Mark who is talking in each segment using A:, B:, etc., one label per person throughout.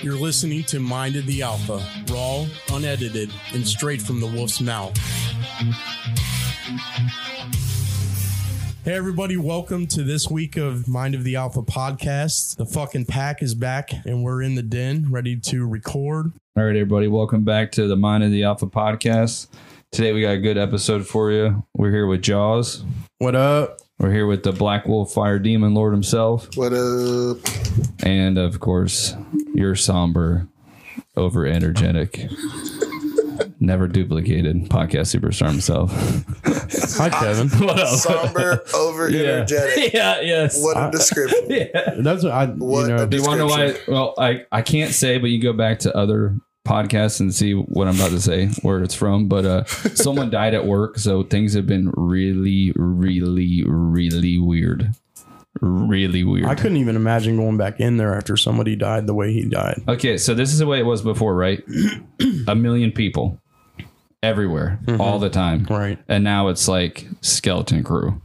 A: You're listening to Mind of the Alpha, raw, unedited, and straight from the wolf's mouth. Hey, everybody, welcome to this week of Mind of the Alpha podcast. The fucking pack is back, and we're in the den ready to record.
B: All right, everybody, welcome back to the Mind of the Alpha podcast. Today we got a good episode for you. We're here with Jaws.
A: What up?
B: We're here with the Black Wolf Fire Demon Lord himself,
C: What up?
B: and of course, your somber, over energetic, never duplicated podcast superstar himself.
A: Hi, Kevin.
B: what up?
C: Somber, over energetic.
B: Oh. yeah, yes.
C: What a description.
B: Yeah.
A: That's what I,
C: What
A: you know,
C: a
B: Do you want to know why?
C: description.
B: Well, I I can't say, but you go back to other podcasts and see what I'm about to say, where it's from. But uh, someone died at work, so things have been really, really, really weird, really weird.
A: I couldn't even imagine going back in there after somebody died the way he died.
B: Okay, so this is the way it was before, right? A million people everywhere,
C: Mm-hmm.
B: all the time,
A: Right.
B: and now it's like skeleton crew.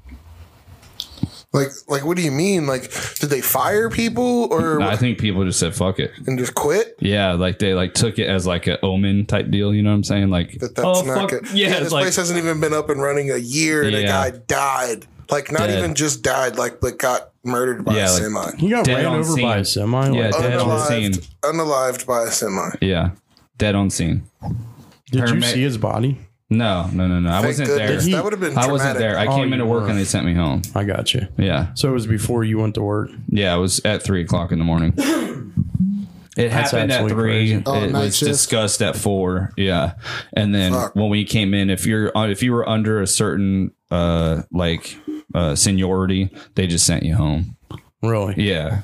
C: Like, like, what do you mean? Like, did they fire people or
B: I think people just said fuck it.
C: and just quit?
B: Yeah, like they like took it as like an omen type deal. You know what I'm saying? Like,
C: That that's not good.
B: Oh, Yeah,
C: this
B: it's like
C: place hasn't even been up and running a year, and
B: Yeah.
C: a guy died. Like, not
B: Dead.
C: even just died, like, but got murdered by
B: Yeah,
C: a
B: like-
C: semi,
A: He got
B: Dead
A: ran
B: on
A: over
B: scene.
A: by a semi.
B: Yeah,
A: like,
C: Oh,
B: dead on scene.
C: unalived, unalived by a semi.
B: Yeah, dead on scene.
A: did you
B: Paramedic-
A: see his body?
B: No, no, no, no. I
C: Thank
B: wasn't
C: goodness.
B: there.
C: That would have been
B: I
C: traumatic.
B: wasn't there. I
A: Oh,
B: came
A: you
B: into work
A: were.
B: and they sent me home.
A: I got you.
B: Yeah,
A: So it was before you went to work.
B: yeah. It was at three o'clock in the morning. It
A: That's
B: happened at
A: absolutely
B: three.
A: crazy.
D: Oh,
B: it
D: night
B: was
D: shift?
B: discussed at four. Yeah, and then
C: Fuck.
B: when we came in, if you're uh, if you were under a certain uh like uh seniority, they just sent you home.
A: Really?
B: Yeah.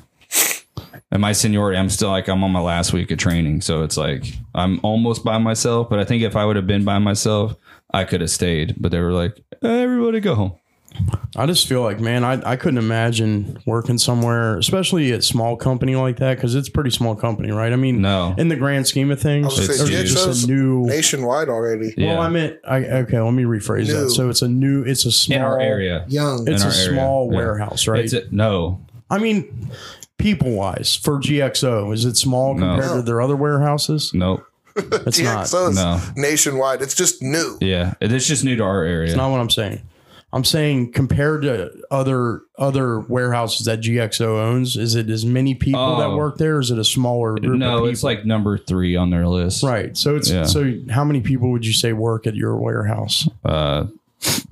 B: And my seniority, I'm still like I'm on my last week of training, so it's like I'm almost by myself. But I think if I would have been by myself, I could have stayed. But they were like, "Eh, everybody go home.
A: I just feel like, man, I, I couldn't imagine working somewhere, especially at small company like that, because it's pretty small company, right? I mean,
B: No,
A: in the grand scheme of things,
C: gonna
B: say,
A: there's
B: yeah,
A: just
C: those
A: a new.
C: Nationwide already.
B: yeah,
A: Well, I meant, I, okay, let me rephrase that.
C: New.
A: So it's a new, it's a small
B: in our area.
D: young.
A: It's
B: in
A: a
B: our area,
A: small
B: yeah.
A: warehouse, right?
B: It's a, no,
A: I mean, people wise for GXO, is it small
B: No.
A: compared to their other warehouses?
B: nope,
A: It's not.
C: GXO is
B: No.
C: nationwide. It's just new.
B: yeah. It's just new to our area.
A: It's not what I'm saying. I'm saying compared to other other warehouses that GXO owns, is it as many people that
B: Oh.
A: work there? Is it a smaller group? of
B: no,
A: people?
B: it's like number three on their list.
A: right. So it's
B: Yeah.
A: so how many people would you say work at your warehouse?
B: Uh,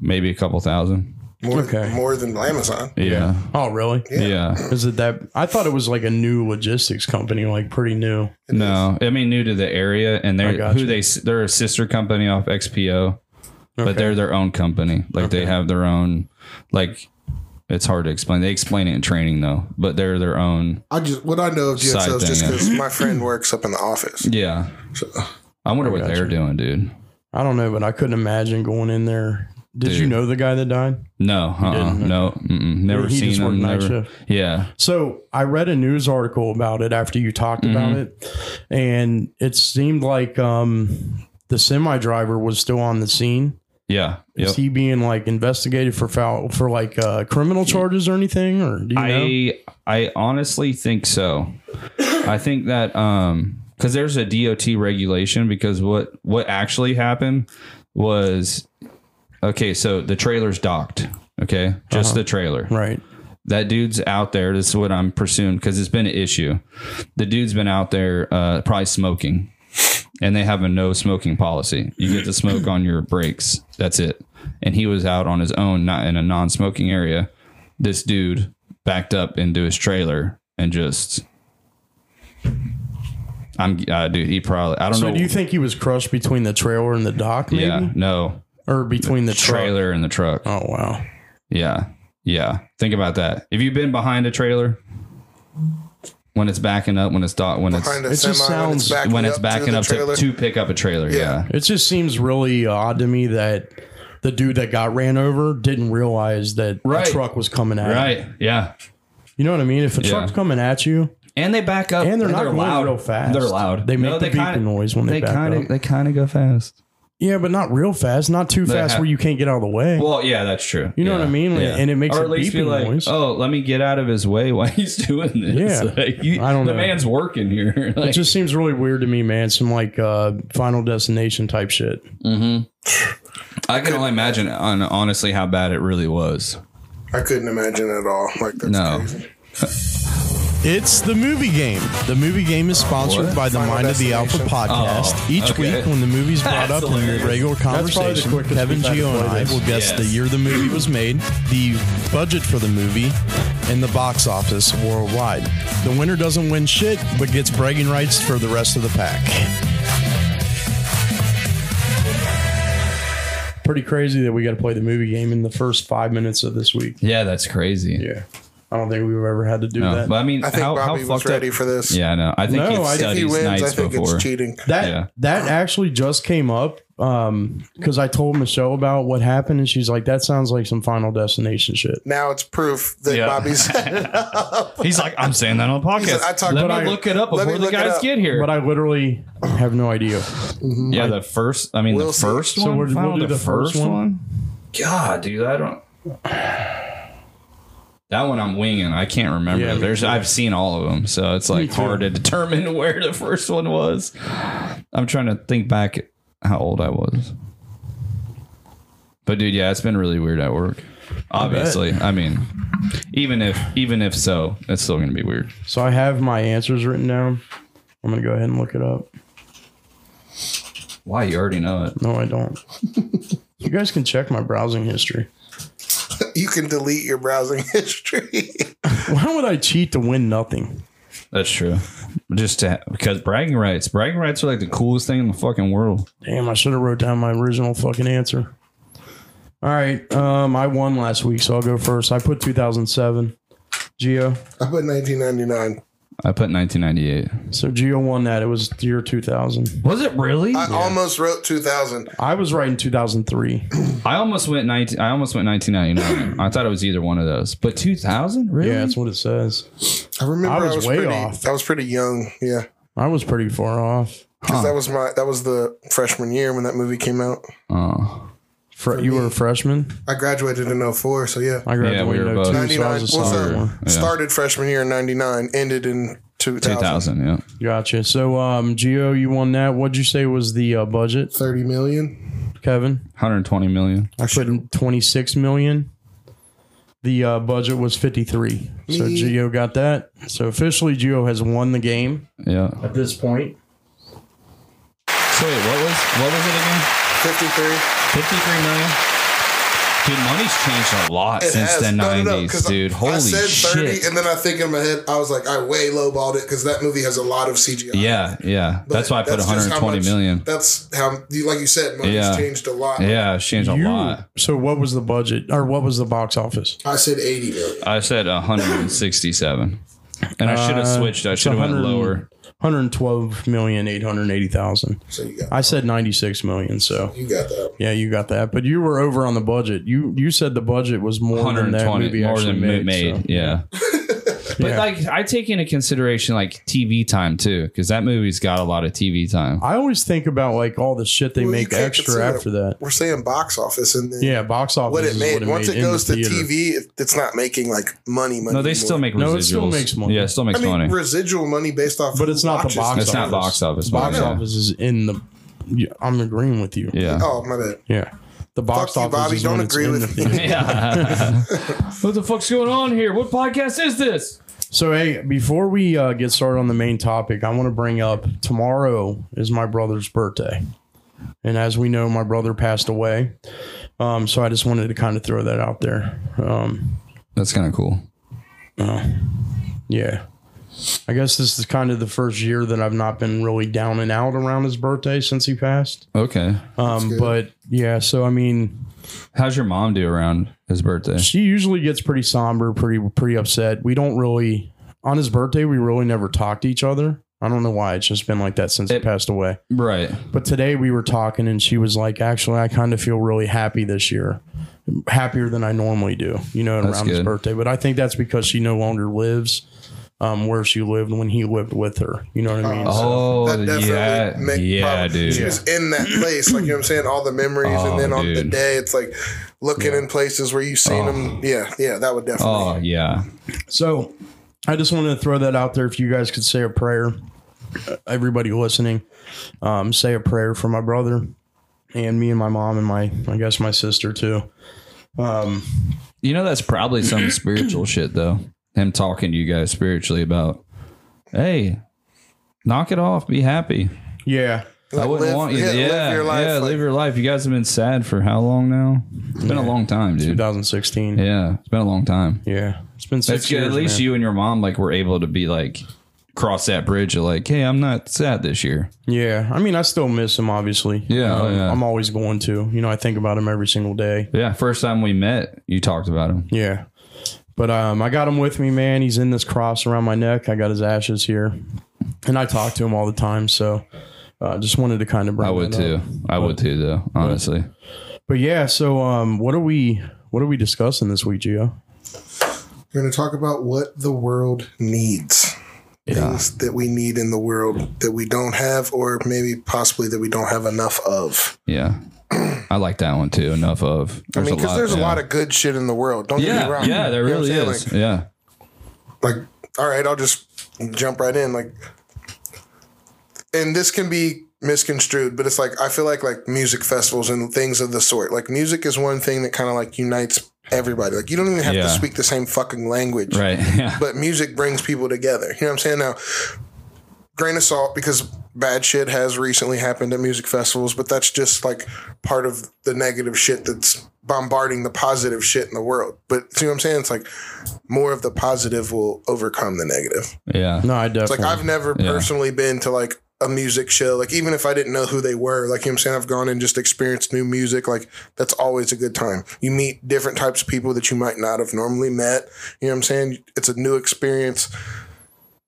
B: maybe a couple thousand.
C: More,
A: Okay.
C: more than Amazon.
B: Yeah,
A: Oh, really?
B: yeah.
A: Is it that? I thought it was like a new logistics company, like pretty new.
B: No, I mean new to the area, and
A: I
B: they're
A: gotcha.
B: who they they're a sister company off XPO. but they're their own company. Like they have their own, like it's hard to explain. They explain it in training though, but they're their own.
C: I just what I know of
B: Side
C: GXO is just
B: thing, yeah.
C: because my friend works up in the office.
B: Yeah. I wonder what
A: gotcha.
B: they're doing, dude.
A: I don't know, but I couldn't imagine going in there. Did you
B: Dude.
A: know the guy that died?
B: No, uh-uh,
A: didn't?
B: no, mm-mm, never
A: He
B: seen
A: just worked
B: them.
A: night
B: Never.
A: shift.
B: Yeah,
A: So I read a news article about it after you talked
B: Mm-hmm.
A: about it, and it seemed like um, the semi driver was still on the scene.
B: yeah,
A: Is
B: yep.
A: he being like investigated for foul for like uh, criminal charges or anything? Or do you know?
B: I I honestly think so. I think that um because there's a DOT regulation because what what actually happened was okay. So the trailer's docked. Okay, just
A: Uh-huh.
B: the trailer.
A: Right.
B: that dude's out there. This is what I'm pursuing because it's been an issue. The dude's been out there uh, probably smoking, and they have a no smoking policy. You get to smoke on your breaks. That's it. And he was out on his own, not in a non-smoking area. This dude backed up into his trailer and just. I'm uh, dude. He probably. I don't
A: So
B: know.
A: do you think he was crushed between the trailer and the dock, maybe,
B: yeah. No.
A: or between the truck?
B: Trailer and the truck.
A: Oh wow.
B: Yeah. Yeah. Think about that. Have you been behind a trailer? When it's backing up, when it's dot, when it's
C: Behind a
A: It just
C: semi when
A: sounds-
C: it's backing
B: when
C: up,
B: it's backing
C: to,
B: up
C: the trailer.
B: to, to pick up a trailer. Yeah.
C: Yeah.
A: It just seems really odd to me that the dude that got ran over didn't realize that
B: Right.
A: a truck was coming at him.
B: Right. Yeah.
A: You know what I mean? If a
B: Yeah.
A: truck's coming at you,
B: And they back up,
A: And they're not going real fast.
B: They're loud.
A: They make the beeping
B: kinda-
A: noise when they back
B: kinda,
A: up.
B: They kind of go fast.
A: Yeah, but not real fast. Not too
B: They
A: fast
B: have-
A: where you can't get out of the way.
B: Well, yeah, that's true.
A: You know what I
B: Yeah,
A: mean? Like,
B: yeah.
A: and it makes
B: or
A: a
B: at least be
A: beeping
B: like,
A: noise.
B: Oh, let me get out of his way while he's doing this.
A: Yeah.
B: Like, you-
A: I don't
B: the
A: know.
B: man's working here.
A: it
B: Like,
A: just seems really weird to me, man. Some like uh, Final Destination type shit.
B: I can only imagine on honestly how bad it really was.
C: I couldn't imagine at all. Like that's
B: No.
C: crazy.
A: It's the movie game. The movie game is sponsored
B: What?
A: by the
C: Final
A: Mind of the Alpha
C: Destination.
A: podcast.
B: Oh,
A: Each
B: okay.
A: week, when the movie's brought up
B: That's
A: in
B: hilarious.
A: regular
D: probably the
A: conversation,
D: quickest
A: Kevin
D: we've had to
A: Gio and I
D: play this.
A: will guess
B: Yes.
A: the year the movie was made, the budget for the movie, and the box office worldwide. The winner doesn't win shit, but gets bragging rights for the rest of the pack. Pretty crazy that we got to play the movie game in the first five minutes of this week.
B: Yeah, that's crazy.
A: Yeah, I don't think we've ever had to do
B: No,
A: that.
B: but I mean,
C: I think
B: how,
C: Bobby
B: how
C: was
B: fucked
C: ready
B: up?
C: for this.
B: Yeah, no, I think
A: No, I-
B: he
A: if he
C: If he
B: studies
C: wins, I
B: nights
C: think
B: before.
C: it's cheating.
A: That
B: Yeah.
A: that actually just came up because I told Michelle about what happened, and she's like, "That sounds like some Final Destination shit."
C: Now it's proof that
B: Yeah.
C: Bobby's.
B: He's like, I'm saying that on the podcast.
C: said, "I
B: let
C: talked
B: me
C: about it.
B: look it up
C: Let me
B: before the
C: look it
B: guys
C: up."
B: get here.
A: But I literally have no idea.
B: yeah, the first. I mean,
C: We'll
B: the
C: see.
B: first
A: So
B: one.
A: we're- we'll
B: Final,
A: do the first one?
B: God, dude, I don't. That one I'm winging. I can't remember.
A: Yeah, me
B: There's I've seen all of them, so it's like
A: too.
B: hard to determine where the first one was. I'm trying to think back how old I was. But dude, yeah, it's been really weird at work. Obviously, I mean, even if even if so, it's still gonna be weird.
A: So I have my answers written down. I'm gonna go ahead and look it up.
B: Why you already know it?
A: No, I don't. you guys can check my browsing history.
C: you can delete your browsing history.
A: Why would I cheat to win nothing?
B: That's true. Just to, because bragging rights, bragging rights are like the coolest thing in the fucking world.
A: Damn, I should have wrote down my original fucking answer. All right, um, I won last week, so I'll go first. I put 2007. Geo.
C: I put 1999.
B: I put 1998.
A: So Geo won that. It was the year 2000.
B: Was it really?
C: I almost wrote 2000.
A: I was right in 2003.
B: I almost went 19. I almost went 1999. I thought it was either one of those, but 2000, really?
A: Yeah, that's what it says.
C: I remember
A: I
C: I
A: was
C: was,
A: way
C: pretty,
A: off.
C: I was pretty young. Yeah.
A: I was pretty far off.
C: Because that was my that was the freshman year when that movie came out.
B: Oh,
A: Fre- you were a freshman.
C: I graduated in 04, so yeah.
A: I graduated
B: Yeah, we were
A: in
B: both.
A: 02, so
C: 99
A: I was a
C: well, so
A: sophomore.
B: Yeah.
C: started freshman year in 99, ended in 2000.
B: 2000. Yeah.
A: Gotcha. So, um, Geo, you won that. What'd you say was the uh, budget,
C: 30 million.
A: Kevin?
B: 120 million.
A: I put in 26 million. The uh, budget was 53. So
C: Me.
A: Geo got that. So officially, Geo has won the game
B: Yeah.
A: at this point.
B: So wait, what was what was it again?
C: 53.
B: 53 million. Dude, money's changed a lot
C: It
B: since
C: has.
B: the 90s,
C: 'cause I-
B: dude. Holy
C: I said 30,
B: shit.
C: and then I think in my head, I was like, I way lowballed it because that movie has a lot of CGI.
B: yeah, yeah.
C: But
B: That's why I put
C: just how
B: 120
C: much-
B: million.
C: That's how, you, like you said, money's
B: Yeah.
C: changed a lot.
B: Yeah, it's changed a lot.
A: So, what was the budget or what was the box office?
C: I said 80 million.
B: I said 167. And I should have
A: Uh,
B: switched. I should have went
A: 100
B: lower.
A: 112 million 880,000.
C: So you got,
A: I said 96 million, so
C: you got that.
A: yeah, you got that. But you were over on the budget. You you said the budget was more than that
B: 120
A: movie
B: more
A: actually
B: than
A: made.
B: made,
A: so-
B: yeah but
A: Yeah.
B: like i take into consideration like tv time too because that movie's got a lot of tv time
A: I always think about like all the shit they
C: Well, you
A: make
C: can't
A: extra
C: consider it.
A: after that.
C: We're saying box office, and then
A: Yeah, box office.
C: what
A: is
C: it made. Once
A: made
C: it
A: in the
C: goes to
A: theater.
C: TV, it- it's not making like money. money
B: no they
C: anymore.
B: still make residuals
A: No, it still makes money.
B: yeah it still makes
C: I mean,
B: money
C: residual money based off.
A: But it's not the
C: watches.
A: box
B: it's not box office but
A: Box
B: yeah.
A: office is in the. Yeah, I'm agreeing with you.
B: yeah
C: Oh my bad.
A: yeah. The box
C: Fuck you,
A: office.
C: Bobby.
A: is
C: Don't
A: when it's
C: agree
A: in
C: with
A: the
C: me.
A: theater.
B: yeah. what the fuck's going on here? What podcast is this?
A: So, hey, before we uh, get started on the main topic, I want to bring up tomorrow is my brother's birthday. And as we know, my brother passed away. Um, so I just wanted to kind of throw that out there. Um,
B: That's kind of cool.
A: yeah. I guess this is kind of the first year that I've not been really down and out around his birthday since he passed.
B: Okay.
A: Um, but yeah, so I mean,
B: How's your mom do around his birthday?
A: she usually gets pretty somber, pretty pretty upset. We don't really on his birthday, we really never talked to each other. I don't know why. It's just been like that since he
B: It-
A: passed away.
B: Right.
A: But today we were talking and she was like, actually, I kind of feel really happy this year. Happier than I normally do, you know, around
B: That's
A: his
B: good.
A: birthday. But I think that's because she no longer lives um, where she lived when he lived with her. You know what I mean?
B: Oh,
C: That definitely
B: yeah.
C: make-
B: yeah,
C: probably-
B: dude.
C: She was in that place, like you know what I'm saying, all the memories,
B: Oh,
C: and then on the
B: dude.
C: day, it's like looking in places where you've seen them. Yeah, yeah, that would definitely.
B: Oh, yeah.
A: So I just wanted to throw that out there. If you guys could say a prayer, everybody listening, um, say a prayer for my brother and me and my mom and my, I guess my sister too.
B: You know, that's probably some spiritual shit, though. Him talking to you guys spiritually about, hey, knock it off, be happy.
A: Yeah.
B: I wouldn't
C: live-
B: want you.
C: yeah,
B: Yeah,
C: live
B: yeah,
C: your life, like-
B: live your life. You guys have been sad for how long now? It's been a long time, dude.
A: 2016. Yeah.
B: Yeah, it's been a long time.
A: It's been six
B: It's good.
A: years.
B: At least
A: man.
B: you and your mom like were able to be like cross that bridge of like, hey, I'm not sad this year.
A: Yeah. I mean, I still miss him, obviously.
B: Yeah,
A: Um,
B: oh, yeah.
A: I'm always going to. You know, I think about him every single day.
B: Yeah, first time we met, you talked about him.
A: Yeah. But um, I got him with me, man. He's in this cross around my neck. I got his ashes here. And I talk to him all the time. So uh, just wanted to kind of bring
B: I would
A: that up.
B: too. I would too, though. Honestly,
A: But yeah, so um, what are we what are we discussing this week, Gio?
C: We're going to talk about what the world needs. Things that we need in the world that we don't have, or maybe possibly that we don't have enough of.
B: yeah. I like that one too. Enough of.
C: I mean, because there's a
B: yeah.
C: lot of good shit in the world. Don't get
B: Yeah,
C: me wrong.
B: yeah, there
C: You know what
B: really
C: I'm saying?
B: is.
C: Like-
B: yeah,
C: like all right i'll just jump right in like and this can be misconstrued but it's like i feel like like music festivals and things of the sort like music is one thing that kind of like unites everybody like you don't even have to
B: Yeah.
C: speak the same fucking language
B: right. Yeah,
C: but music brings people together you know what i'm saying now grain of salt because bad shit has recently happened at music festivals but that's just like part of the negative shit that's bombarding the positive shit in the world but see what i'm saying it's like more of the positive will overcome the negative
B: yeah,
A: No, I
C: it's
A: definitely
C: like i've never
B: Yeah.
C: personally been to like a music show like even if i didn't know who they were like you know what i'm saying i've gone and just experienced new music like that's always a good time you meet different types of people that you might not have normally met you know what i'm saying it's a new experience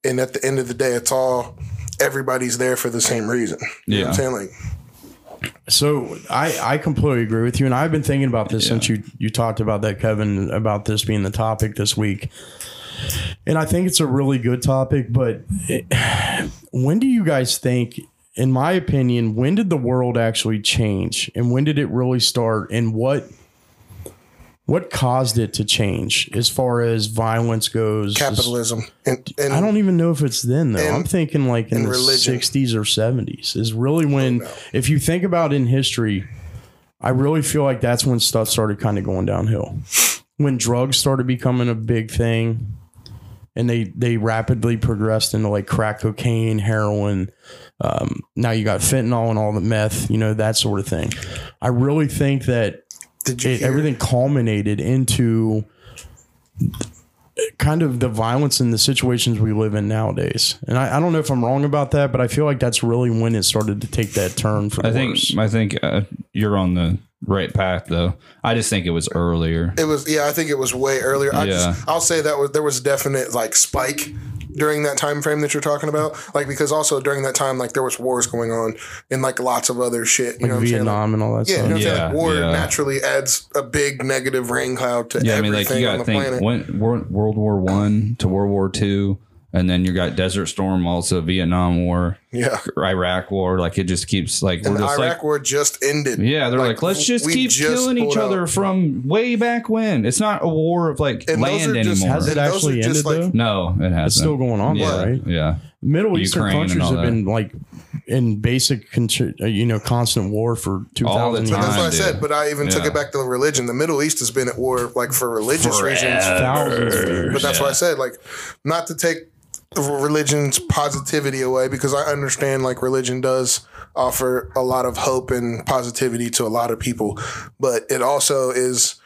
C: and at the end of the day it's all everybody's there for the same reason you know what i'm saying like
A: So I, I completely agree with you, and I've been thinking about this since you you talked about that, Kevin, about this being the topic this week. And I think it's a really good topic, but it, when do you guys think? In my opinion, when did the world actually change, and when did it really start, and what what caused it to change as far as violence goes?
C: capitalism and, and
A: I don't even know if it's then though. I'm
C: And-
A: thinking like in
C: and
A: the
C: religion.
A: 60s or 70s is really when, if you think about in history, I really feel like that's when stuff started kind of going downhill. When drugs started becoming a big thing, and they they rapidly progressed into like crack cocaine, heroin. Um, now you got fentanyl and all the meth, you know that sort of thing. I really think that
C: did you
A: it,
C: hear-
A: everything culminated into kind of the violence and the situations we live in nowadays. And I, I don't know if I'm wrong about that, but I feel like that's really when it started to take that turn for the
B: I think
A: worse.
B: I think uh, you're on the right path though. I just think it was earlier.
C: It was yeah, I think it was way earlier. I
B: Yeah.
C: just, I'll say that was there was definite like spike during that time frame that you're talking about. Like because also during that time like there was wars going on and like lots of other shit. You know what I'm saying? Like,
A: Vietnam and all that
C: yeah, you
A: stuff.
C: know what I'm saying? Like,
B: Yeah,
C: war
B: yeah.
C: naturally adds a big negative rain cloud to
B: Yeah, I mean, like
C: everything
B: you
C: on
B: got
C: the
B: to think
C: planet.
B: when Wor- World War One to World War Two, and then you got Desert Storm, also Vietnam War,
C: yeah.
B: Iraq War. Like it just keeps like we're
C: And the
B: just
C: Iraq
B: like
C: war just ended.
B: Yeah, they're like,
C: Like,
B: let's just
C: we
B: keep
C: just
B: killing each
C: pulled out.
B: other from way back when. It's not a war of like
C: And those
B: land
C: are just-
B: anymore.
A: Has it
C: And those
A: actually
C: are
A: ended
C: just like-
A: though?
B: no, it hasn't.
A: It's still going on,
B: yeah,
A: though, right?
B: Yeah,
A: Middle Eastern
B: Ukraine and
A: countries
B: all
A: have been like in basic, contr- uh, you know, constant war for two
B: All the
A: thousand
C: But
A: years.
B: time.
C: that's what I
B: dude.
C: said, but I even took
B: Yeah.
C: it back to the religion. The Middle East has been at war like for religious reasons
A: Thousands of years.
C: But that's why I said, like, not to take religion's positivity away because I understand, like, religion does offer a lot of hope and positivity to a lot of people, but it also is.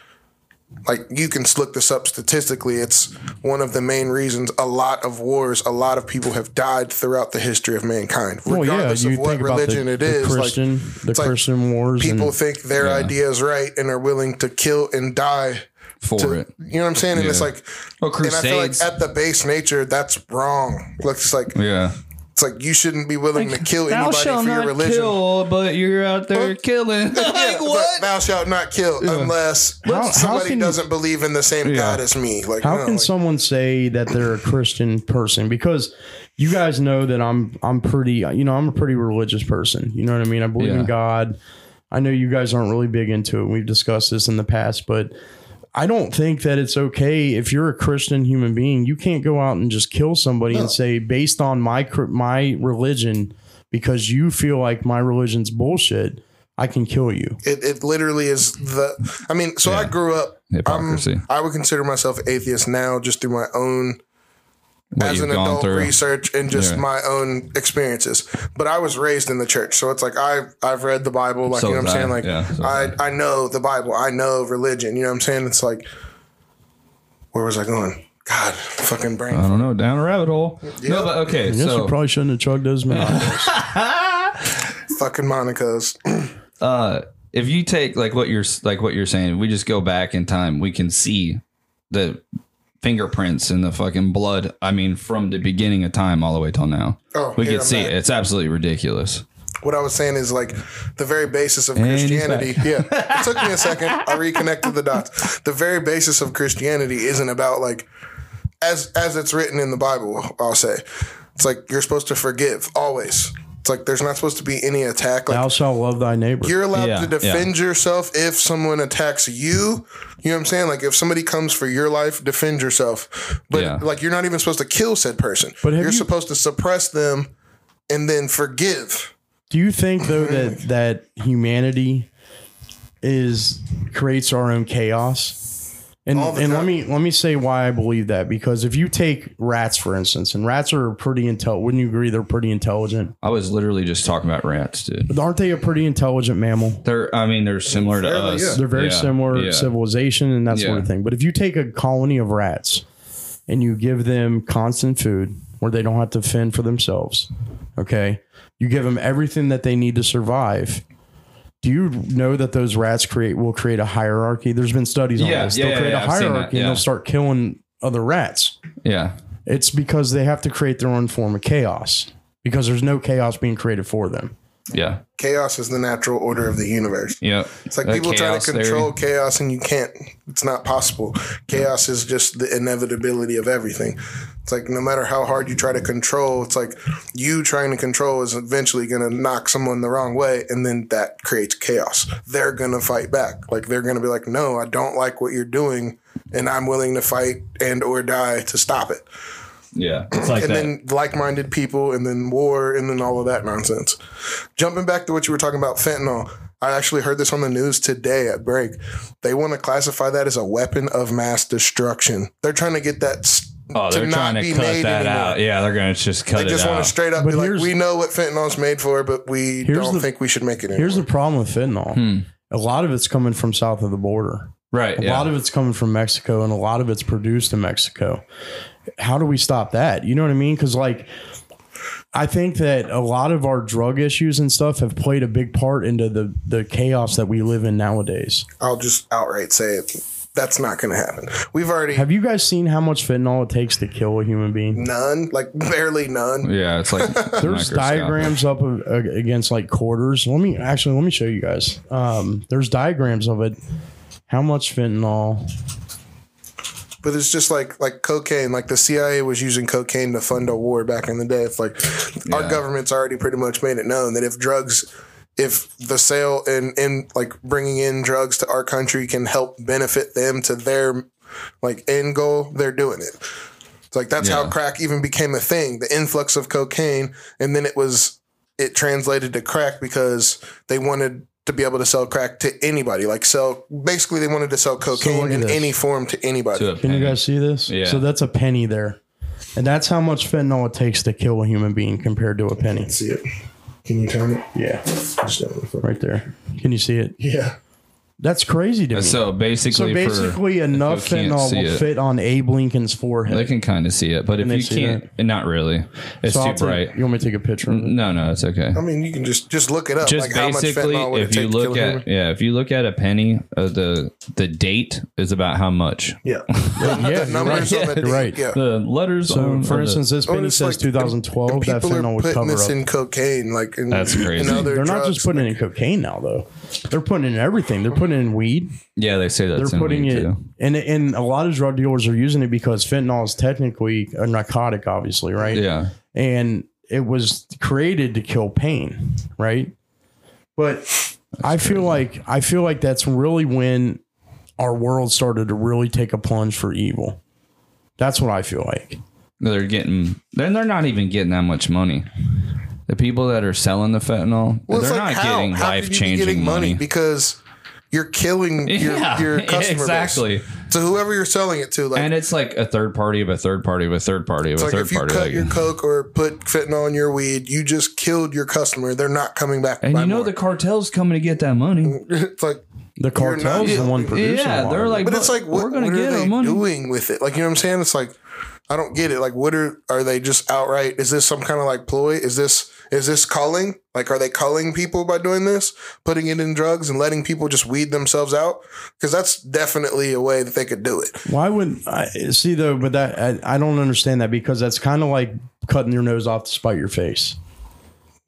C: Like you can look this up statistically, it's one of the main reasons a lot of wars, a lot of people have died throughout the history of mankind,
A: Well, yeah,
C: regardless
A: you
C: of what
A: think about
C: religion
A: the,
C: it
A: the
C: is. like,
A: Christian, the
C: like
A: Christian wars. and-
C: people think their idea is right and are willing to kill and die
B: for
C: to,
B: it.
C: you know what I'm saying? And it's
B: Yeah.
C: like,
B: Well,
C: and I feel
B: crusades.
C: like at the base nature, that's wrong. Looks like
B: Yeah,
C: It's like you shouldn't be willing to kill anybody for your religion.
B: kill, but you're out there killing.
C: Yeah,
B: like
C: but
B: what?
C: Thou shalt not kill unless
A: How- how
C: somebody
A: can-
C: doesn't believe in the same God as me. Like
A: How
C: no,
A: can
C: like,
A: someone say that they're a Christian person? Because you guys know that I'm I'm pretty you know I'm a pretty religious person. You know what I mean? I believe
B: Yeah.
A: in God. I know you guys aren't really big into it. We've discussed this in the past, but I don't think that it's okay if you're a Christian human being. You can't go out and just kill somebody and say based on my cr- my religion because you feel like my religion's bullshit. I can kill you.
C: it, it literally is the I mean, so I grew up I'm,
B: Hypocrisy.
C: I would consider myself atheist now just through my own
B: What
C: as
B: you've
C: an
B: gone
C: adult
B: through.
C: research and just
B: Yeah.
C: my own experiences. But I was raised in the church, so it's like I I've read the Bible, like
B: So
C: you know what
B: was
C: I'm
B: I.
C: saying. Like
B: Yeah, so was
C: I I know the Bible, I know religion. You know what I'm saying? It's like where was I going? God, fucking brain.
B: I don't know, down a rabbit hole. No, but okay.
A: Yes,
B: So
A: you probably shouldn't have chugged those mouths.
C: fucking Monica's.
B: if you take like what you're like what you're saying, we just go back in time, we can see the fingerprints and the fucking blood. I mean, from the beginning of time all the way till now.
C: Oh,
B: we
C: here
B: can
C: I'm
B: see
C: back.
B: it. It's absolutely ridiculous.
C: What I was saying is like the very basis of
B: he's
C: Christianity. Yeah. It took me a second. I reconnected the dots. The very basis of Christianity isn't about like as as it's written in the Bible, I'll say. It's like you're supposed to forgive always. It's like there's not supposed to be any attack. Like
A: Thou shalt love thy neighbor.
C: you're allowed
B: Yeah,
C: to defend yourself if someone attacks you. You know what I'm saying? Like if somebody comes for your life, defend yourself. But
B: Yeah.
C: like you're not even supposed to kill said person.
A: But have
C: you're
A: you-
C: supposed to suppress them and then forgive.
A: Do you think though that that humanity is creates our own chaos? And
C: All the
A: and let
C: time.
A: me let me say why I believe that because if you take rats for instance, and rats are pretty intel. Wouldn't you agree they're pretty intelligent?
B: I was literally just talking about rats, dude.
A: Aren't they a pretty intelligent mammal?
B: They're I mean they're similar to
C: Fairly,
B: us.
C: yeah.
A: They're very
B: Yeah,
A: similar
B: yeah.
A: civilization and that sort of
B: Yeah.
A: thing. But if you take a colony of rats and you give them constant food where they don't have to fend for themselves, okay, you give them everything that they need to survive. Do you know that those rats create will create a hierarchy? There's been studies on
B: Yeah,
A: this.
B: yeah,
A: they'll
B: yeah,
A: create a
B: yeah, I've seen that,
A: hierarchy
B: yeah.
A: and they'll start killing other rats.
B: Yeah.
A: It's because they have to create their own form of chaos because there's no chaos being created for them.
B: Yeah.
C: Chaos is the natural order of the universe.
B: Yeah.
C: It's like people try to control chaos and you can't. It's not possible. Chaos is just the inevitability of everything. It's like no matter how hard you try to control, it's like you trying to control is eventually going to knock someone the wrong way and then that creates chaos. They're going to fight back. Like they're going to be like, "No, I don't like what you're doing and I'm willing to fight and or die to stop it."
B: Yeah. It's like
C: and
B: that.
C: then like-minded people and then war and then all of that nonsense jumping back to what you were talking about fentanyl i actually heard this on the news today at break they want to classify that as a weapon of mass destruction they're trying to get that s-
B: oh, they're
C: not
B: trying to
C: be
B: cut
C: made
B: that
C: anymore.
B: out. Yeah, they're gonna just cut
C: they just
B: it
C: want
B: out.
C: to straight up
A: But
C: be like
A: here's-
C: we know what fentanyl's made for but we
A: Here's
C: don't
A: the-
C: think we should make it
A: Here's
C: anymore.
A: the problem with fentanyl.
B: Hmm.
A: A lot of it's coming from south of the border.
B: right.
A: A
B: Yeah.
A: lot of it's coming from Mexico and a lot of it's produced in Mexico. How do we stop that? You know what I mean? Because, like, I think that a lot of our drug issues and stuff have played a big part into the, the chaos that we live in nowadays.
C: i'll just outright say it that's not going to happen we've already
A: Have you guys seen how much fentanyl it takes to kill a human being?
C: none like barely none
B: yeah, it's like
A: There's
B: microscopic.
A: diagrams up of, ag- against like quarters. Let me actually let me show you guys. Um, there's diagrams of it. How much fentanyl?
C: But it's just like like cocaine. Like the CIA was using cocaine to fund a war back in the day. It's like our
B: Yeah.
C: government's already pretty much made it known that if drugs, if the sale and and like bringing in drugs to our country can help benefit them to their like end goal, they're doing it. It's like that's how
B: Yeah.
C: crack even became a thing. The influx of cocaine, and then it was it translated to crack because they wanted to be able to sell crack to anybody. Like sell basically they wanted to sell cocaine
A: look at
C: in
A: this.
C: any form to anybody.
B: To a
A: Can
B: penny.
A: you guys see this?
B: Yeah.
A: So that's a penny there. And that's how much fentanyl it takes to kill a human being compared to a penny.
C: see it. Can you turn it?
A: Yeah.
C: Just don't-
A: Right there. Can you see it?
C: Yeah.
A: That's crazy to me.
B: So
A: So
B: basically,
A: basically,
B: for,
A: enough
B: who can't
A: fentanyl
B: see
A: will
B: it.
A: fit on Abe Lincoln's forehead.
B: they can kind of see it, but if
A: they
B: you
A: see
B: can't, not really. It's
A: So I'll
B: too
A: take-
B: bright.
A: You want me to take a picture? Of it?
B: No, no, it's okay.
C: I mean, you can just just look it up.
B: Just
C: like how much
B: basically,
C: fentanyl would it
B: if you
C: take to kill
B: look
C: a
B: at
C: human?
B: yeah, if you look at a penny, uh, the the date is about how much.
C: Yeah,
A: Yeah,
C: the
A: you're right.
C: numbers on the
A: You're right.
C: Yeah.
B: The letters.
A: So,
B: on- on
A: for
B: the-
A: instance, this
C: Oh,
A: penny
C: it's
A: says
C: like-
A: 2012. That
C: People
A: fentanyl
C: are
A: would
C: putting
A: cover
C: this
A: up.
C: in cocaine, like in,
B: That's crazy.
C: In other
A: They're not
C: drugs.
A: just putting it in cocaine now, though. They're putting it in everything. They're putting it in weed.
B: yeah, they say that's
A: They're
B: in
A: putting
B: weed,
A: it,
B: too.
A: and and a lot of drug dealers are using it because fentanyl is technically a narcotic, obviously, right?
B: Yeah,
A: and it was created to kill pain, right? But I feel like I feel like that's really when our world started to really take a plunge for evil. That's what I feel like.
B: they're getting. Then they're not even getting that much money. The people that are selling the fentanyl,
C: Well, it's
B: they're
C: like
B: not
C: how,
B: getting
C: how could
B: life
C: you be getting
B: changing money.
C: because you're killing your,
B: yeah,
C: your customer
B: exactly.
C: base. So whoever you're selling it to, like,
B: And it's like a third party of a third party of a third party of a
C: like
B: third
C: if you
B: party.
C: cut
B: like-
C: your coke or put fentanyl in your weed, you just killed your customer. They're not coming back.
B: and
C: by
B: you know
C: more.
B: the cartel's coming to get that money.
C: it's like,
A: The
C: not-
A: cartel's the one producing. a
B: Yeah,
A: lot
B: they're
A: of it.
B: like,
C: but it's like, what,
B: we're gonna
C: what
B: get
C: are
B: our
C: they
B: money.
C: doing with it? Like, you know what I'm saying? It's like, I don't get it. Like, what are are they just outright? Is this some kind of like ploy? Is this is this calling? Like, are they calling people by doing this, putting it in drugs, and letting people just weed themselves out? Because that's definitely a way that they could do it.
A: why would I see though? But that I, I don't understand that because that's kind of like cutting your nose off to spite your face.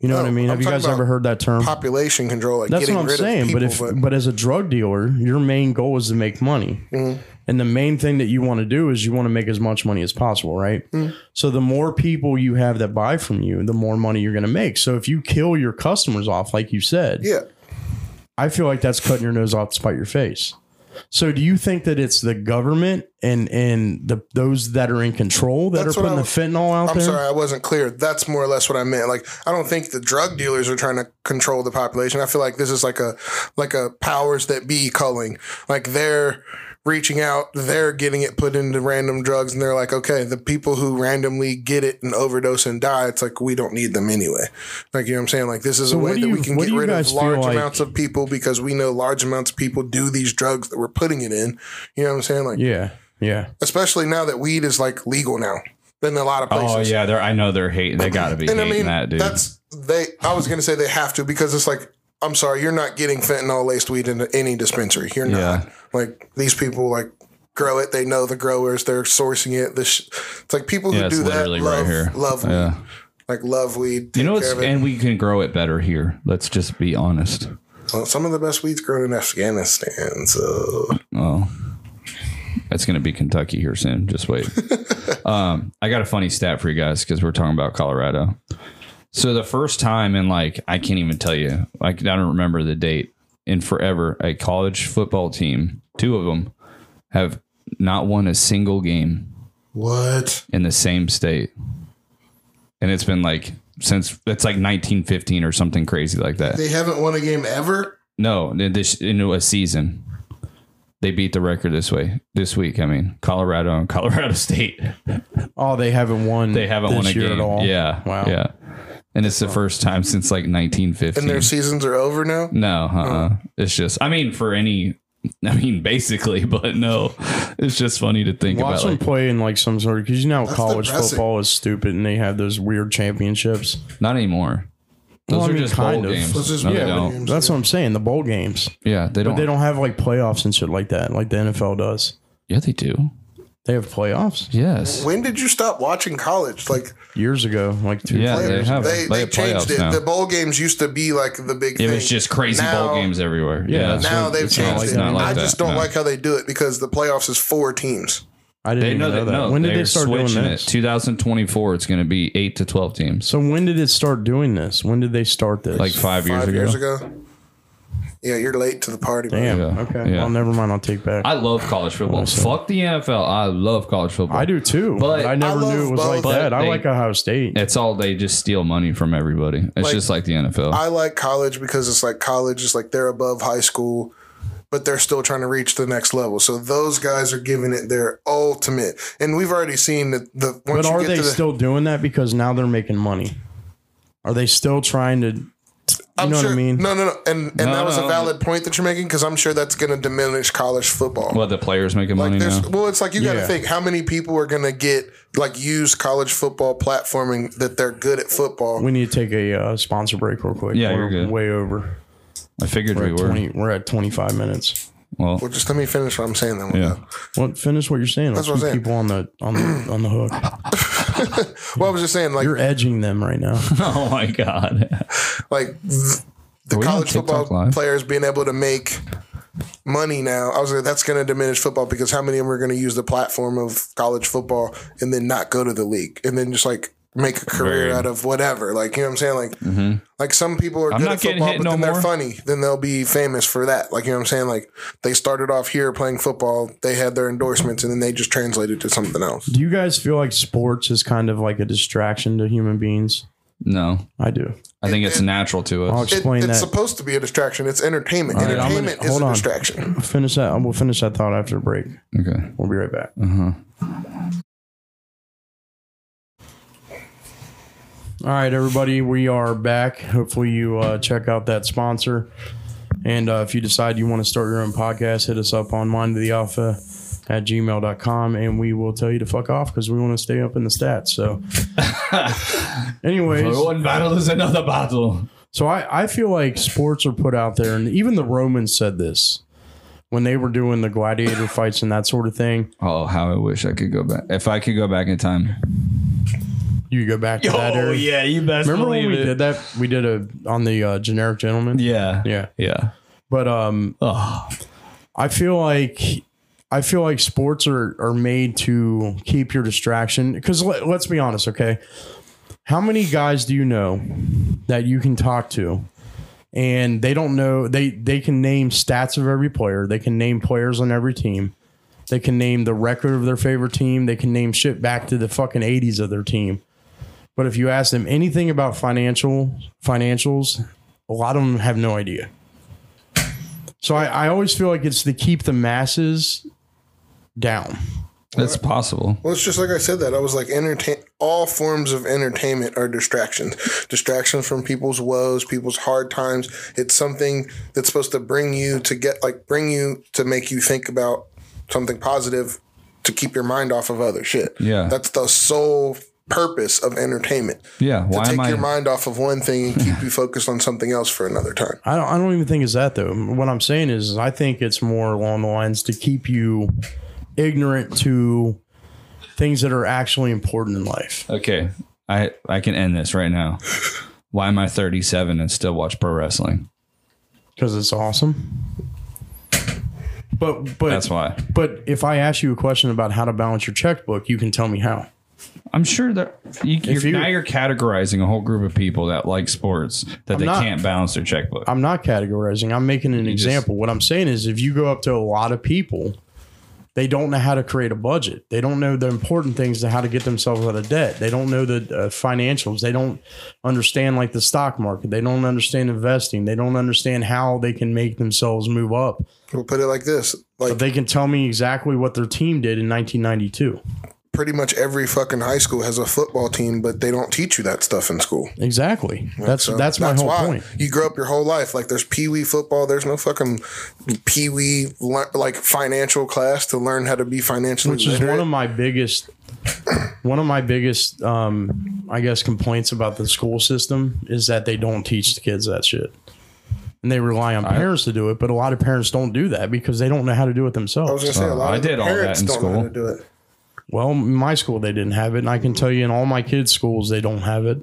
A: You know
C: No,
A: what I mean?
C: I'm
A: Have you
C: talking
A: guys ever
C: about
A: heard that term?
C: population control, like
A: That's
C: getting
A: what I'm
C: rid
A: saying.
C: of people.
A: but if but, as a drug dealer, your main goal is to make money,
C: Mm-hmm.
A: and the main thing that you want to do is you want to make as much money as possible, right?
C: Mm-hmm.
A: So the more people you have that buy from you, the more money you're going to make. So if you kill your customers off, like you said,
C: yeah,
A: I feel like that's cutting your nose off to spite your face. So do you think that it's the government and and the those that are in control that
C: That's
A: are
C: what
A: putting
C: I
A: the
C: was-
A: fentanyl out
C: I'm
A: there?
C: sorry, I wasn't clear. That's more or less what I meant. Like, I don't think the drug dealers are trying to control the population. I feel like this is like a like a powers that be calling. Like they're reaching out, they're getting it put into random drugs, and they're like, okay, the people who randomly get it and overdose and die, it's like we don't need them anyway. Like you know what I'm saying? Like this is a
A: what
C: way
A: do
C: that we
A: you-
C: can
A: what
C: get
A: do you
C: rid of
A: guys feel
C: large
A: like-
C: amounts of people because we know large amounts of people do these drugs that we're putting it in. You know what I'm saying? Like
A: Yeah, yeah.
C: especially now that weed is like legal now in a lot of places.
B: Oh yeah, they're. I know they're hating. They gotta be
C: And
B: hating
C: I mean,
B: that, dude.
C: that's they. I was gonna say they have to because it's like, I'm sorry, you're not getting fentanyl laced weed in any dispensary. You're
B: Yeah.
C: not. Like these people like grow it. They know the growers. They're sourcing it. This sh- it's like people
B: Yeah,
C: who
B: it's
C: do that
B: literally right
C: love
B: here.
C: love weed.
B: Yeah.
C: Like love weed.
B: you know,
C: take
B: it's,
C: care of it.
B: and we can grow it better here. Let's just be honest.
C: Well, some of the best weeds grown in Afghanistan. So
B: Oh, that's going to be Kentucky here soon. Just wait. um, I got a funny stat for you guys because we're talking about Colorado. So the first time in like I can't even tell you. Like I don't remember the date in forever. A college football team, two of them, have not won a single game
C: what?
B: in the same state, and it's been like since it's like 1915 or something crazy like that.
C: They haven't won a game ever.
B: No, in this into a season. They beat the record this way this week. I mean, Colorado and Colorado State.
A: Oh, they haven't won.
B: They haven't
A: this
B: won a
A: year at
B: game.
A: all.
B: Yeah.
A: Wow.
B: Yeah. And it's the first time since like 1950.
C: And their seasons are over now.
B: Hmm. no, uh-uh. It's just I mean for any I mean basically, but no. It's just funny to think
A: Watch
B: about
A: them
B: like,
A: play in like some sort of because you know how college
C: depressing.
A: football is stupid and they have those weird championships.
B: not anymore. Those
A: Well, I
B: are
A: mean,
B: just bowl
A: kind of.
B: games.
C: Those just
B: no, they
C: bowl
B: don't.
C: games.
A: That's what I'm saying. The bowl games,
B: Yeah, they don't.
A: they don't have like playoffs and shit like that, like the NFL does.
B: Yeah, they do.
A: They have playoffs
B: Yes.
C: When did you stop watching college? Like
A: years ago, like two.
B: Yeah, they
C: players.
B: have.
C: They, they
B: have
C: changed
B: playoffs
C: it.
B: now.
C: The bowl games used to be like the big
B: It
C: thing.
B: was just crazy
C: Now-
B: bowl games everywhere.
A: Yeah,
B: Yeah.
A: that's
C: Now they've
B: It's not
C: changed
B: like-
C: it.
B: not like
C: I
B: that,
C: just don't
B: no.
C: like how they do it because the playoffs is four teams.
A: I didn't
B: They
A: even
B: know
A: know,
B: that.
A: that.
B: No,
A: when did they
B: they're
A: start doing
B: switching
A: this?
B: It. 2024, it's going to be eight to 12 teams.
A: so when did it start doing this? When did they start this?
B: Like five, years,
C: Five
B: ago.
C: years ago. Yeah, you're late to the party. bro.
A: damn.
B: Yeah.
A: Okay.
B: Yeah.
A: Well, never mind. I'll take back. I,
B: I love college football. Fuck the NFL. I love college football.
A: do too,
B: But
A: but I never
C: I love
A: knew it was
C: both.
A: like
C: But
A: that. I
B: they-
A: like Ohio State.
B: It's all they just steal money from everybody. It's just like the NFL.
C: I like college because it's like college is like they're above high school, but they're still trying to reach the next level. So those guys are giving it their ultimate. And we've already seen that the once
A: But
C: you
A: are
C: get
A: they
C: to the,
A: still doing that because now they're making money? Are they still trying to You know
C: sure,
A: what I mean?
C: No, no, no. And and that was
B: no.
C: a valid point that you're making because I'm sure that's going to diminish college football.
B: What the players making
C: Like
B: money
C: there's,
B: now?
C: well, it's like you got to
A: Yeah.
C: think how many people are going to get like use college football platforming that they're good at football.
A: We need to take a uh, sponsor break real quick.
B: Yeah,
A: we're
B: you're good.
A: way over.
B: I figured we
A: We're
B: were.
A: at, 20, we're at 25 minutes.
B: Well,
C: Well, just let me finish what I'm saying. Then
B: yeah.
A: Well, finish what you're saying. Let's
C: what I'm
A: keep
C: saying.
A: people on the on the on the hook.
C: Well, I was just saying like
A: You're edging them right now.
B: Oh my god.
C: like th- the
B: Are we on
C: college
B: TikTok
C: football
B: Live?
C: players being able to make money now. I was like, that's going to diminish football because how many of them are going to use the platform of college football and then not go to the league and then just like make a career
B: Right.
C: out of whatever? Like you know what I'm saying? Like like some people are
B: Mm-hmm. I'm
C: good
B: not
C: at
B: getting
C: football,
B: hit
C: but
B: no
C: then they're
B: more.
C: funny. Then they'll be famous for that. Like you know what I'm saying? Like they started off here playing football, they had their endorsements, and then they just translated to something else.
A: Do you guys feel like sports is kind of like a distraction to human beings?
B: No,
A: I do.
B: I think it's natural to
A: I'll
B: us.
C: It,
A: explain
C: it's
A: that.
C: supposed to be a distraction. It's entertainment.
A: right, I'm gonna-
C: entertainment is
A: hold
C: a
A: on.
C: distraction.
A: finish that. We'll finish that thought after the break.
B: Okay.
A: We'll be right back.
B: Uh huh.
A: All right, everybody, we are back. Hopefully, you uh, check out that sponsor. And uh, if you decide you want to start your own podcast, hit us up on mind of the alpha at gmail.com and we will tell you to fuck off because we want to stay up in the stats. So, anyways,
B: One battle is another battle.
A: so I, I feel like sports are put out there, and even the Romans said this when they were doing the gladiator fights and that sort of thing.
B: Oh, how I wish I could go back. If I could go back in time.
A: You go back to that area.
B: Oh, you best
A: Remember when we did that? We did a on the uh, generic gentleman.
B: Yeah.
A: Yeah.
B: Yeah.
A: But um,
B: Oh.
A: I feel like I feel like sports are are made to keep your distraction because let, let's be honest, okay? How many guys do you know that you can talk to and they don't know they they can name stats of every player, they can name players on every team. They can name the record of their favorite team. They can name shit back to the fucking 80s of their team. But if you ask them anything about financial financials, a lot of them have no idea. So I, I always feel like it's to keep the masses down.
B: That's possible.
C: Well, it's just like I said that. I was like, entertain. All forms of entertainment are distractions. Distractions from people's woes, people's hard times. It's something that's supposed to bring you to get, like, bring you to make you think about something positive to keep your mind off of other shit.
B: Yeah.
C: That's the sole purpose of entertainment.
B: Yeah.
C: To
B: Why
C: take
B: am I?
C: your mind off of one thing and keep you focused on something else for another time.
A: I don't I don't even think it's that though. What I'm saying is, is I think it's more along the lines to keep you ignorant to things that are actually important in life.
B: okay. I I can end this right now. Why am I 37 and still watch pro wrestling?
A: Because it's awesome. But but
B: That's why.
A: but if I ask you a question about how to balance your checkbook, you can tell me how.
B: I'm sure that you, you're,
A: you-
B: now you're categorizing a whole group of people that like sports that they
A: not-
B: can't balance their checkbook.
A: I'm not categorizing. I'm making an
B: just-
A: example. what I'm saying is if you go up to a lot of people, they don't know how to create a budget. They don't know the important things to how to get themselves out of debt. They don't know the uh, financials. They don't understand like the stock market. They don't understand investing. They don't understand how they can make themselves move up.
C: We'll put it like this.
A: But
C: Like
A: they can tell me exactly what their team did in 1992.
C: pretty much every fucking high school has a football team, but they don't teach you that stuff in school.
A: Exactly. That's
C: So
A: that's my whole point.
C: You grow up your whole life like there's pee wee football. There's no fucking pee wee like financial class to learn how to be financially
A: which is
C: literate.
A: one of my biggest one of my biggest um i guess complaints about the school system is that they don't teach the kids that shit and they rely on parents to do it but a lot of parents don't do that because they don't know how to do it
C: I was
A: themselves
C: gonna say a lot
B: Uh, I
C: of the
B: did all that
C: parents
B: in
C: don't know how
B: school.
C: to do it.
A: well in my school they didn't have it and i can tell you in all my kids schools they don't have it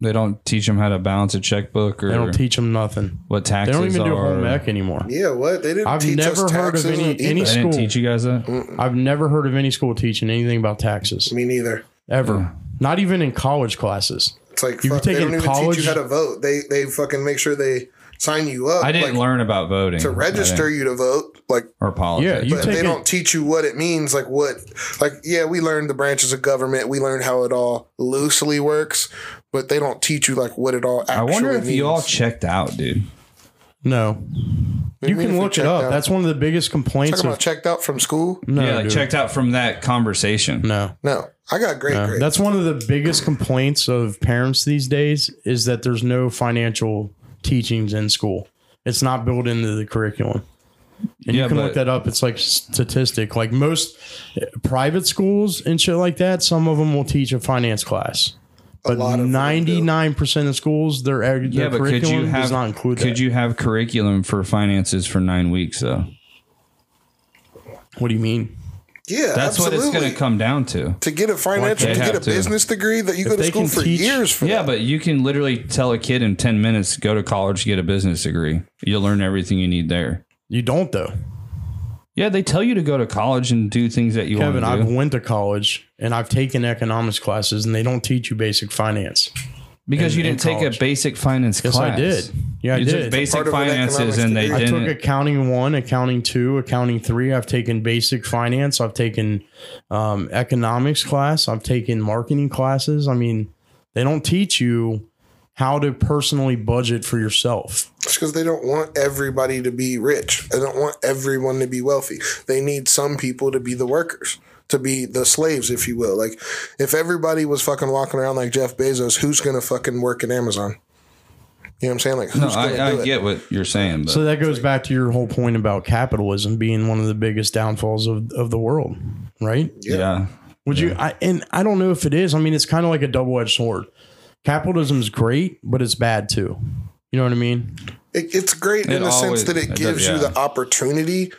B: they don't teach them how to balance a checkbook
A: they
B: or
A: don't teach them nothing
B: what
A: they
B: taxes
A: don't even
B: are.
A: do home ec anymore
C: Yeah, what they didn't.
A: I've
C: teach
A: never
C: us
A: heard of
C: taxes
A: any-
C: and
A: any
B: They
C: either.
B: didn't
A: School.
B: teach you guys that.
C: Mm,
A: i've never heard of any school teaching anything about taxes
C: Me neither.
A: ever not even in college classes
C: It's like
A: You
C: fuck,
A: can
C: they
A: take
C: don't
A: in
C: even
A: college-
C: teach you how to vote. They they fucking make sure they sign you up.
B: I didn't
C: like,
B: learn about voting
C: to register you to vote. Like
B: or politics.
A: Yeah, you-
C: but
A: take
C: they
A: it-
C: don't teach you what it means like what like yeah we learned the branches of government we learned how it all loosely works but they don't teach you like what it all actually
B: I wonder if
C: means.
B: you all checked out, dude.
A: no you
C: mean if
A: can
C: you
A: look it
C: checked
A: up
C: out?
A: that's one of the biggest complaints
C: talking
A: of
C: about checked out from school
A: no
B: yeah, like
A: dude.
B: checked out from that conversation.
A: no
C: no i got great grades
A: That's one of the biggest complaints of parents these days is that there's no financial teachings in school. It's not built into the curriculum. And
B: Yeah,
A: you can look
B: but-
A: that up. It's like statistic. Like most eh, private schools and shit like that, some of them will teach a finance class. But
C: lot of them do.
A: ninety nine percent of schools, their, their
B: Yeah, but could
A: curriculum
B: you have
A: does not include
B: could
A: that.
B: you have curriculum for finances for nine weeks though?
A: what do you mean?
C: Yeah,
B: That's
C: absolutely.
B: what it's going to come down to.
C: to get a financial,
B: Like
C: to
B: they
C: get a
B: have to.
C: business degree that you go to
A: they
C: school
A: can
C: for
A: teach-
C: years for.
B: Yeah,
C: that.
B: but you can literally tell a kid in ten minutes go to college, get a business degree. You'll learn everything you need there.
A: You don't though.
B: Yeah, they tell you to go to college and do things that you want
A: Kevin,
B: to
A: I've
B: do
A: went to college and I've taken economics classes and they don't teach you basic finance.
B: because you
A: in
B: didn't take
A: college.
B: a basic finance
A: Yes,
B: class.
A: I did. Yeah, I
B: you
A: did.
B: took basic
C: Part of an
B: finances
C: economics
B: and they
C: degree.
A: I took
B: didn't.
A: accounting one, accounting two, accounting three. I've taken basic finance. I've taken um, economics class. I've taken marketing classes. I mean, they don't teach you how to personally budget for yourself.
C: It's because they don't want everybody to be rich. They don't want everyone to be wealthy. They need some people to be the workers, to be the slaves, if you will. Like, if everybody was fucking walking around like Jeff Bezos, who's going to fucking work at Amazon? You know what I'm saying? Like, who's
B: No,
C: going to
B: I,
C: do
B: I
C: it?
B: get what you're saying, but
A: So that goes back to your whole point about capitalism being one of the biggest downfalls of, of the world, right?
B: yeah.
A: Would you? I and I don't know if it is. I mean, it's kind of like a double edged sword. Capitalism's great, but it's bad too. You know what I mean?
C: It, it's great in
B: It
C: the
B: always-
C: sense that
B: it
C: it
B: does,
C: gives you
B: yeah.
C: the opportunity.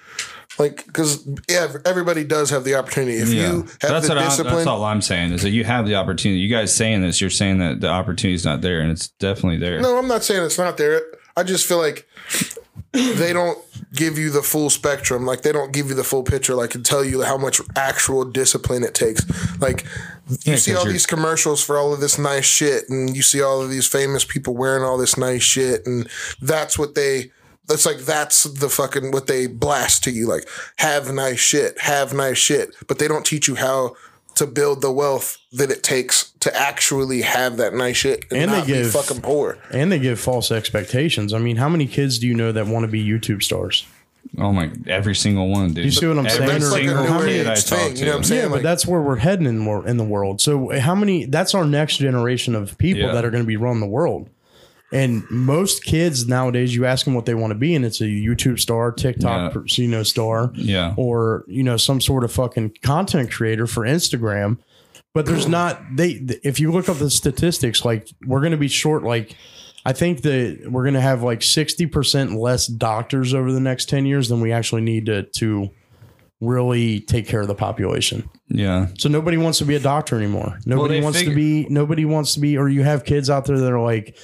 C: Like, because yeah, everybody does have the opportunity. If
B: Yeah.
C: you have
B: that's,
C: the
B: what I'm,
C: discipline,
B: that's all I'm saying is that you have the opportunity. You guys saying this, you're saying that the opportunity's not there, and it's definitely there.
C: No, I'm not saying it's not there. I just feel like they don't give you the full spectrum. Like they don't give you the full picture. Like and tell you how much actual discipline it takes. Like you see
B: 'cause
C: all
B: you're-
C: these commercials for all of this nice shit, and you see all of these famous people wearing all this nice shit, and that's what they. That's like that's the fucking what they blast to you. Like have nice shit, have nice shit, but they don't teach you how. To build the wealth that it takes to actually have that nice shit and,
A: And they
C: not be
A: give-
C: fucking poor.
A: And they give false expectations. I mean, how many kids do you know that want to be YouTube stars?
B: Oh my! Every single one, dude.
A: You see what I'm
B: Every
A: saying?
C: That's like
B: single
C: a new
A: How many-
B: kid I
C: age
B: talk
C: thing.
B: to.
C: You know what I'm saying?
A: Yeah, but
C: Like,
A: that's where we're heading in, wor- in the world. So, eh, how many? That's our next generation of people
B: Yeah.
A: that are going to be running the world. And most kids nowadays, you ask them what they want to be, and it's a YouTube star, TikTok,
B: Yeah.
A: you know, star,
B: Yeah.
A: or you know, some sort of fucking content creator for Instagram. But there's not they. th- If you look up the statistics, like we're going to be short. Like I think that we're going to have like sixty percent less doctors over the next ten years than we actually need to to really take care of the population.
B: Yeah.
A: So nobody wants to be a doctor anymore. Nobody
B: they
A: wants
B: figure-
A: to be. Nobody wants to be. Or you have kids out there that are like,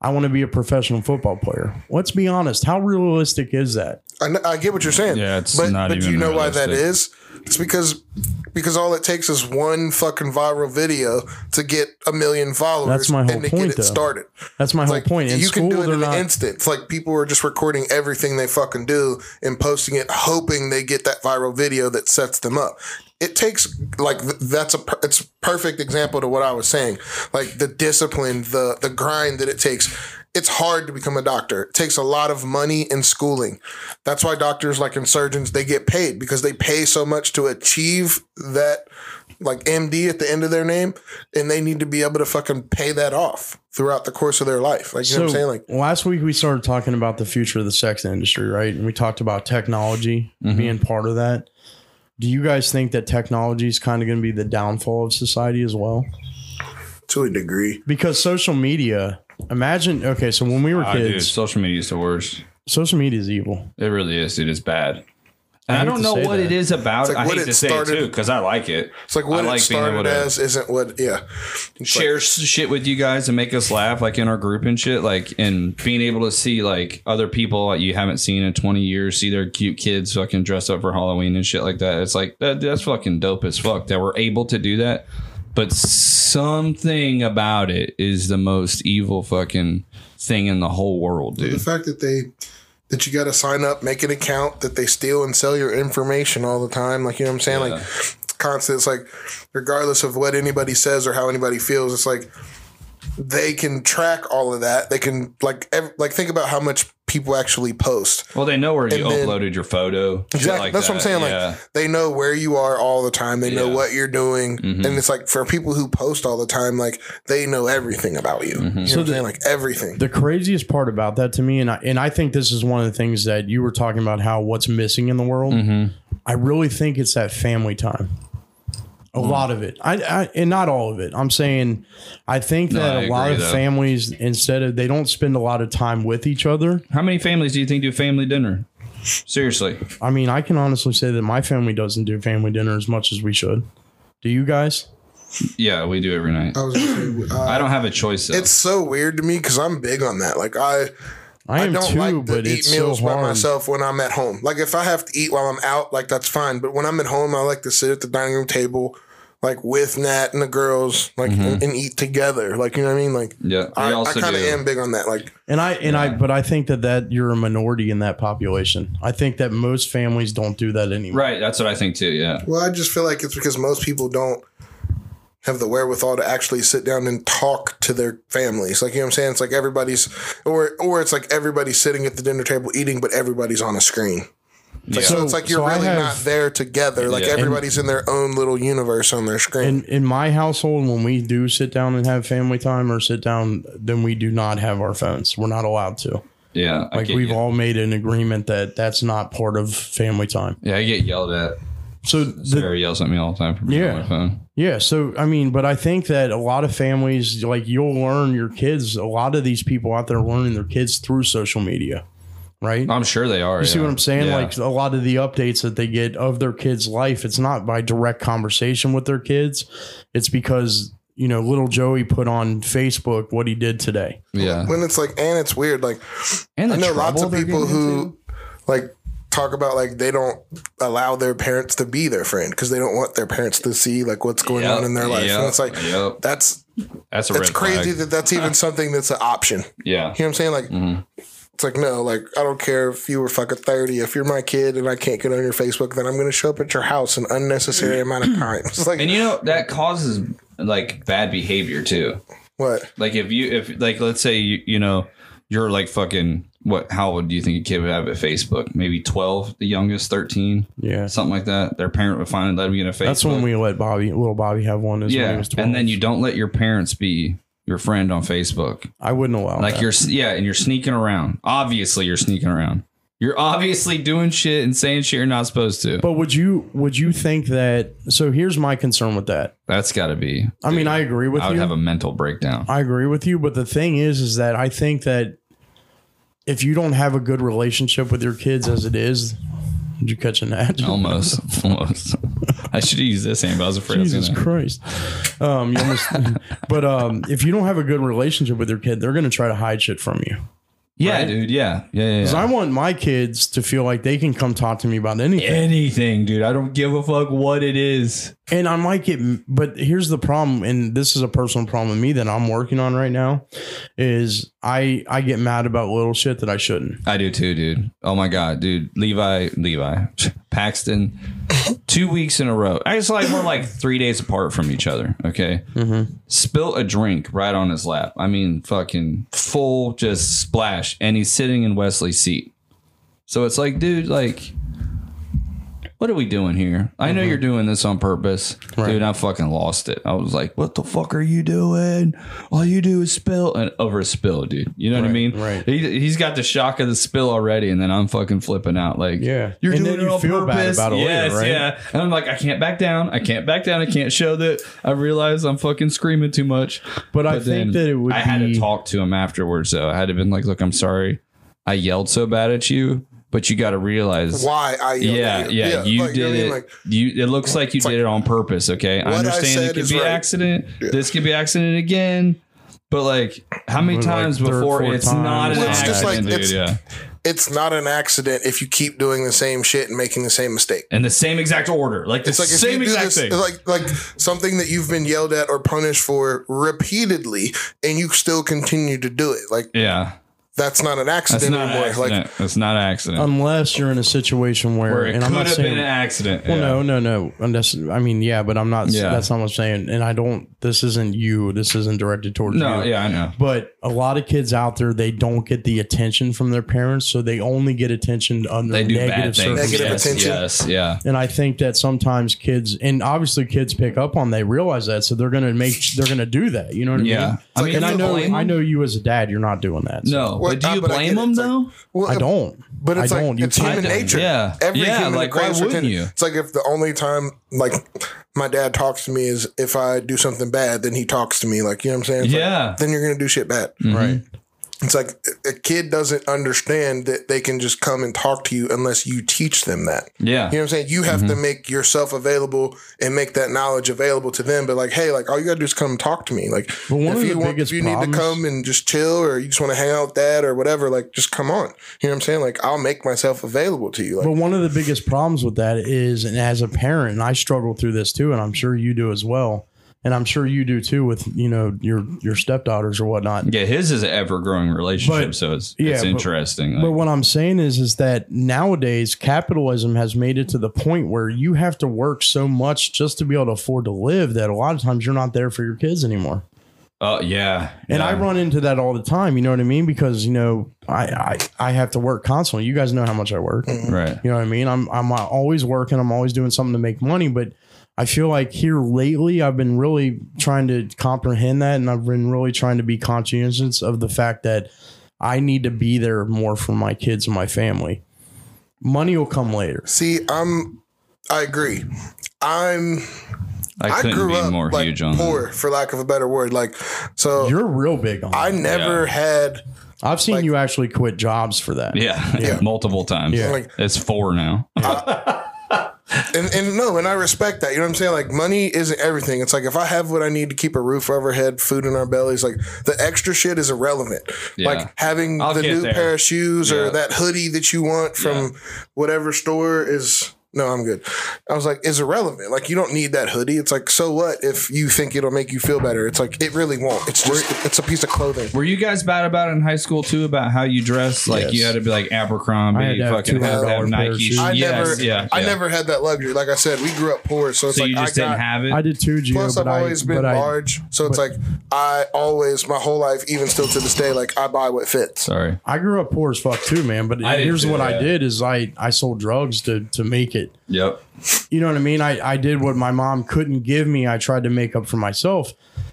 A: I want to be a professional football player. Let's be honest. How realistic is that?
C: I, kn- I get what you're saying.
B: Yeah, it's
C: but,
B: not
C: But
B: even
C: you know why that
B: realistic.
C: is? It's because because all it takes is one fucking viral video to get a million followers.
A: That's my whole
C: and to
A: point,
C: get it
A: though.
C: started.
A: That's my whole
C: Like,
A: point. In
C: you
A: school,
C: can do it
A: they're
C: in
A: not.
C: an instant. It's like people are just recording everything they fucking do and posting it, hoping they get that viral video that sets them up. It takes like th- that's a per- it's a perfect example to what I was saying. Like the discipline, the the grind that it takes. It's hard to become a doctor. It takes a lot of money and schooling. That's why doctors like and surgeons they get paid because they pay so much to achieve that like MD at the end of their name, and they need to be able to fucking pay that off throughout the course of their life. Like you know what I'm saying? Like
A: last week we started talking about the future of the sex industry, right? And we talked about technology being part of that. Do you guys think that technology is kind of going to be the downfall of society as well?
C: to a degree.
A: Because social media. Imagine. Okay, so when we were
B: Ah, dude,
A: kids,
B: social media is the worst.
A: social media is evil.
B: It really is. It is bad.
A: I
B: And I,
A: hate
B: don't
A: to
B: know
A: say
B: what
A: that.
B: it is about.
C: like
B: I
C: what
B: hate
C: it
B: to say
C: started-
B: it too because I like it.
C: It's like what
B: I
C: it started as isn't what. Yeah, It's like-
B: share s- shit with you guys and make us laugh, like in our group and shit, like and being able to see like other people that you haven't seen in twenty years, see their cute kids fucking dressed up for Halloween and shit like that. It's like that, that's fucking dope as fuck that we're able to do that. But something about it is the most evil fucking thing in the whole world,
C: the
B: dude.
C: fact that they that you got to sign up, make an account, that they steal and sell your information all the time. Like you know what I'm saying? Like it's constant. It's like regardless of what anybody says or how anybody feels, it's like they can track all of that. They can like ev- like think about how much people actually post.
B: Well, they know where you
C: And then-
B: uploaded your photo. shit
C: Exactly.
B: like
C: That's what I'm
B: that.
C: saying. Like
B: Yeah.
C: they know where you are all the time. They know
B: Yeah. Mm-hmm.
C: what you're doing, and it's like for people who post all the time, like they know everything about you.
B: Mm-hmm.
C: You know what I'm saying? Like everything.
A: The craziest part about that to me, and I, and I think this is one of the things that you were talking about how what's missing in the world.
C: Mm-hmm.
A: I really think it's that family time. A
C: Mm.
A: lot of it, I, I and not all of it. I'm saying, I think that
B: I
A: a lot
B: agree,
A: of
B: though.
A: families instead of they don't spend a lot of time with each other.
B: How many families do you think do family dinner? Seriously,
A: I mean, I can honestly say that my family doesn't do family dinner as much as we should. Do you guys?
B: yeah, we do every night.
C: I was gonna say, uh,
B: I don't have a choice. Though.
C: it's so weird to me because I'm big on that. Like I,
A: I
C: I
A: am
C: don't
A: too,
C: like to
A: but
C: eat
A: it's so
C: meals by
A: hard.
C: myself when I'm at home. Like if I have to eat while I'm out, like that's fine. But when I'm at home, I like to sit at the dining room table, like with Nat and the girls, like and, and eat together. Like you know what I mean? Like
B: Mm-hmm. yeah, we
C: I, I
B: also
C: kind of
B: do.
C: am big on that. Like
A: And I and I but I think that that you're a minority in that population. I think that most families don't do that anymore.
B: Right, that's what I think too. Yeah,
C: well, I just feel like it's because most people don't have the wherewithal to actually sit down and talk to their families. Like you know what I'm saying? It's like everybody's or or it's like everybody's sitting at the dinner table eating, but everybody's on a screen.
B: yeah.
C: So, it's like you're
A: so I
C: really
A: have-
C: not there together. Like
B: Yeah. And-
C: everybody's in their own little universe on their screen.
A: In in my household, when we do sit down and have family time or sit down, then we do not have our phones. We're not allowed to.
B: yeah. I
A: Like
B: get
A: we've
B: ye-
A: all made an agreement that that's not part of family time.
B: yeah, I get yelled at.
A: So the,
B: Sarah yells at me all the time for being on
A: Yeah.
B: my phone.
A: yeah, so I mean, but I think that a lot of families like you'll learn your kids. A lot of these people out there learning their kids through social media, right?
B: I'm sure they are.
A: You see what I'm saying? Like a lot of the updates that they get of their kids' life, it's not by direct conversation with their kids. It's because, you know, little Joey put on Facebook what he did today.
B: yeah,
C: when it's like, and it's weird. Like
B: and
C: I
B: the
C: know lots
B: trouble
C: of
B: they're
C: people
B: getting
C: who
B: into.
C: like talk about like they don't allow their parents to be their friend because they don't want their parents to see like what's going
B: Yep,
C: on in their life.
B: yep,
C: and it's like
B: yep.
C: that's
B: that's a
C: it's
B: red
C: crazy
B: Flag.
C: that that's even something that's an option.
B: Yeah,
C: You know what I'm saying? Like,
B: Mm-hmm.
C: it's like, no, like, I don't care if you were fucking 30. If you're my kid and I can't get on your Facebook, then I'm going to show up at your house an unnecessary amount of times. It's like,
B: and you know that causes like bad behavior too.
C: what?
B: Like if you if like let's say you you know you're like fucking what how old do you think a kid would have at Facebook? Maybe twelve, the youngest thirteen,
A: Yeah.
B: something like that. Their parent would finally let them get a Facebook.
A: That's when we let Bobby, little Bobby, have one. Is when he
B: yeah,
A: was 12.
B: and then you don't let your parents be your friend on Facebook.
A: I wouldn't allow
B: Like
A: that.
B: you're yeah, and you're sneaking around. Obviously, you're sneaking around. You're obviously doing shit and saying shit you're not supposed to.
A: But would you would you think that? So here's my concern with that.
B: That's got to be.
A: I mean, I agree with
B: I would
A: you.
B: have a mental breakdown.
A: I agree with you, but the thing is, is that I think that if you don't have a good relationship with your kids as it is, did you catch an ad?
B: Almost, almost. I should use this hand, but I was afraid. I was
A: Jesus
B: gonna,
A: Christ. Um, you almost, but um, if you don't have a good relationship with your kid, they're going to try to hide shit from you.
B: yeah, dude. Yeah, yeah, yeah. yeah.
A: I want my kids to feel like they can come talk to me about anything.
B: Anything, dude. I don't give a fuck what it is.
A: And I might get, but here's the problem, and this is a personal problem with me that I'm working on right now, is I I get mad about little shit that I shouldn't.
B: I do too, dude. Oh my god, dude. Levi, Levi, Paxton. Two weeks in a row. I just like we're like three days apart from each other. Okay.
A: Mm-hmm.
B: Spill a drink right on his lap. I mean, fucking full, just splash, and he's sitting in Wesley's seat. So it's like, dude, like. What are we doing here? I know
A: Mm-hmm.
B: you're doing this on purpose. Dude, I fucking lost it. I was like, what the fuck are you doing? All you do is spill and over a spill, dude. You know what I mean?
A: right.
B: He, he's got the shock of the spill already, and then I'm fucking flipping out. Like,
A: Yeah.
B: you're
A: And
B: doing
A: then
B: it
A: you
B: on
A: feel bad
B: purpose.
A: about it later,
B: yes,
A: right?
B: yeah. And I'm like, I can't back down. I can't back down. I can't show that. I realize I'm fucking screaming too much.
A: But, I think that it would
B: I had
A: be,
B: to talk to him afterwards, though. I had to been like, look, I'm sorry. I yelled so bad at you, but you got to realize.
C: Why I yelled
B: Yeah,
C: at
B: yeah, you
C: like,
B: did
C: know what I
B: it.
C: mean? Like,
B: you it looks like you did it on purpose. Okay, I
C: What I
B: understand
C: said
B: it could
C: is
B: be
C: right.
B: accident. This could be accident again. But like, how many
A: Like
B: times
A: third,
B: before
A: fourth
B: it's
A: time.
B: not an
A: Well,
C: it's just
B: accident,
C: like-
B: dude?
C: it's-
B: yeah,
C: it's not an accident if you keep doing the same shit and making the same mistake.
B: in the same exact order, like the
C: It's like if
B: same
C: you do
B: exact
C: this,
B: thing.
C: like like something that you've been yelled at or punished for repeatedly, and you still continue to do it. Like
B: yeah,
C: that's not an
B: That's
C: accident
B: not an
C: anymore.
B: accident.
C: Like
B: That's not an accident.
A: unless you're in a situation where,
B: Where it
A: and I'm
B: could
A: not
B: have
A: saying
B: been an accident.
A: Well,
B: yeah.
A: no, no, no. And that's, I mean, yeah, but I'm not.
B: Yeah.
A: That's not what I'm saying. And I don't. This isn't you. This isn't directed towards
B: No,
A: you.
B: yeah, I know.
A: But a lot of kids out there, they don't get the attention from their parents, so they only get attention under
B: They do bad
A: negative
B: things.
A: circumstances.
C: Negative
B: yes,
C: attention.
B: Yes, yeah.
A: And I think that sometimes kids, and obviously kids pick up on, they realize that, so they're gonna make, they're gonna do that. You know what I
B: Yeah.
A: mean?
B: I mean,
A: and
B: do
A: I
B: you
A: know,
B: blame
A: I
B: them?
A: know you as a dad, you're not doing that. so
B: No,
C: Well,
B: but do
C: I-
B: you
C: but I
B: blame
C: get it.
B: them
C: It's like-
B: though?
C: well,
A: I don't.
C: But it's
A: I
C: like
A: don't. You
C: it's
A: can't-
C: human
B: I don't.
C: nature.
B: Yeah.
C: Every
B: Yeah,
C: human
B: like,
C: craves
B: why
C: for
B: wouldn't
C: attention.
B: you?
C: It's like if the only time like my dad talks to me is if I do something bad, then he talks to me. Like you know what I'm saying? It's like,
B: Yeah. Hmm.
C: then you're gonna do shit bad.
A: right.
C: It's like a kid doesn't understand that they can just come and talk to you unless you teach them that.
B: Yeah. Mm-hmm.
C: You know what I'm saying? You have to make yourself available and make that knowledge available to them. But like, hey, like all you gotta do is come talk to me. Like,
A: But one of the
C: if you want, if
A: biggest
C: you need
A: problems-
C: to come and just chill, or you just want to hang out with dad or whatever, like just come on. You know what I'm saying? Like, I'll make myself available to you. Like,
A: But one of the biggest problems with that is, and as a parent, and I struggle through this too, and I'm sure you do as well, and I'm sure you do too with you know your your stepdaughters or whatnot.
B: Yeah, his is an ever growing relationship,
A: But-
B: so it's
A: yeah,
B: it's
A: but-
B: interesting.
A: But
B: like-
A: what I'm saying is, is that nowadays capitalism has made it to the point where you have to work so much just to be able to afford to live that a lot of times you're not there for your kids anymore.
B: oh yeah,
A: And
B: yeah.
A: I run into that all the time. You know what I mean? Because you know, I I, I have to work constantly. You guys know how much I work.
B: right.
A: You know what I mean? I'm I'm always working. I'm always doing something to make money, but I feel like here lately I've been really trying to comprehend that and I've been really trying to be conscientious of the fact that I need to be there more for my kids and my family. Money will come later.
C: see, I'm, I agree. I'm,
B: I
C: I
B: couldn't
C: grew
B: be
C: up
B: more
C: like
B: huge on
C: poor, for lack of a better word. Like, so
A: You're real big on.
C: I
A: I,
C: never had
A: I've seen you actually quit jobs for that.
B: that. Yeah,
C: Yeah.
B: multiple times.
A: Yeah.
C: Like-
B: it's four now.
C: and, and no, and I respect that. You know what I'm saying? Like money isn't everything. It's like if I have what I need to keep a roof over our head, food in our bellies, like the extra shit is irrelevant.
B: Yeah.
C: Like having
B: I'll
C: the
B: get
C: new
B: there.
C: pair of shoes
B: Yeah.
C: or that hoodie that you want from whatever store is no, I'm good. I was like, is irrelevant. Like you don't need that hoodie. It's like, so what if you think it'll make you feel better? It's like it really won't. It's just it's a piece of clothing.
B: Were you guys bad about it in high school too? About how you dress? Like you
A: Yes.
B: had to be like Abercrombie,
A: I had to have
B: fucking have, to
A: $200
B: have
A: pair
B: Nike.
A: of shoes.
B: shoes.
C: I
B: Yes,
C: never
B: yeah,
C: I
B: yeah.
C: never had that luxury. Like I said, we grew up poor, so it's
B: So
C: like
B: you just
C: I
B: didn't
C: got
B: have it.
A: I did too, Gio.
C: Plus,
A: but
C: I've always
A: I,
C: been
A: but I-
C: large, so it's like I always my whole life, even still to this day, like I buy what fits.
B: Sorry.
A: I grew up poor as fuck too, man. But
B: I did
A: here's
B: too,
A: what I
B: yeah.
A: did: is I I sold drugs to to make it.
B: Yep.
A: you know what I mean? I, I did what my mom couldn't give me. I tried to make up for myself.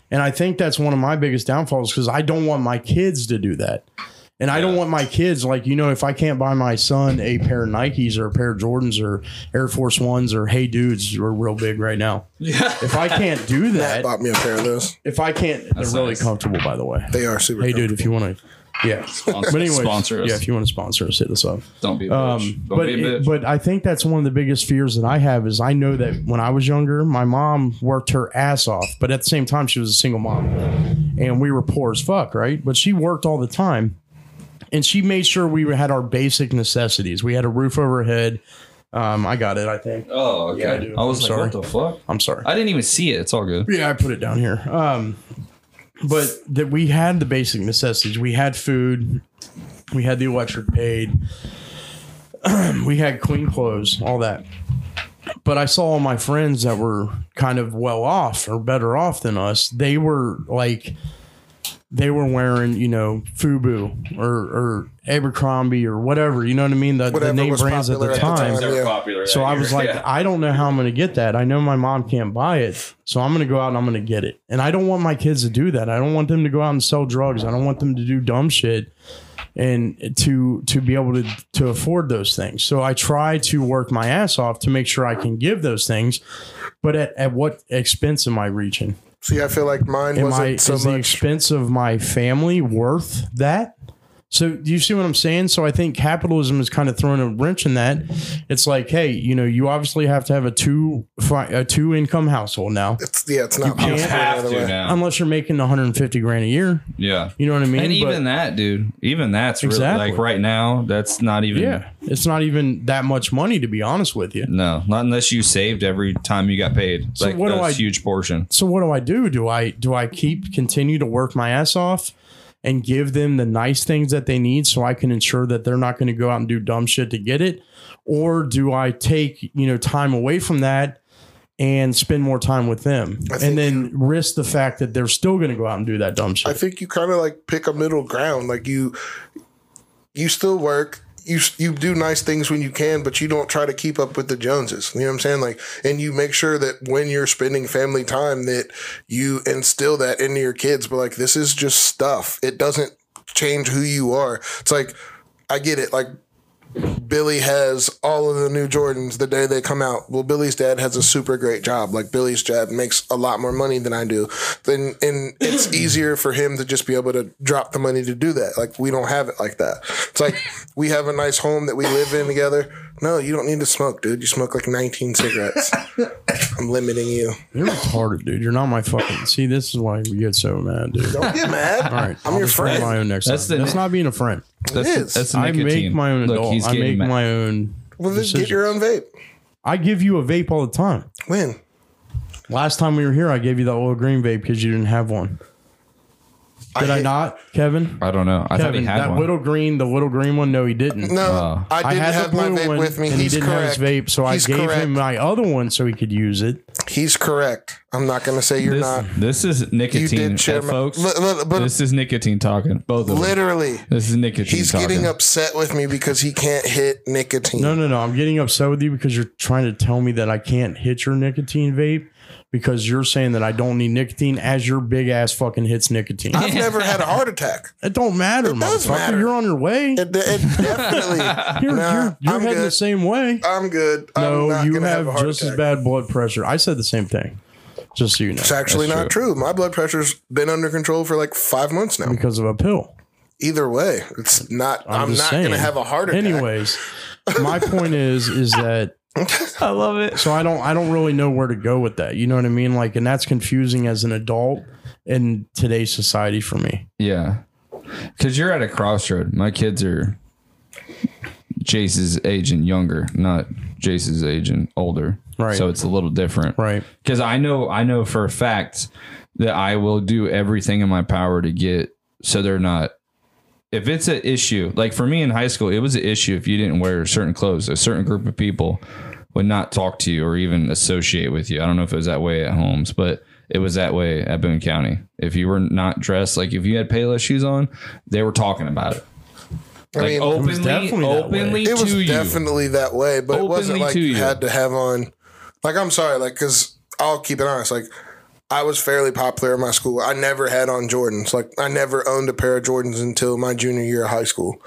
A: And I think that's one of my biggest downfalls because I don't want my kids to do that. And I don't want my kids, like, you know, if I can't buy my son a pair of Nikes or a pair of Jordans or Air Force Ones or Hey Dudes, we're real big right now.
B: Yeah.
A: If I can't do
C: I
A: that,
C: bought me a pair of those.
A: if I can't, they're
B: That's
A: really
B: nice.
A: comfortable, by the way.
C: They are super.
A: Hey, dude, if you want to, yeah. But anyway,
B: sponsor us.
A: Yeah, if you want to sponsor us, hit us up.
B: Don't be a bitch.
A: Um,
B: Don't
A: but
B: be a bitch.
A: it- but I think that's one of the biggest fears that I have is I know that when I was younger, my mom worked her ass off, but at the same time, she was a single mom, and we were poor as fuck, right? But she worked all the time, and she made sure we had our basic necessities. We had a roof over our head. Um, I got it. I think.
B: oh, okay.
A: Yeah, I
B: I,
A: do.
B: was
A: I'm
B: like, what the fuck?
A: I'm sorry.
B: I didn't even see it. It's all good.
A: Yeah, I put it down here. Um, but that we had the basic necessities. We had food. We had the electric paid. we had clean clothes, all that. But I saw all my friends that were kind of well off or better off than us. They were like, they were wearing, you know, FUBU or, or Abercrombie or whatever. You know what I mean? The, the
C: Whatever
A: name
C: was
A: brands at the
C: popular at the
A: time.
C: time. They're Yeah.
B: popular.
A: So I was like, I don't know how I'm going to get that. I know my mom can't buy it. So I'm going to go out and I'm going to get it. And I don't want my kids to do that. I don't want them to go out and sell drugs. I don't want them to do dumb shit and to to be able to to afford those things. So I try to work my ass off to make sure I can give those things. But at, at what expense am I reaching?
C: See, I feel like mine
A: Am
C: wasn't
A: I
C: so
A: is the
C: much.
A: expense of my family worth that? So do you see what I'm saying? So I think capitalism is kind of throwing a wrench in that. It's like, hey, you know, you obviously have to have a two fi- a two income household now,
C: It's yeah, it's not.
A: can't
C: possible any
B: have
C: other
B: to
C: way.
B: now.
A: unless you're making 150 grand a year.
B: yeah.
A: You know what I mean?
B: And even that, dude. Even that's really,
A: Exactly.
B: like right now. That's not even.
A: but, yeah, it's not even that much money to be honest with you.
B: No, not unless you saved every time you got paid. like
A: what do
B: that's
A: I-
B: huge portion.
A: So what do I do? Do I do I keep continue to work my ass off and give them the nice things that they need so I can ensure that they're not going to go out and do dumb shit to get it? Or do I take, you know, time away from that and spend more time with them
C: I think
A: and then risk the fact that they're still going to go out and do that dumb
C: I
A: shit?
C: think you kind of like pick a middle ground. Like you, you still work. You you do nice things when you can, but you don't try to keep up with the Joneses. You know what I'm saying? Like, and you make sure that when you're spending family time, that you instill that into your kids. But like, this is just stuff. It doesn't change who you are. It's like I get it. Like Billy has all of the new Jordans the day they come out. Well, Billy's dad has a super great job. Like Billy's dad makes a lot more money than I do. Then and it's easier for him to just be able to drop the money to do that. Like we don't have it like that. It's like we have a nice home that we live in together. No, you don't need to smoke, dude. You smoke like 19 cigarettes. I'm limiting you.
A: You're retarded, dude. You're not my fucking. See, this is why you get so mad, dude.
C: Don't get mad.
A: All right,
C: I'm
A: I'll
C: your
A: just bring
C: friend.
A: My own next that's
B: That's the-
A: that's not being a friend.
B: That's,
C: is.
B: that's the
A: I make
B: nicotine.
A: my own
B: Look,
A: adult.
B: he's
A: I
B: getting
A: make
B: mad.
A: my own.
C: Well, then
A: decision.
C: get your own vape.
A: I give you a vape all the time.
C: When?
A: Last time we were here, I gave you the old green vape because you didn't have one. Did I,
C: hate-
A: not, Kevin?
B: I don't know. I thought he
A: Kevin,
B: had
A: that
B: one.
A: little green, the little green one. No, he didn't.
C: No,
B: Uh,
C: I didn't
A: had the
C: have my
A: blue
C: vape
A: one,
C: with me.
A: and
C: He's
A: he didn't
C: correct.
A: have his vape, so I
C: He's
A: gave
C: correct.
A: him uh, my other one so he could use it.
C: He's correct. I'm not going to say you're
B: this,
C: not.
B: this is
C: You
B: nicotine,
C: did share
B: hey,
C: my-
B: folks.
C: Li- li- but
B: this is nicotine talking. Both of them.
C: literally,
B: This is nicotine.
C: he's
B: talking.
C: getting upset with me because he can't hit nicotine.
A: No, no, no. I'm getting upset with you because you're trying to tell me that I can't hit your nicotine vape because you're saying that I don't need nicotine as your big ass fucking hits nicotine.
C: I've never had a heart attack.
A: It don't matter,
C: does
A: motherfucker.
C: matter.
A: You're on your way.
C: It, it definitely.
A: You're,
C: Nah,
A: you're, you're
C: I'm
A: heading the
C: good.
A: same way.
C: I'm good. I'm
A: no,
C: not
A: you
C: gonna
A: have,
C: have, a heart
A: just
C: attack.
A: as bad blood pressure. I said the same thing, just so you know,
C: It's actually
B: That's
C: not true. My blood pressure's been under control for like five months now.
A: because of a pill.
C: Either way, it's not.
A: I'm,
C: I'm,
A: just
C: not
A: saying.
C: going to have a heart attack.
A: Anyways, my point is, is that
B: I love it.
A: so I don't, I don't really know where to go with that. You know what I mean? Like, and that's confusing as an adult in today's society for me.
B: Yeah. Cause you're at a crossroad. My kids are Jace's age and younger, not Jace's age and older.
A: Right.
B: So it's a little different.
A: Right.
B: Cause I know I know for a fact that I will do everything in my power to get so they're not if it's an issue, like for me in high school, it was an issue if you didn't wear certain clothes, a certain group of people would not talk to you or even associate with you. I don't know if it was that way at Holmes, but it was that way at Boone County. If you were not dressed, like if you had Payless shoes on, they were talking about it.
C: I
B: Like
C: mean,
B: openly,
A: definitely that way.
B: openly
C: it was
B: to you.
C: definitely that way, but it wasn't
B: Openly
C: like
B: to
C: you
B: you.
C: had to have on. Like I'm sorry, like because I'll keep it honest. Like I was fairly popular in my school. I never had on Jordans. Like I never owned a pair of Jordans until my junior year of high school.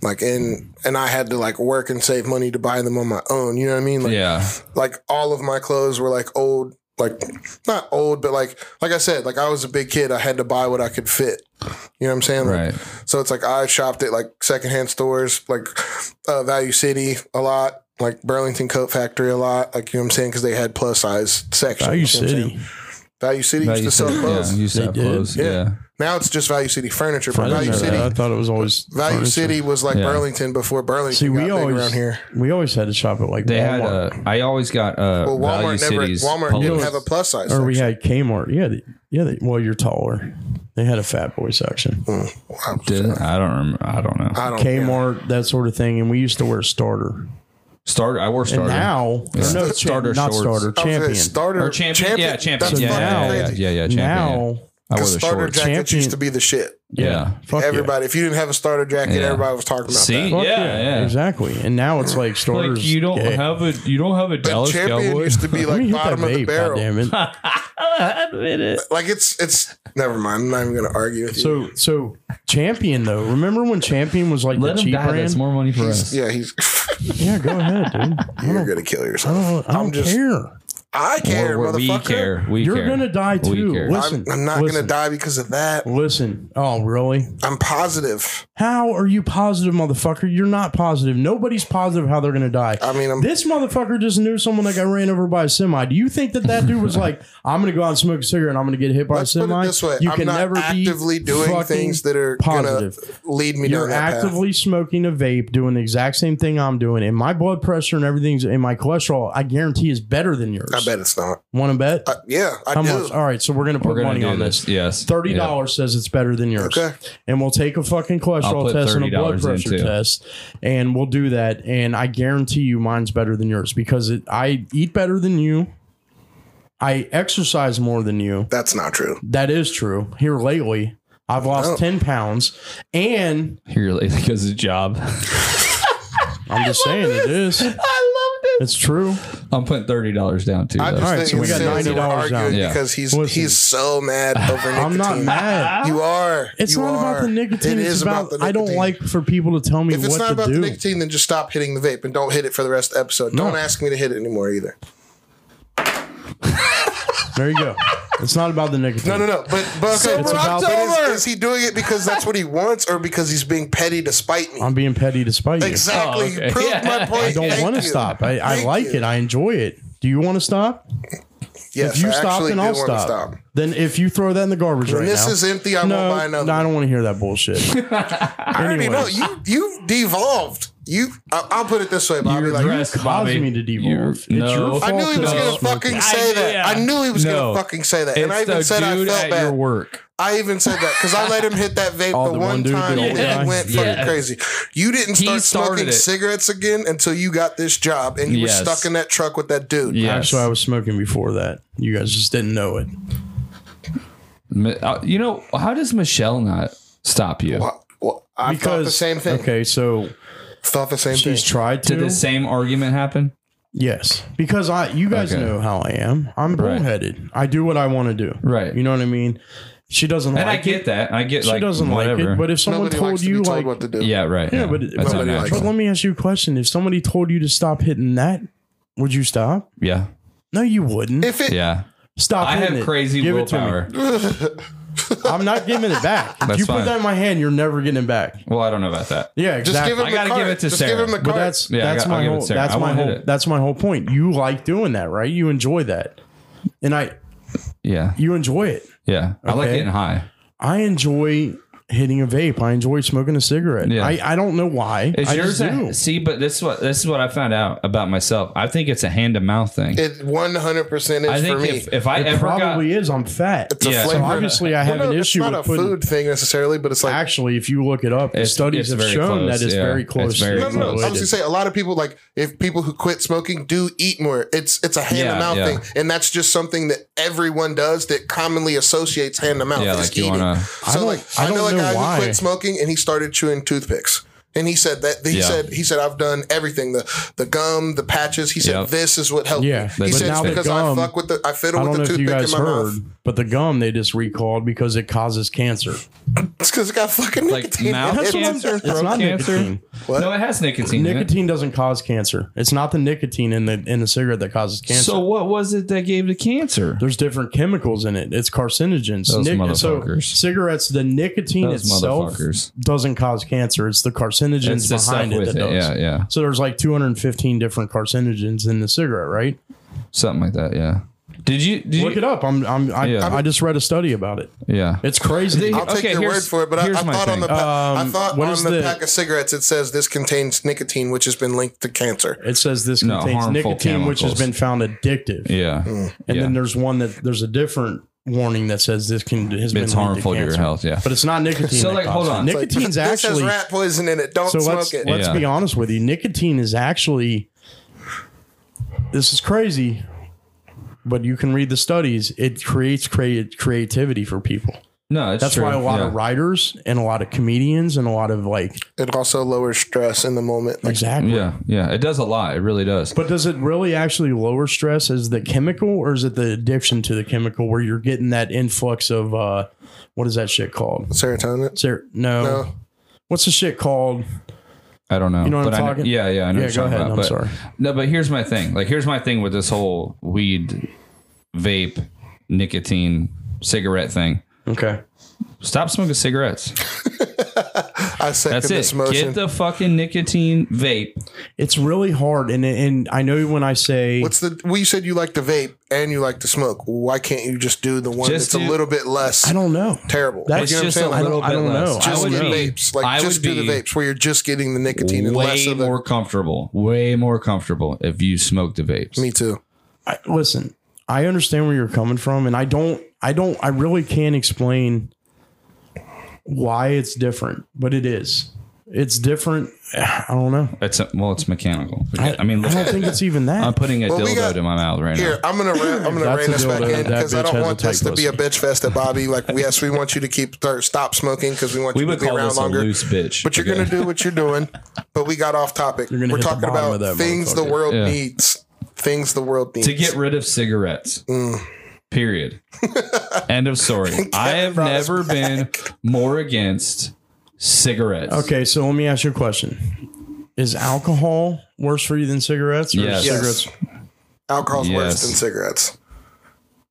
C: Like and and I had to like work and save money to buy them on my own. You know what I mean? Like
B: Yeah.
C: like all of my clothes were like old like not old but like like i said like i was a big kid i had to buy what i could fit you know what i'm saying Like,
B: Right.
C: so it's like i shopped at like secondhand stores like uh, value city a lot like burlington coat factory a lot like you know what i'm saying because they had plus size sections
A: Value
C: you know what I'm
A: City.
C: saying? value city used to sell clothes
B: yeah, used to
A: They
B: have
A: did.
B: clothes.
C: Yeah.
B: Yeah.
C: now it's just value city furniture
A: I
C: but
A: didn't
C: value
A: know
C: city
A: that. I thought it was always
C: value
A: furniture.
C: city was like
B: Yeah.
C: burlington before burlington
A: See,
C: got
A: we
C: big
A: always
C: around here
A: we always had to shop at like
B: They
A: Walmart,
B: had a. I always got uh,
C: well
B: Value
C: walmart never
B: City's
C: walmart
B: polos.
C: didn't have a plus size
A: or we
C: section.
A: had Kmart. Yeah, they, yeah. They, well, you're taller. They had a Fat Boy section,
B: Did it? I don't remember. I don't know.
C: i don't Oh, yeah.
A: Kmart, that sort of thing. And we used to wear starter.
B: Starter. I wore starter.
A: And now, or no,
B: Starter
A: starter, not
B: shorts.
A: starter,
C: I was gonna
A: champion.
C: say starter
B: Or champion. Yeah, champion.
C: That's
A: Yeah,
C: fucking
A: yeah,
C: crazy.
B: yeah, yeah, champion.
A: now,
B: I wore
C: Because
B: the
C: starter
B: shorts.
C: jackets
A: Champion.
C: used to be the shit.
B: yeah.
A: fuck yeah.
C: Everybody, if you didn't have a starter jacket,
B: Yeah.
C: everybody was talking about
B: See, yeah,
C: that.
A: Fuck
B: yeah,
A: exactly. And now it's like starters.
B: Like you don't
A: gay.
B: have a you don't have a
C: But
B: Dallas
C: champion
B: Cowboy.
C: used to be
A: Let me
C: like
A: hit that
C: bottom of the
A: vape.
C: barrel.
A: goddammit.
C: Like it's it's never mind. I'm not even gonna argue with you.
A: So so champion though. Remember when champion was like
B: Let
A: the
B: him
A: cheap
B: die. That's
A: brand?
B: more money for us.
C: yeah, he's
A: yeah, go ahead, dude. I
C: you're
A: don't,
C: gonna kill
A: I
C: yourself.
A: don't, I don't
C: just-
A: care.
C: I care,
B: Or- or we
C: motherfucker.
B: care. We
A: You're
B: care.
A: gonna die
B: We
A: too.
B: care.
A: Listen,
C: I'm not
A: listen,
C: gonna die because of that.
A: Listen. Oh, really?
C: I'm positive.
A: How are you positive, motherfucker? You're not positive. Nobody's positive how they're gonna die.
C: I mean, I'm-
A: this motherfucker just knew someone that got ran over by a semi. Do you think that that dude was like, "I'm gonna go out and smoke a cigarette and I'm gonna get hit by
C: Let's
A: a
C: put
A: semi"?
C: it this way:
A: you
C: I'm
A: can
C: not
A: never
C: actively
A: be
C: doing
A: fucking
C: things that are
A: positive.
C: gonna lead me
A: You're
C: down that
A: actively smoking a vape, doing the exact same thing I'm doing, and my blood pressure and everything's and my cholesterol, I guarantee, is better than yours. dollars.
C: path. I I bet it's not.
A: Want to bet?
C: Uh, yeah, I
A: How
C: do.
A: much? All right, so we're gonna put
B: We're gonna
A: money
B: do
A: on this.
B: this. Yes.
A: Thirty
B: Yeah.
A: dollars says it's better than yours.
C: Okay.
A: And we'll take a fucking
B: I'll
A: cholesterol
B: put
A: test and a blood
B: $30 in
A: pressure
B: too.
A: test, and we'll do that. And I guarantee you, mine's better than yours because it, I eat better than you. I exercise more than you.
C: That's not true.
A: That is true. Here lately, I've lost
C: Oh.
A: ten pounds, and
B: Here lately because of job.
A: I'm just saying it is.
B: I love
A: It's true.
B: I'm putting thirty dollars down too.
C: I
B: though.
C: just
A: right,
C: think
A: so we
C: it's
A: got
C: silly that we're
A: $90 down.
C: arguing
B: Yeah.
C: Because he's
A: Listen.
C: he's so mad over nicotine.
A: I'm not mad.
C: You are.
A: It's
C: You
A: not
C: are.
A: about the nicotine.
C: It
A: it's
C: is
A: about,
C: the
A: I don't
C: nicotine.
A: like for people to tell me
C: If it's not
A: what
C: about
A: to
C: the
A: do.
C: nicotine, then just stop hitting the vape and don't hit it for the rest of the episode.
A: No.
C: Don't ask me to hit it anymore either.
A: There you go. It's not about the nicotine.
C: No, no, no. But but, okay,
A: It's
C: but
A: about-
C: but
D: October.
C: is, is he doing it because that's what he wants, or because he's being petty to spite me?
A: I'm being petty to spite you.
B: Oh,
C: exactly.
B: okay.
C: You proved
B: Yeah.
C: my point.
A: I don't want to stop. I, I like it. I enjoy it. Do you want to stop?
C: Yes,
A: if you
C: I
A: stop,
C: actually
A: then
C: do
A: I'll
C: want to
A: stop. Then if you throw that in the garbage
C: When
A: right
C: this
A: now,
C: is empty, I
A: no,
C: won't buy another.
A: no, I don't want to hear that bullshit.
C: I already know
A: Anyways.
C: you. You devolved. You. I, I'll put it this way, Bobby.
B: You're
C: Like,
B: dressed
A: caused
B: Bobby,
A: me to
B: you're-
A: devolve. It's
B: no.
A: your
B: I
A: fault
C: I knew he was
A: that
C: gonna
A: I'm smoking.
C: fucking say
B: I-
C: that.
B: yeah.
C: I knew he was
B: No.
C: gonna fucking say that, and I
B: It's
C: even
B: the
C: said I
B: dude
C: felt
B: at your
C: bad.
B: work.
C: I even said that because I let him hit that vape
A: Oh,
C: the, one,
A: dude, the
C: time
A: old
C: and
B: guy?
C: it went
B: Yeah.
C: fucking crazy. You didn't
B: He
C: start
B: started
C: smoking
B: it.
C: cigarettes again until you got this job, and you
B: Yes.
C: were stuck in that truck with that dude.
B: Yes.
A: Actually, I was smoking before that. You guys just didn't know it.
B: Mi- uh, You know how does Michelle not stop you?
C: Well, well, I thought the same thing.
A: Okay, so
C: Thought the same
A: she's
C: thing.
A: tried to.
B: Did the same argument happen?
A: Yes, because I, you guys
B: Okay.
A: know how I am. I'm
B: Right.
A: bullheaded. I do what I want to do.
B: Right.
A: You know what I mean. She doesn't
B: And
A: like
B: I get
A: it.
B: that. I get
A: She
B: like
A: doesn't
B: whatever.
A: like it. But if someone
C: Nobody
A: told
C: likes to be
A: you,
C: told
A: like,
C: what to do.
B: yeah, right.
A: yeah, but
B: that's
A: but,
C: nobody likes
B: unnatural.
A: but let me ask you a question. If somebody told you to stop hitting that, would you stop?
B: Yeah,
A: No, you wouldn't.
C: If it
B: yeah.
A: stop.
B: I
A: hitting
B: have
A: it.
B: crazy
A: Give it to me.
B: willpower.
A: I'm not giving it back. if
B: That's
A: you
B: fine.
A: put that in my hand, you're never getting it back.
B: Well, I don't know about that.
A: Yeah,
C: just
A: exactly.
C: give him
B: I
C: a
B: gotta
C: cart.
B: give it to
C: just
B: Sarah.
C: give him a
A: But
C: cart.
A: that's
B: Yeah, I
A: that's
B: got- I'll
A: my
B: give it
A: whole
B: to Sarah.
A: that's
B: I
A: my
B: won't hit
A: whole
B: it.
A: that's my whole point. You like doing that, right? You enjoy that, and I
B: Yeah,
A: you enjoy it.
B: yeah. I like
A: Okay.
B: getting high.
A: I enjoy hitting a vape. I enjoy smoking a cigarette.
B: Yeah.
A: I, I don't know why.
B: It's
A: I
B: yours.
A: just do.
B: that- see, but this is what this is what I found out about myself. I think it's a hand to mouth thing.
C: it one hundred percent
B: I
C: is for
B: think
C: me.
B: if, if I ever got
A: Probably is. I'm fat.
C: it's a
B: yeah, so
A: So
C: flavor.
A: obviously, I have
C: Well,
A: an
C: no,
A: issue
C: It's not
A: with
C: a
A: putting.
C: food thing necessarily, but it's like
A: Actually, if you look it up, the
B: It's-
A: studies
B: it's
A: have
B: very
A: shown
B: close,
A: that it's
B: yeah.
A: very
B: It's
A: close.
B: very
A: to
C: No, no, no. I was
A: related.
C: gonna say a lot of people like if people who quit smoking do eat more. It's it's a hand
B: Yeah,
C: to mouth
B: yeah.
C: thing, and that's just something that everyone does that commonly associates hand to mouth.
B: Yeah,
C: is
B: like you
C: eating.
B: wanna-
A: I
C: So
A: don't-
C: like
A: I
C: I, know a
A: don't know
C: guy
A: why.
C: who quit smoking and he started chewing toothpicks. And he said that he
B: Yeah.
C: said he said I've done everything the the gum the patches he said
B: Yep.
C: this is what helped
A: Yeah,
C: me he
A: but
C: said
A: now
C: it's
A: the
C: because
A: gum-
C: I fuck with the I fiddle
A: I don't
C: with
A: know
C: the
A: if you
C: toothpick in
A: guys
C: my
A: heard,
C: mouth
A: but the gum they just recalled because it causes cancer.
C: it's because it got fucking
B: like
C: nicotine
B: mouth
C: in it.
B: cancer,
A: It's
B: throat
A: not
B: cancer.
A: nicotine.
B: No, it has nicotine. in it.
A: Nicotine doesn't cause cancer. It's not the nicotine in the in the cigarette that causes cancer.
B: So what was it that gave the cancer?
A: There's different chemicals in it. It's carcinogens.
B: Those
A: So
B: motherfuckers.
A: cigarettes, the nicotine
B: Those
A: itself
B: motherfuckers.
A: doesn't cause cancer. It's the carcinogens
B: It's the stuff
A: behind it
B: with
A: that
B: it.
A: does.
B: Yeah, yeah.
A: So there's like 215 different carcinogens in the cigarette, right?
B: Something like that. Yeah. Did you? Did
A: Look
B: you,
A: it up. I'm, I'm I,
B: Yeah.
A: I just read a study about it.
B: Yeah.
A: It's crazy.
C: I'll
B: Okay,
C: take your word
B: here's-
C: for it, but I, I
B: here's my
C: thought on the
B: thing.
C: pa- I
A: Um,
C: thought
A: what
C: on
A: is
C: the,
A: the-
C: pack of cigarettes it says this contains nicotine, which has been linked to cancer.
A: It says this
B: No,
A: contains
B: harmful
A: nicotine, which has
B: chemicals.
A: been found addictive.
B: yeah.
C: Mm.
A: And
B: yeah.
A: then there's one that there's a different warning that says this can has been
B: It's
A: linked to
B: harmful to your
A: cancer.
B: health, yeah.
A: but it's not nicotine.
B: So,
A: that
B: like, hold
A: causes it.
B: on. It's
A: nicotine's
C: This has
A: actually
C: rat poison in it. Don't
A: so
C: smoke
A: let's
C: it.
A: let's
B: Yeah.
A: be honest with you. Nicotine is actually this is crazy, but you can read the studies. It creates create creativity for people.
B: no, it's
A: That's
B: true.
A: why a lot
B: yeah.
A: of writers and a lot of comedians and a lot of like
C: It also lowers stress in the moment. Like,
A: exactly.
B: Yeah, yeah. It does a lot. It really does.
A: But does it really actually lower stress as the chemical, or is it the addiction to the chemical where you're getting that influx of uh, what is that shit called?
C: serotonin.
A: Ser- no.
C: No.
A: what's the shit called?
B: I don't know.
A: know what
B: but
A: I'm
B: I kn-
A: talking-
B: yeah, yeah. I know
A: Yeah,
B: what
A: go
B: you're talking
A: ahead.
B: About,
A: I'm
B: but,
A: sorry.
B: No, but here's my thing. Like, here's my thing with this whole weed, vape, nicotine, cigarette thing.
A: Okay.
B: Stop smoking cigarettes.
C: I second
B: That's
C: this
B: it.
C: motion.
B: Get the fucking nicotine vape.
A: It's really hard, and and I know when I say
C: What's the? Well, you said you like to vape and you like to smoke. Why can't you just do the one
B: Just
C: that's
B: do-
C: a little bit less
A: I don't know,
C: terrible?
A: That's
C: you know
B: just
C: what I'm
B: a
C: saying? Like,
B: little
A: I don't-
B: bit
A: I don't
B: less.
A: know.
B: I
C: just
B: would
C: get
B: be,
C: vapes. Like
B: I would
C: just do the
B: be
C: vapes where you're just getting the nicotine and less
B: way
C: of the.
B: more comfortable, way more comfortable if you smoked the vapes.
C: Me too.
A: I, listen, I understand where you're coming from, and I don't, I don't, I really can't explain why it's different, but it is. It's different. I don't know.
B: It's well, it's mechanical. I, mean,
A: I
B: look,
A: don't think it's even that.
B: I'm putting a
C: Well, we
B: dildo
C: got-
B: to my mouth right
C: Here, I'm gonna re- I'm gonna
A: That's
C: rein
A: a
C: this back
A: dildo.
C: in
A: That
C: because I
A: bitch
C: don't
A: has
C: want
A: a
C: this to
A: tight
C: be a
A: pussy.
C: bitch fest at Bobby. Like, yes, we want you to keep or stop smoking because we want
B: now. We
C: you
B: would
C: to be
B: call
C: around
B: this a
C: longer.
B: loose bitch.
C: But you're
B: okay?
C: gonna do what you're doing. But we got off topic. We're
A: gonna hit the
C: talking
A: bottom
C: about
A: of that
C: things the
A: motherfucker.
C: world
B: Yeah.
C: needs. Things the world needs
B: to get rid of cigarettes.
C: Mm.
B: Period. End of story. I have
C: brought us
B: never been more against cigarettes.
A: Okay, so let me ask you a question: Is alcohol worse for you than cigarettes? Or
B: Yes.
A: is
B: Yes.
A: cigarettes.
C: alcohol's worse
B: Yes.
C: than cigarettes.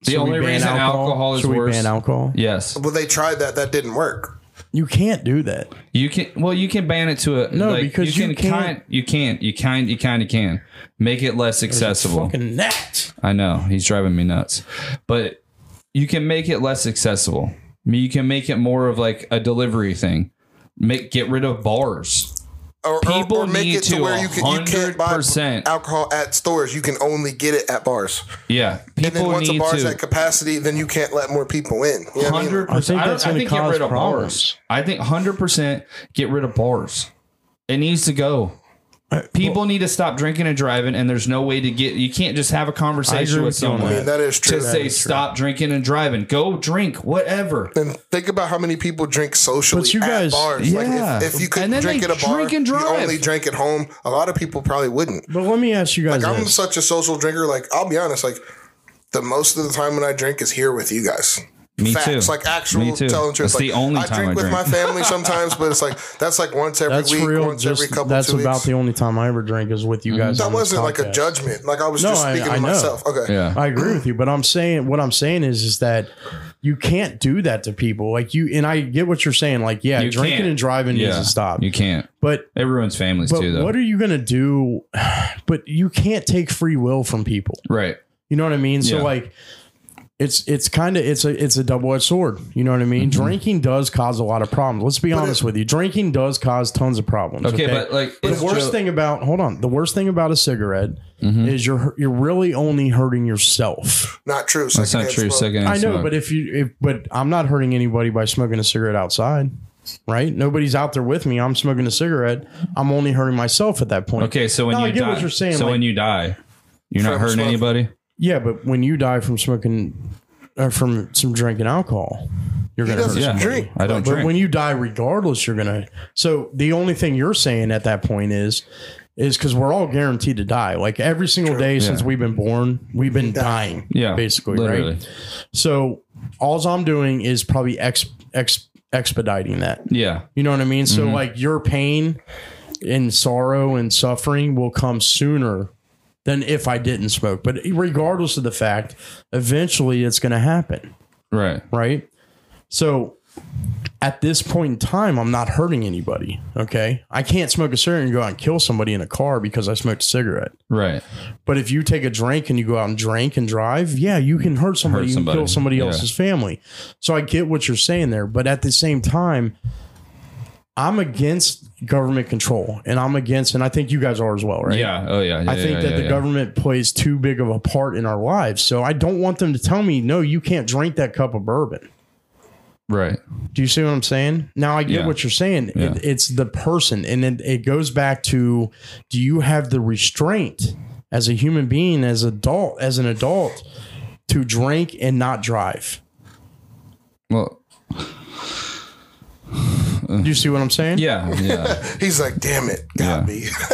B: The
A: Should we
B: only
A: ban
B: reason alcohol, is
A: Should we
B: worse.
A: ban alcohol?
B: yes,
C: Well, they tried that. That didn't work.
A: You can't do that.
B: you can. Well, you can ban it to a
A: No, because you can't-
B: Kind, you can't. You kind. You kind of can make it less accessible.
A: Fucking net.
B: I know he's driving me nuts, but you can make it less accessible. I mean, You can make it more of like a delivery thing. Make get rid of bars.
C: Or, or-
B: People
C: or make
B: need
C: it to,
B: to
C: where you, can, you can't buy
B: 100%.
C: alcohol at stores. You can only get it at bars.
B: Yeah, people
C: And then once a
B: need
C: bar's
B: to.
C: at capacity, then you can't let more people in. You know what I mean?
B: Hundred
A: I think
B: percent. I, don't-
A: that's
B: I
A: gonna
B: think get
A: cause
B: rid of
A: problems.
B: bars. I think hundred percent get rid of bars. It needs to go.
C: Uh,
B: People need to stop drinking and driving, and there's no way to get. You can't just have a conversation
A: agree
B: with
A: with you on
B: someone
A: that.
C: I mean, that is true.
B: to say stop drinking and driving. Go drink whatever.
C: And think about how many people drink socially
A: But you
C: at
A: guys-
C: bars.
B: yeah.
C: Like if, if you could
B: And then
C: drink
B: they
C: at a bar,
B: drink and
C: you
B: drive.
C: only drink at home. A lot of people probably wouldn't.
A: But let me ask you guys
C: I'm
A: this.
C: such a social drinker. Like I'll be honest. Like the most of the time when I drink is here with you guys.
B: Me
C: Facts,
B: too.
C: like actual
B: Me too.
C: telling truth.
B: That's the
C: like,
B: only
C: I
B: time
C: drink
B: I
C: with
B: drink.
C: my family sometimes, but it's like that's like once every
A: That's
C: week,
A: real.
C: once every
A: Just
C: couple.
A: that's
C: two
A: about
C: weeks.
A: the only time I ever drink is
B: Mm-hmm.
A: with you guys.
C: That
A: on this
C: wasn't like a
A: podcast.
C: judgment. Like I was
A: No,
C: just
A: I-
C: speaking
A: I
C: to
A: know.
C: myself. Okay.
B: Yeah.
A: I agree with you, but I'm saying what I'm saying is is that you can't do that to people. Like you and I get what you're saying. Like yeah,
B: You
A: drinking
B: can't.
A: and driving needs
B: Yeah.
A: to stop.
B: You can't.
A: but
B: It ruins families
A: but
B: too, though.
A: what are you gonna do? But you can't take free will from people.
B: right.
A: You know what I mean? So
B: Yeah.
A: like it's it's kind of it's a it's a double edged sword. You know what I mean?
B: Mm-hmm.
A: Drinking does cause a lot of problems. Let's be honest with you. Drinking does cause tons of problems.
B: Okay, but like it's
A: the worst
B: ju-
A: thing about hold on, the worst thing about a cigarette
B: Mm-hmm.
A: is you're you're really only hurting yourself.
C: Not true.
B: That's not true. Second,
A: I know, but if you if but I'm not hurting anybody by smoking a cigarette outside. Right? Nobody's out there with me. I'm smoking a cigarette. I'm only hurting myself at that point.
B: okay. So when
A: No, I
B: you
A: get
B: die,
A: what you're saying,
B: so
A: like-
B: when you die, you're not
C: From
B: hurting
C: smoking.
B: anybody.
A: Yeah, but when you die from smoking or from some drinking alcohol, you're
C: He
A: gonna hurt
C: doesn't
B: Yeah.
C: drink.
B: I don't
A: But
B: drink.
A: when you die, regardless, you're gonna. So the only thing you're saying at that point is, is because we're all guaranteed to die. Like every single day since we've been born, we've been dying.
B: yeah,
A: basically,
B: literally.
A: right? So all I'm doing is probably ex, ex, expediting that.
B: Yeah,
A: You know what I mean? So
B: Mm-hmm.
A: like your pain and sorrow and suffering will come sooner than if I didn't smoke. But regardless of the fact, eventually it's going to happen,
B: right.
A: right? So at this point in time, I'm not hurting anybody. Okay, I can't smoke a cigarette and go out and kill somebody in a car because I smoked a cigarette.
B: Right.
A: But if you take a drink and you go out and drink and drive, yeah, you can hurt somebody,
B: Hurt
A: you can
B: somebody.
A: kill somebody
B: Yeah.
A: else's family. So I get what you're saying there, but at the same time, I'm against government control, and I'm against, and I think you guys are as well, right?
B: Yeah. Oh yeah.
A: I think that the government plays too big of a part in our lives, so I don't want them to tell me, no, you can't drink that cup of bourbon.
B: Right.
A: Do you see what I'm saying? Now I get
B: Yeah.
A: what you're saying. It, it's the person, and it, it goes back to: Do you have the restraint as a human being, as adult, as an adult, to drink and not drive?
B: Well.
A: Do you see what I'm saying?
B: Yeah. Yeah.
C: He's like, damn it, got me.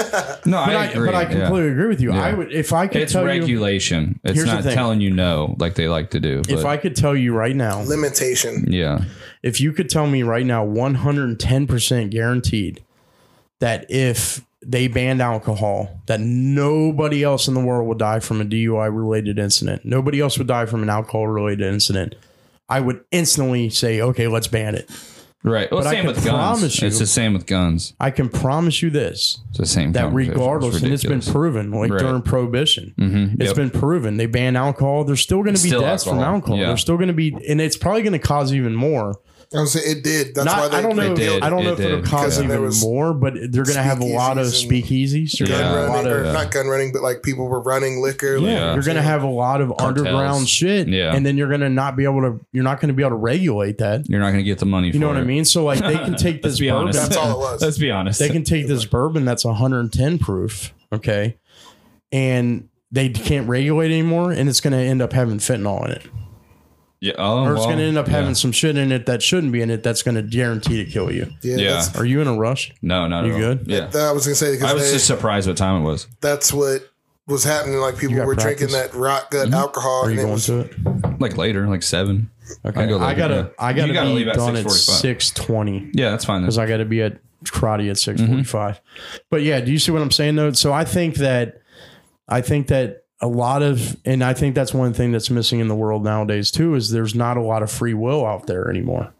B: No,
A: but I,
B: I agree.
A: but I
B: yeah.
A: completely agree with you. I would if I could
B: It's
A: tell you
B: regulation. it's
A: Here's the
B: not
A: thing.
B: telling you no like they like to do. But
A: if I could tell you right now,
C: Limitation.
B: yeah.
A: if you could tell me right now, 110 percent guaranteed that if they banned alcohol, that nobody else in the world would die from a DUI related incident. Nobody else would die from an alcohol related incident. I would instantly say, okay, let's ban it.
B: Right. Well,
A: But I
B: same
A: can
B: with guns.
A: promise you-
B: it's the same with guns.
A: I can promise you this
B: It's the same.
A: that
B: conversation. It's
A: regardless, and it's been
B: ridiculous.
A: proven, like
B: Right. Mm-hmm.
A: during prohibition, it's
B: Yep.
A: been proven they ban alcohol. There's still going to be
B: Still
A: deaths from
B: alcohol.
A: alcohol.
B: Yeah.
A: There's still going to be, and it's probably going to cause even more
C: I was saying it did. That's
A: Not-
C: why they
A: I don't know.
B: It did,
A: I don't know
B: it
A: if it'll
B: did,
A: cause
B: yeah.
A: even
C: There was
A: more, but they're going to have a lot of
C: speakeasies
A: speakeasies. You're
C: gun
A: going to have a
C: running,
A: lot of
C: or
B: Yeah.
C: not gun running, but like people were running liquor.
A: Yeah,
C: like-
B: Yeah.
A: you're gonna have a lot of
B: Cartels.
A: underground shit,
B: Yeah.
A: and then you're gonna not be able to. You're not gonna be able to regulate that.
B: You're not going to get the money.
A: You know
B: for
A: what I
B: it.
A: mean? So like they can take
B: Let's
A: this
B: be
A: bourbon.
B: honest.
C: That's all it was.
B: Let's be honest.
A: They can take this bourbon that's 110 proof, okay, and they can't regulate anymore, and it's gonna end up having fentanyl in it,
B: yeah. Oh,
A: or it's
B: well,
A: gonna end up
B: yeah.
A: having some shit in it that shouldn't be in it. That's gonna guarantee to kill you.
C: yeah.
B: Yeah.
C: That's,
A: Are you in a rush?
B: No, not
A: You
B: at all.
A: good?
B: Yeah.
C: that I was gonna say
B: I was
C: because
B: just
C: they-
B: surprised what time it was.
C: that's what was happening. Like people
A: You got
C: were drinking
A: practice?
C: that rock
B: Mm-hmm.
C: gut alcohol.
A: Are you
C: and it
A: going
C: was-
A: to it?
B: Like later, like seven.
A: Okay,
B: I go
A: I
B: later,
A: gotta,
B: yeah.
A: I gotta,
B: You gotta
A: be
B: leave at
A: done at
B: 6:45.
A: 6:20.
B: Yeah, that's fine.
A: because I got to be at
B: Mm-hmm.
A: karate at six But yeah, do you see what I'm saying though? So I think that I think that a lot of, and I think that's one thing that's missing in the world nowadays too is there's not a lot of free will out there anymore.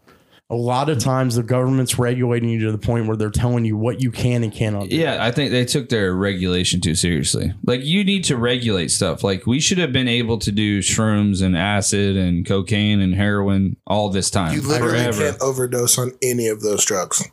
A: A lot
B: Mm-hmm.
A: of times the government's regulating you to the point where they're telling you what you can and cannot do.
B: Yeah, I think they took their regulation too seriously. Like you need to regulate stuff. Like we should have been able to do shrooms and acid and cocaine and heroin all this time.
C: You literally
B: Forever.
C: can't overdose on any of those drugs.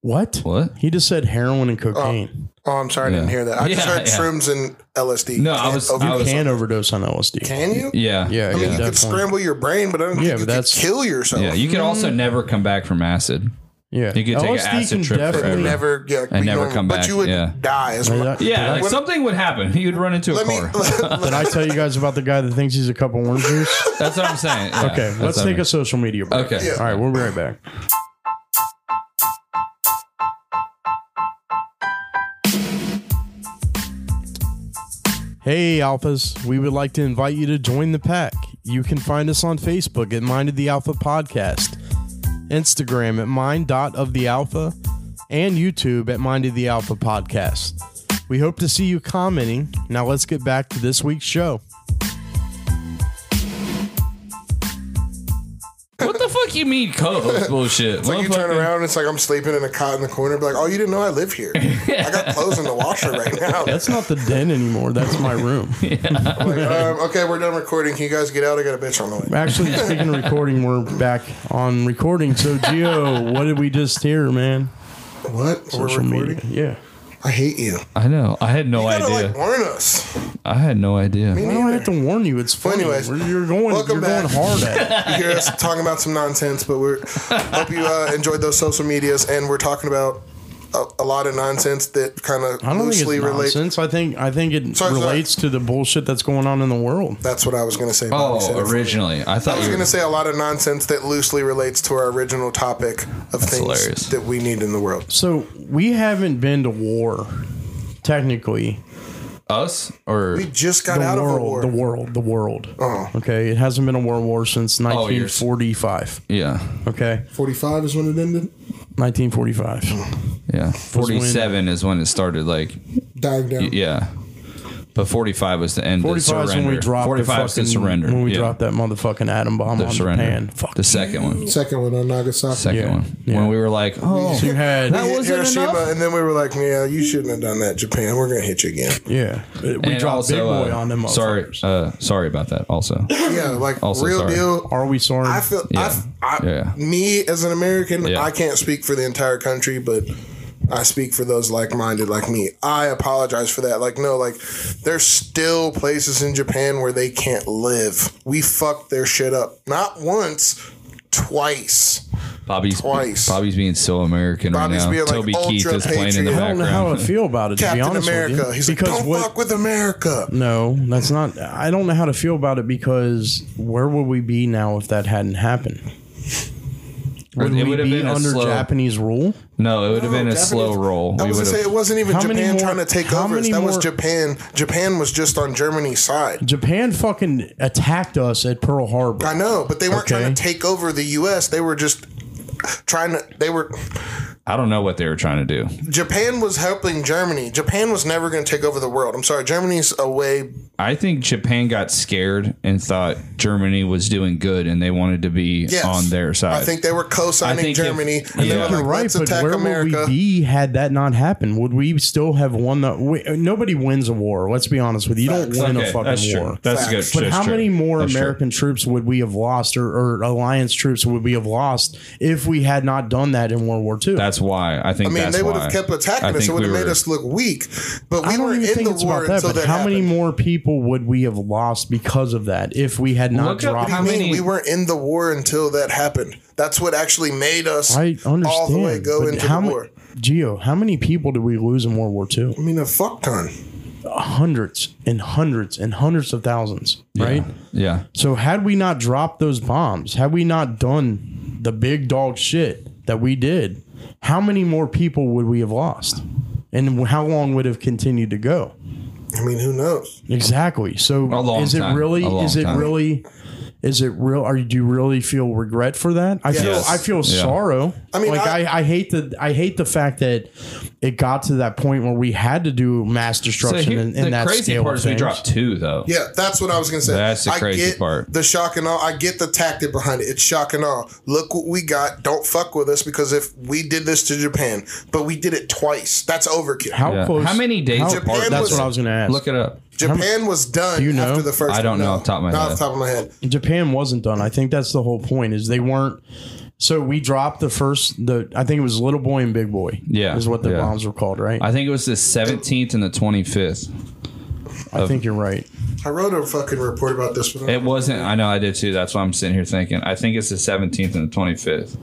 A: What?
B: What?
A: He just said heroin and cocaine.
C: Oh, I'm sorry, I didn't
B: Yeah.
C: hear that. I just
B: Yeah,
C: heard
B: yeah.
C: shrooms and LSD.
B: No, I
C: Can't
B: was- I
A: you
C: overdose.
A: can overdose on LSD.
C: Can you?
B: Yeah.
A: Yeah,
C: I mean,
A: yeah,
C: you could
A: definitely.
C: scramble your brain, but I don't think
A: Yeah,
C: you
A: but
C: could
A: that's-
C: kill yourself.
B: Yeah. You could also never come back from acid.
A: yeah.
B: You could take an acid trip
C: but
B: forever.
C: never, yeah,
B: And
C: be
B: never
C: normal.
B: come
C: But
B: back,
C: you would
B: yeah.
C: die. As well.
A: Did I-
B: Yeah, like
A: did
B: something would happen. He would run into a
C: Let me.
B: car.
A: I, did I tell you guys about the guy that thinks he's a cup of orange juice?
B: that's what I'm saying. Yeah,
A: Okay,
B: that's
A: let's
B: what I
A: take
B: mean.
A: a social media break.
B: Okay.
A: All right, we'll be right back. Hey, Alphas. We would like to invite you to join the pack. You can find us on Facebook at Mind of the Alpha Podcast, Instagram at mind.ofthealpha, and YouTube at Mind of the Alpha Podcast. We hope to see you commenting. Now let's get back to this week's show.
B: What the fuck you mean co-host bullshit?
C: Like you turn
B: Motherfucker.
C: around, and it's like I'm sleeping in a cot in the corner. Be like, oh, you didn't know I live here. I got clothes in the washer right now.
A: That's not the den anymore. That's my room.
C: Like, um, okay, we're done recording. Can you guys get out? I got a bitch on the way.
A: Actually, speaking of recording, we're back on recording. So, Gio, what did we just hear, man?
C: What? We're
A: Social
C: recording.
A: media. Yeah.
C: I hate you.
B: I know. I had no
C: You gotta
B: idea.
C: like warn us.
B: I had no idea.
A: Why do I have to warn you? It's funny.
C: anyways,
A: We're- you're going,
C: welcome
A: you're
C: back.
A: going hard at it.
C: You hear us talking about some nonsense, but we're hope you uh, enjoyed those social medias, and we're talking about a, a lot of nonsense that kind of
A: I don't think
C: loosely
A: it's
C: relates.
A: nonsense. I think I think it
C: Sorry, sorry.
A: relates to the bullshit that's going on in the world.
C: That's what I was gonna say. Bobby said it.
B: Oh, originally I thought
C: I was
B: you were
C: gonna say a lot of nonsense that loosely relates to our original topic of things
B: hilarious.
C: that we need in the world.
A: So we haven't been to war, technically.
B: us or
C: We just got
A: The
C: out
A: world,
C: of a war.
A: the world, the world.
C: Oh.
A: Okay, it hasn't been a world war since
B: Oh, you're-
A: 1945.
B: yeah,
A: Okay,
C: Forty-five is when it ended. Mm.
A: 1945.
B: yeah. Forty-seven is when it started. Like
C: Dying down.
B: yeah, but forty-five was the end. Forty-five
A: 45 is
B: surrender.
A: when we dropped the
B: Forty-five
A: fucking,
B: is the surrender.
A: When we
B: yeah.
A: dropped that motherfucking atom bomb
B: the
A: on
B: surrender.
A: Japan. Fuck.
B: The second one.
C: Second one on Nagasaki.
B: Second
A: Yeah.
B: one.
A: Yeah.
B: When we were like, oh,
A: So you had
B: That
C: Hit
B: wasn't
C: Hiroshima,
B: enough?
C: and then we were like, "Yeah, you shouldn't have done that, Japan. We're gonna hit you again."
A: yeah. We
B: and
A: dropped Big
B: also,
A: Boy
B: uh,
A: on them.
B: Sorry,
A: motherfuckers.
B: uh, sorry about that. Also,
C: Yeah, like
B: Also
C: real
B: sorry.
C: deal.
A: Are we sorry?
C: I feel, I f I
B: Yeah.
C: me as an American,
B: Yeah.
C: I can't speak for the entire country, but I speak for those like minded like me. I apologize for that. Like, no, like, there's still places in Japan where they can't live. We fucked their shit up. Not once, twice.
B: Bobby's
C: Twice.
B: Bobby's being so American
C: Bobby's
B: right now.
C: being, like,
B: Toby Keith is playing in the
C: ultra-patriot.
A: I don't
B: background.
A: know how I feel about it. to be
C: Captain
A: honest With
C: America.
A: you. Mm.
C: He's like, don't fuck with America.
A: No, that's not. I don't know how to feel about it because where would we be now if that hadn't happened? Would
B: It
A: we
B: would've
A: be
B: been a
A: under
B: slow-
A: Japanese rule?
B: no, it would have been a
C: Japanese-
B: slow roll.
C: I
B: We
C: was
B: would
C: gonna say
B: have.
C: it wasn't even
A: How many
C: Japan
A: more-
C: trying to take
A: how
C: over. us.
A: many
C: That was
A: more-
C: Japan. Japan was just on Germany's side.
A: Japan fucking attacked us at Pearl Harbor.
C: I know, but they weren't
A: Okay.
C: trying to take over the U.S. They were just trying to. They were.
B: I don't know what they were trying to do.
C: Japan was helping Germany. Japan was never going to take over the world. I'm sorry, Germany's a way
B: I think Japan got scared and thought Germany was doing good and they wanted to be
C: Yes.
B: on their side.
C: I think they were
B: I
C: co-signing
B: think if-
C: Germany, and
B: yeah.
C: they were
B: You're
C: like,
A: Right,
C: "Let's
A: but
C: attack
A: where
C: America."
A: would we be had that not happened? Would we still have won the? We, nobody wins a war. Let's be honest with you. You don't
C: Facts.
A: win
B: Okay,
A: a fucking
B: that's
A: war.
B: True. That's
C: Facts.
B: good.
A: But
B: that's
A: how
B: true.
A: many more
B: That's true.
A: American troops would we have lost, or, or alliance troops would we have lost if we had not done that in World War II?
B: That's why I think.
C: I mean,
B: that's
C: they would
B: why.
C: have kept
B: I
C: attacking us.
B: think
C: It would have
B: we
C: made
B: were-
C: us look weak. But
A: I
C: we
A: don't
C: were
A: even
C: in
A: think
C: the
A: it's
C: war
A: about that.
C: until
A: But
C: that
A: how many
C: happened.
A: more people would we have lost because of that if we had not
B: Look up
A: dropped?
B: how
C: I mean,
B: many-
C: we were in the war until that happened. That's what actually made us
A: I understand.
C: all the way go
A: but
C: into
A: how
C: the
A: ma-
C: war.
A: Gio, how many people did we lose in World War II?
C: I mean, a fuck ton.
A: Hundreds and hundreds and hundreds of thousands, right?
B: Yeah.
A: So had we not dropped those bombs, had we not done the big dog shit that we did, how many more people would we have lost? And how long would have continued to go?
C: I mean, who knows?
A: Exactly. So
B: long
A: is it
B: time.
A: really
B: A long
A: is it
B: time.
A: really is it real are you do you really feel regret for that? I feel
B: Yes.
A: I feel
B: Yeah.
A: sorrow. I
C: I
A: mean
C: mean,
A: like I,
C: I-
A: I, hate the I hate the fact that it got to that point where we had to do mass
B: So
A: destruction
B: here,
A: in, in
B: the
A: that
B: crazy
A: scale.
B: part
A: of
B: is we
A: things.
B: dropped two though.
C: Yeah, that's what I was gonna say.
B: That's the
C: I
B: crazy
C: get
B: part.
C: The shock and all. I get the tactic behind it. It's shock and all. Look what we got. Don't fuck with us because if we did this to Japan, but we did it twice. That's overkill.
A: how
B: Yeah.
A: close
B: How many days
A: how-
B: apart?
C: Japan
A: That's
C: was-
A: what I was gonna ask.
B: Look it up.
C: Japan was done
A: you know?
C: after the first.
B: I don't
C: one.
B: know
C: No,
B: off the top of my
C: not
B: head.
C: off the top of my head.
A: Japan wasn't done. I think that's the whole point is they weren't. So we dropped the first the I think it was Little Boy and Big Boy.
B: Yeah,
A: is what the
B: yeah.
A: bombs were called, right? I,
B: I think it was the 17th and the 25th.
A: think you're right.
C: I wrote a fucking report about this. But
B: It wasn't. I know I did too. That's why I'm sitting here thinking. I think it's the 17th and the 25th.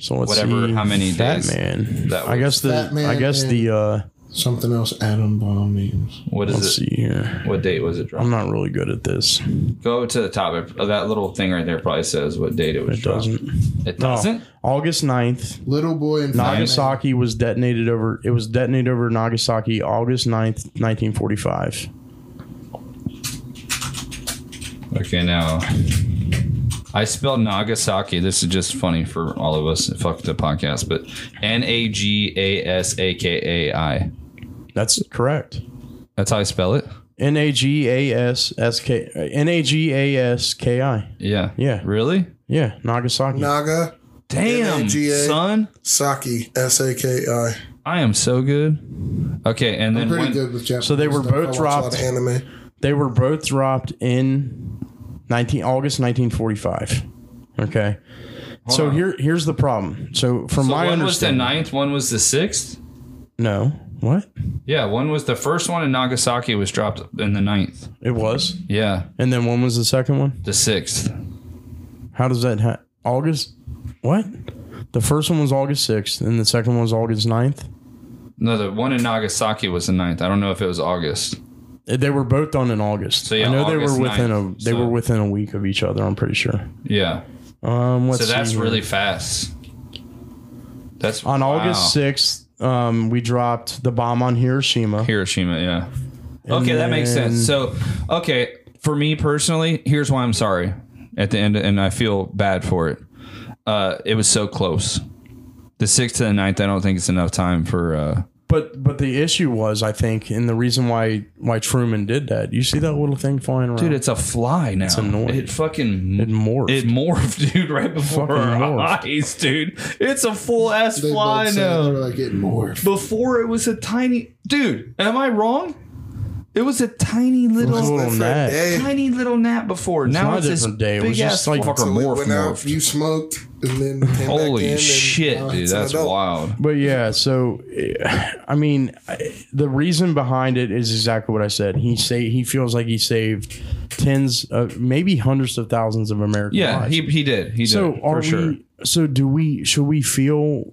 A: So let's
B: Whatever,
A: see.
B: how many
A: Fat
B: days
A: Man.
B: that
A: I
B: was.
A: guess the
C: Fat Man
A: I guess
C: and-
A: the uh
C: Something else atom bomb memes.
B: What is
A: let's
B: it?
A: see here.
B: What date was it
A: I'm
B: dropped?
A: not really good at this.
B: Go to the top. It- That little thing right there probably says what date it was
A: It
B: dropped.
A: doesn't.
B: It
A: No.
B: doesn't.
A: August 9th,
C: Little boy and
A: Nagasaki was detonated over it was detonated over Nagasaki August 9th, 1945.
B: Okay, now I spelled Nagasaki. This is just funny for all of us. Fuck the podcast, but N A G A S A K A I.
A: That's correct.
B: That's how I spell it.
A: N A G A S S K N A G A S K I.
B: Yeah.
A: Yeah.
B: Really?
A: Yeah, Nagasaki.
C: Naga
B: Damn,
C: N-A-G-A.
B: son.
C: Saki S A K I.
B: I am so good. Okay, and then
D: pretty
B: when,
D: good with Japanese.
A: So they were
D: stuff.
A: both
D: I watch a lot
A: dropped.
D: of-
C: Anime.
A: They were both dropped in 19 August 1945. Okay. so
B: on.
A: here here's the problem. So from
B: so
A: my
B: one was the
A: understanding,
B: ninth, one was the sixth.
A: no, what
B: Yeah, one was the first one in Nagasaki was dropped in the ninth.
A: it was,
B: Yeah,
A: and then when was the second one?
B: the sixth.
A: How does that ha- August? What? The first one was August 6th, and the second one was August 9th.
B: No, the one in Nagasaki was the ninth. I don't know if it was August.
A: Eh, They were both done in August.
B: So, yeah,
A: I know
B: August
A: they were within
B: 9th,
A: a they
B: so-
A: were within a week of each other. I'm pretty sure.
B: Yeah.
A: Um, let's
B: So that's
A: see here.
B: really fast. That's
A: on
B: wow.
A: August 6th. Um, we dropped the bomb on Hiroshima.
B: Hiroshima, yeah. okay, that makes
A: then-
B: sense. So, okay, for me personally, here's why I'm sorry at the end, and I feel bad for it. Uh, it was so close. The sixth to the ninth, I don't think it's enough time for. Uh,
A: But but the issue was, I think, and the reason why why Truman did that. You see that little thing flying around?
B: dude, it's a fly now.
A: annoying.
B: It fucking
A: It morphed.
B: It morphed, dude, right before
A: Fucking
B: our
A: morphed.
B: eyes, dude. It's a full ass
D: They
B: fly
D: both said
B: now.
D: They were like getting more.
B: Before it was a tiny dude. Am I wrong? It was a tiny
A: It was a
B: little,
A: little
C: Different
A: gnat.
C: day.
B: tiny little gnat before. now
A: not
B: it's
A: a
B: this
A: different day. It
B: big
A: was just
B: ass
A: like-
B: fucking
A: So
C: We
B: morph
C: went out,
B: morph.
C: you smoked, and then came
B: Holy
C: back in, and uh,
B: shit,
C: now
B: dude,
C: it's an
B: that's
C: adult.
B: wild.
A: But yeah, so eh, I mean, I- the reason behind it is exactly what I said. He say he feels like he saved tens, of, maybe hundreds of thousands of American
B: Yeah,
A: lives.
B: he he did. He
A: so
B: did
A: are
B: for
A: we?
B: sure.
A: So do we? Should we feel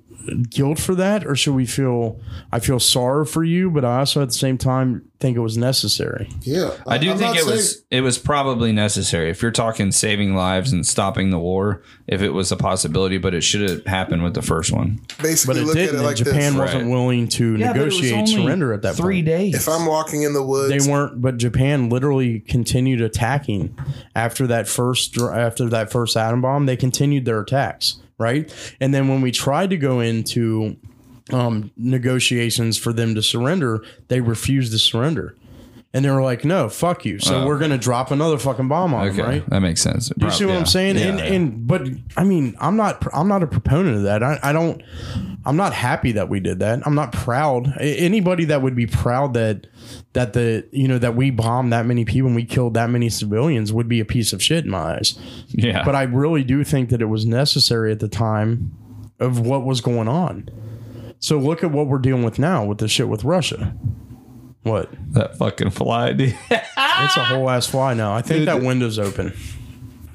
A: guilt for that, or should we feel? I feel sorrow for you, but I also at the same time think it was necessary.
D: Yeah,
B: I do
D: I'm
B: think
D: not
B: it
D: saying-
B: was it was probably necessary if you're talking saving lives and stopping the war, if it was a possibility, but it should have happened with the first one.
A: But
C: Basically,
A: it
C: look at
A: didn't.
C: it
A: and
C: like
A: Japan
C: this.
A: wasn't
B: Right.
A: willing to negotiate surrender at that
B: three
A: point.
B: days.
C: If I'm walking in the
A: They
C: woods,
A: weren't, but Japan literally continued attacking after that first dr- after that first atom bomb. They continued their attacks, right? And then when we tried to go into um, negotiations for them to surrender, they refused to surrender. And they were like, no, fuck you. So we're going to drop another fucking bomb on
B: Okay,
A: them, right?
B: that makes sense.
A: You see what I'm saying? and, and but I mean, I'm not I'm not a proponent of that. I, I don't I'm not happy that we did that. I'm not proud. A- Anybody that would be proud that that the you know that we bombed that many people and we killed that many civilians would be a piece of shit in my eyes.
B: yeah,
A: But I really do think that it was necessary at the time of what was going on. So look at what we're dealing with now with the shit with Russia. What?
B: that fucking fly, dude.
A: It's a whole ass fly now. I think
B: Ah! Dude,
A: that
B: the-
A: window's open.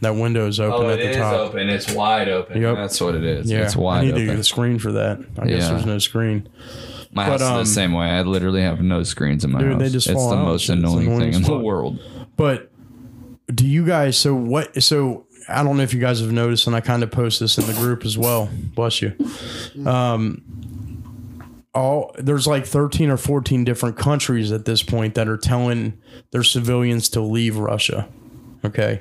A: That window's open at the top.
B: Oh, open. It's wide open.
A: Yep.
B: That's what it is.
A: Yeah,
B: It's
A: I
B: wide
A: need
B: open.
A: to get a screen for that. I guess
B: Yeah.
A: there's no screen.
B: my house
A: um,
B: is the same way. I literally have no screens in my
A: Dude,
B: house.
A: they just
B: it's
A: fall
B: the
A: out.
B: most
A: It's
B: annoying,
A: annoying
B: thing
A: as
B: in the
A: fuck.
B: world.
A: But do you guys? So what? So I don't know if you guys have noticed, and I kind of post this in the group as well. Bless you. Um, all there's like 13 or 14 different countries at this point that are telling their civilians to leave Russia. Okay.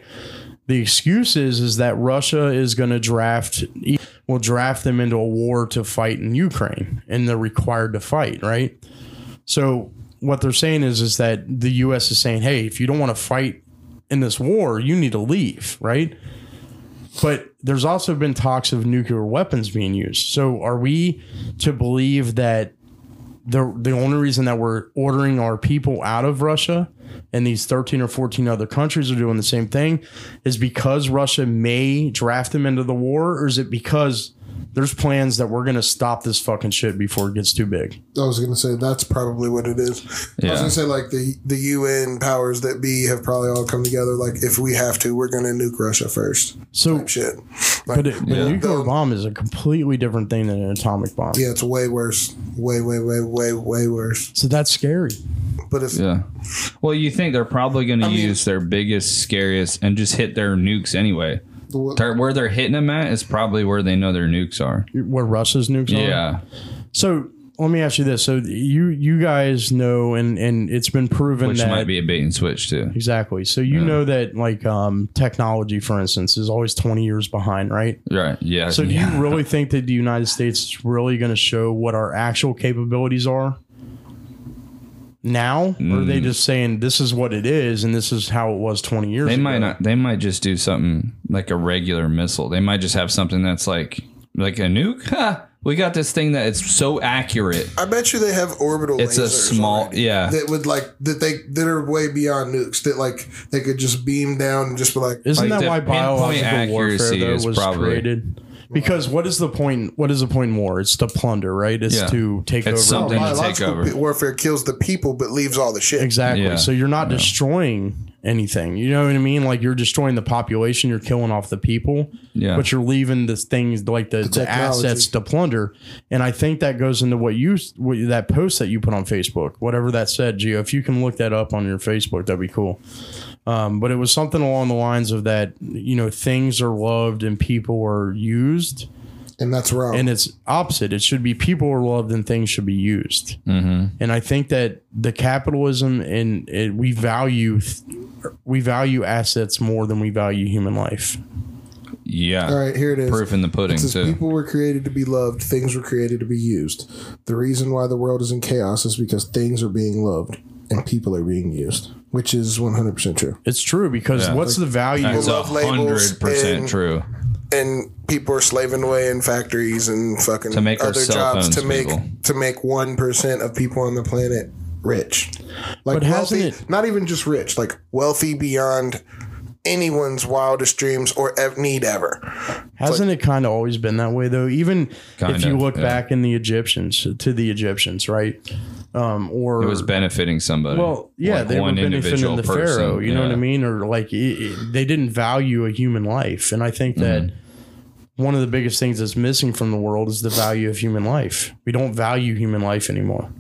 A: The excuse is is that Russia is going to draft e, will draft them into a war to fight in Ukraine, and they're required to fight, right? So what they're saying is is that the U.S. is saying, hey, if you don't want to fight in this war, you need to leave, right? But there's also been talks of nuclear weapons being used. So are we to believe that the the only reason that we're ordering our people out of Russia and these 13 or 14 other countries are doing the same thing is because Russia may draft them into the war, or is it because there's plans that we're going to stop this fucking shit before it gets too big?
C: I was gonna say that's probably what it is. I
B: Yeah.
C: was gonna say like the the UN powers that be have probably all come together. Like if we have to, we're gonna nuke Russia first.
A: So
C: Shit. Like,
A: But, it, but a nuclear bomb is a completely different thing than an atomic bomb.
C: yeah, it's way worse. Way, way, way, way, way worse.
A: So that's scary.
C: But if
B: Yeah. Well, you think they're probably going to
C: mean-
B: use their biggest, scariest, and just hit their nukes anyway.
C: Well-
B: They're- where they're hitting them at is probably where they know their nukes are.
A: Where Russia's nukes are.
B: Yeah.
A: So let me ask you this. So you you guys know, and and it's been proven
B: Which
A: that
B: might be a bait and switch, too.
A: exactly. So you know that like um, technology, for instance, is always twenty years behind, right?
B: Right. Yeah.
A: So do
B: yeah.
A: you really think that the United States is really going to show what our actual capabilities are? Now, or are
B: Mm.
A: they just saying this is what it is and this is how it was 20 years
B: They
A: ago?
B: might not. They might just do something like a regular missile. They might just have something that's like like a nuke. Ha! We got this thing that it's so accurate.
C: I bet you they have orbital.
B: It's a
C: lasers
B: small-
C: already
B: yeah.
C: That would like that they that are way beyond nukes. That like they could just beam down and just be like.
A: Isn't
B: Like,
A: that
B: the
A: why
B: pinpoint
A: biological warfare
B: accuracy
A: though,
B: is
A: was
B: probably-
A: created? Because what is the point? What is the point in war? It's to plunder, right? It's
B: Yeah.
A: to take
B: It's
A: over.
B: something- to take
C: "Oh, Biological
B: over.
C: pe- warfare kills the people, but leaves all the shit.
A: Exactly.
B: Yeah.
A: So you're not destroying anything. You know what I mean? Like you're destroying the population. You're killing off the people.
B: Yeah.
A: But you're leaving the things like the, the
C: technology.
A: assets to plunder. And I think that goes into what you what, you- that post that you put on Facebook, whatever that said, Gio. If you can look that up on your Facebook, that'd be cool. Um, but it was something along the lines of that. You know, things are loved and people are used
C: and that's wrong.
A: and it's opposite. It should be people are loved and things should be used. And I think that the capitalism and it, we value we value assets more than we value human life.
B: Yeah.
C: all right, here it is.
B: Proof in the pudding
C: It says
B: too.
C: people were created to be loved, things were created to be used. The reason why the world is in chaos is because things are being loved and people are being used, which is 100% true.
A: It's true because what's the value?
B: That's
C: People
B: a
C: love labels
B: hundred percent
C: and-
B: true.
C: And people are slaving away in factories and fucking
B: To make our
C: other
B: cell
C: jobs
B: phones,
C: to make
B: people.
C: to make 1% of people on the planet rich. Like
A: But hasn't
C: wealthy,
A: it-
C: not even just rich, like wealthy beyond anyone's wildest dreams or ev- need ever.
A: Hasn't it kind of always been that way though? Even if
B: Kind
A: you
B: of,
A: look
B: yeah.
A: back in the Egyptians to the Egyptians, right? Um, or
B: It was benefiting somebody.
A: Well, yeah,
B: Like
A: they were
B: one
A: benefiting
B: individual
A: the
B: person,
A: pharaoh. You know
B: yeah.
A: what I mean? Or like it, it- they didn't value a human life, and I think that
B: Mm-hmm.
A: one of the biggest things that's missing from the world is the value of human life. We don't value human life anymore.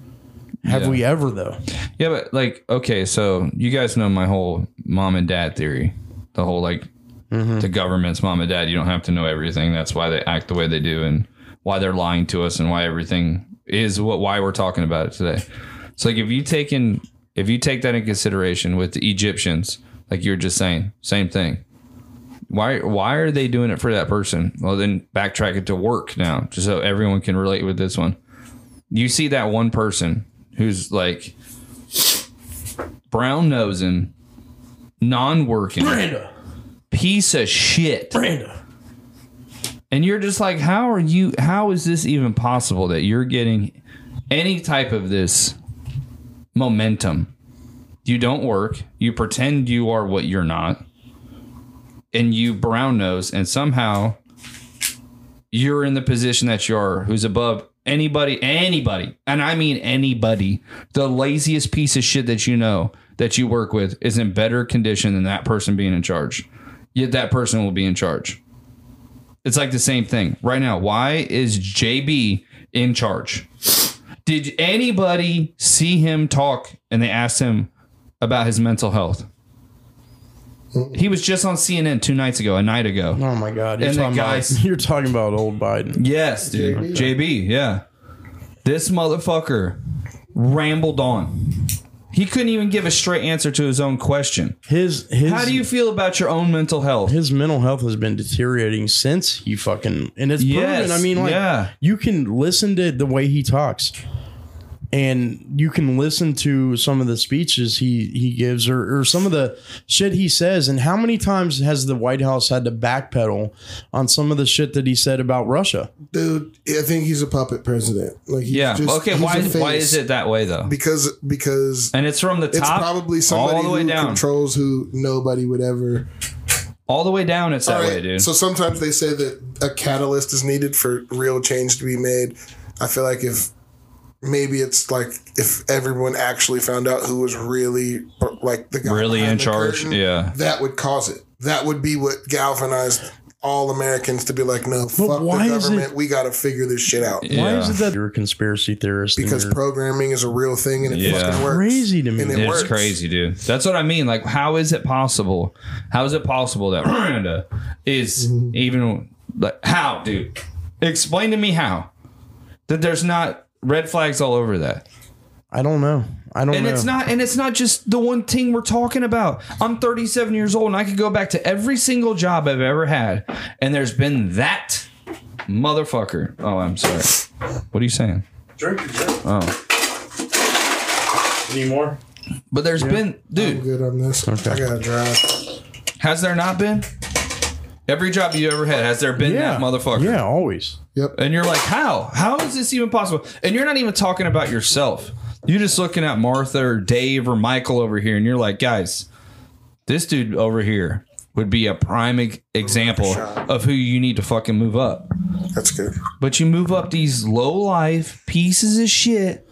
A: Have
B: Yeah.
A: we ever though?
B: Yeah, but like, okay, so you guys know my whole mom and dad theory. The whole like the government's mom and dad, you don't have to know everything. That's why they act the way they do and why they're lying to us and why everything is what why we're talking about it today. So like if you take in if you take that in consideration with the Egyptians, like you were just saying, same thing. Why why are they doing it for that person? Well then backtrack it to work now, just so everyone can relate with this one. you see that one person who's like brown nosing, non working,
A: Branda,
B: piece of shit.
A: Branda.
B: And you're just like, how are you? How is this even possible that you're getting any type of this momentum? You don't work. You pretend you are what you're not, and you brown nose, and somehow you're in the position that you are, who's above anybody, anybody, and I mean anybody. The laziest piece of shit that you know that you work with is in better condition than that person being in charge. Yet that person will be in charge. It's like the same thing right now. Why is JB in charge? Did anybody see him talk and they asked him about his mental health? He was just on CNN two nights ago, a night ago.
A: Oh my God! You're
B: And the
A: talking,
B: guys-
A: about, you're talking about old Biden.
B: Yes, dude. JB, yeah. This motherfucker rambled on. He couldn't even give a straight answer to his own question.
A: His his
B: How do you feel about your own mental health?
A: his mental health has been deteriorating since he fucking and it's
B: Yes,
A: proven. I mean, like
B: yeah.
A: you can listen to the way he talks, and you can listen to some of the speeches he he gives or, or some of the shit he says. And how many times has the White House had to backpedal on some of the shit that he said about Russia?
D: Dude, I think he's a puppet president. Like he's
B: Yeah.
D: just-
B: okay.
D: he's
B: Why?
D: a
B: Why
D: face.
B: is it that way though?
D: Because because
B: And it's from the
D: it's
B: top
D: probably somebody
B: all the way
D: who
B: down.
D: controls who nobody would ever.
B: All the way down, it's that
C: All
B: way,
C: right,
B: dude.
C: So sometimes they say that a catalyst is needed for real change to be made. I feel like if maybe it's like if everyone actually found out who was really like the guy
B: Really
C: behind
B: in
C: the
B: charge,
C: curtain,
B: yeah.
C: that would cause it. That would be what galvanized all Americans to be like, no, fuck
A: why
C: the
A: is it-
C: government. We got to figure this shit out
A: Why
B: Yeah.
A: is it that you're a conspiracy theorist? and
C: because
A: you're
C: programming is a real thing and it
B: Yeah.
C: fucking works.
A: crazy to me?
C: And it
B: it's
C: works.
B: crazy, dude. That's what I mean. Like, how is it possible? How is it possible that Miranda is
D: Mm-hmm.
B: even like how, dude? Explain to me how that there's not red flags all over that.
A: I don't know. I don't
B: And
A: know.
B: it's not and it's not just the one thing we're talking about. I'm 37 years old and I could go back to every single job I've ever had and there's been that motherfucker. Oh, I'm sorry. What are you saying?
A: drink your drink.
B: Oh.
A: Any more?
B: But there's been dude,
D: I'm good on this. I gotta drive.
B: Has there not been? Every job you ever had, has there been
A: Yeah,
B: that motherfucker?
A: Yeah, always.
B: And you're like, how? How is this even possible? And you're not even talking about yourself. You're just looking at Martha or Dave or Michael over here, and you're like, guys, this dude over here would be a prime e- example of who you need to fucking move up.
C: That's good.
B: But you move up these low life pieces of shit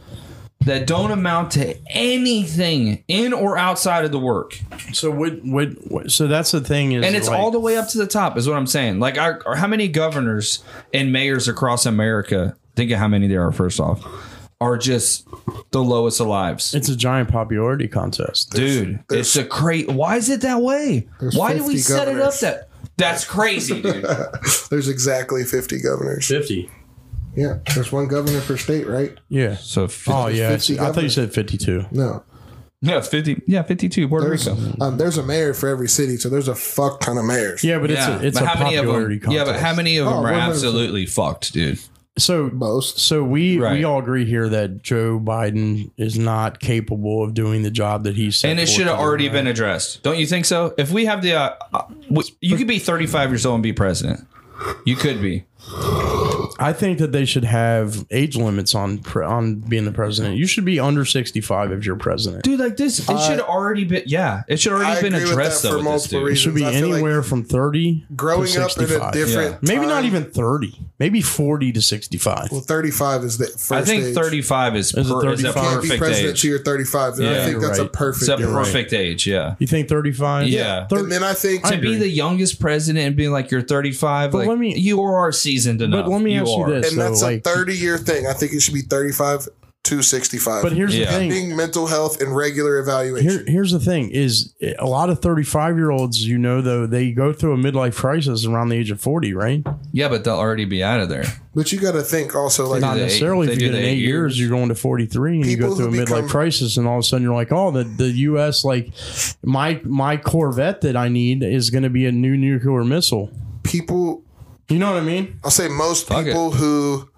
B: that don't amount to anything in or outside of the work.
A: So what? What? what so that's the thing is,
B: and it's
A: like-
B: all the way up to the top is what i'm saying like our, our- how many governors and mayors across america think of how many there are first off are just the lowest of lives
A: It's a giant popularity contest.
B: dude it's a crate why is it that way why do we
D: 50
B: set it up
D: governors.
B: that that's crazy dude
C: There's exactly 50 governors.
A: Fifty.
D: Yeah, there's one governor per state, right?
A: Yeah.
B: so f-
A: Oh yeah.
D: 50
A: I thought you
D: governors.
A: said fifty-two.
D: No,
B: yeah it's 50 yeah 52 puerto
D: there's,
B: rico
D: um, there's a mayor
C: For every city, so there's a fuck ton of mayors.
A: Yeah, but
B: yeah,
A: it's a, it's
B: but
A: a
B: how many of
A: popularity
B: them? Yeah,
A: contest.
B: but how many of them
D: Oh,
B: are
D: 100%.
B: absolutely fucked, dude?
A: So
D: most.
A: so we
B: Right.
A: we all agree here that Joe Biden is not capable of doing the job that he's.
B: And it should have already been addressed, don't you think so? If we have the, uh, uh, w- you could be 35 years old and be president. You could be.
A: I think that they should have age limits on pre- on being the president. You should be under sixty-five if you're president.
B: dude like this it should already been yeah it should already
C: I
B: been
C: agree with
B: addressed
C: that
B: though
C: for
B: with this
C: multiple
B: dude.
A: It should
C: reasons.
A: be
C: I feel like
A: anywhere from thirty
C: growing
A: to
C: up in a
A: 65.
C: different
A: Maybe not
C: time-
A: even 30, maybe 40 to 65.
C: Well, 35 is the first
B: i think
C: age.
B: 35 is,
A: Is it
B: per, is
A: 35?
B: a
C: Can't be
B: perfect
C: president
B: age
C: till you're 35. And
B: Yeah,
C: I think
A: you're
C: that's
A: right.
C: a perfect.
B: it's a
C: age.
B: perfect age yeah
A: You think 35?
B: Yeah.
A: Thir-
C: And then I think
A: I
B: to be
A: agree.
B: the youngest president and being like you're 35 like
A: let me-
B: you are seasoned enough
A: let me ask you
B: are.
A: this.
C: and that's
A: So,
C: a
A: like-
C: 30 year thing. I think it should be 35 to 65.
A: but here's
B: Yeah.
A: the thing.
C: Being mental health and regular evaluation.
A: Here, here's the thing is a lot of 35 year olds, you know, though, they go through a midlife crisis around the age of 40, right?
B: yeah but they'll already be out of there
C: but you got to think also like
A: Not
B: the eight-
A: necessarily.
B: they
A: If
B: do
A: you get
B: the
A: in eight
B: eight
A: years,
B: years.
A: you're going to 43 and you go
C: People
A: through a
C: who
A: midlife
C: become-
A: crisis, and all of a sudden you're like, oh, the, the U.S., like my, my Corvette that I need is going to be a new nuclear missile.
C: people,
A: You know what I mean?
C: I'll say most
B: Fuck it.
C: people who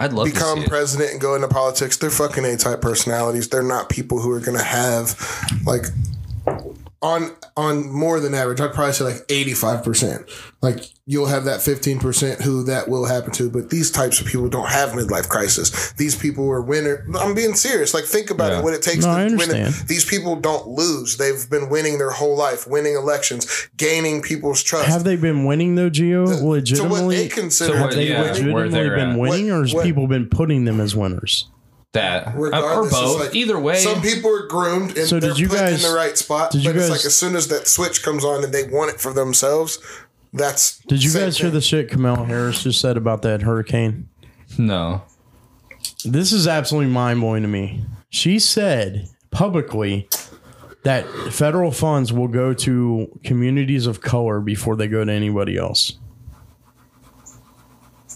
B: I'd love
C: become
B: to see it.
C: president and go into politics, they're fucking A type personalities. They're not people who are gonna have like on on more than average, I'd probably say like eighty five percent. Like you'll have that fifteen percent who that will happen to, but these types of people don't have midlife crisis. These people are winner. I'm being serious. Like think about
B: Yeah.
C: it. What it takes.
A: No, I
C: win it.
A: understand.
C: These people don't lose. They've been winning their whole life, winning elections, gaining people's trust.
A: Have they been winning though, Geo?
C: to what they
A: Legitimately,
C: consider
B: So
A: have
B: what-
A: they
B: yeah, where
A: legitimately
B: they're
A: been
B: at.
A: winning, or has
C: What- what-
A: people been putting them as winners?
B: that or
C: regardless. It's
B: both.
C: like-
B: Either way,
C: Some people are groomed and
A: So
C: they're
A: did you
C: put
A: guys-
C: in the right spot.
A: did you
C: but it's
A: guys-
C: like as soon as that switch comes on and they want it for themselves, that's
A: Did you
C: same
A: guys hear
C: thing.
A: the shit Kamel Harris just said about that hurricane?
B: no.
A: This is absolutely mind blowing to me. She said publicly that federal funds will go to communities of color before they go to anybody else.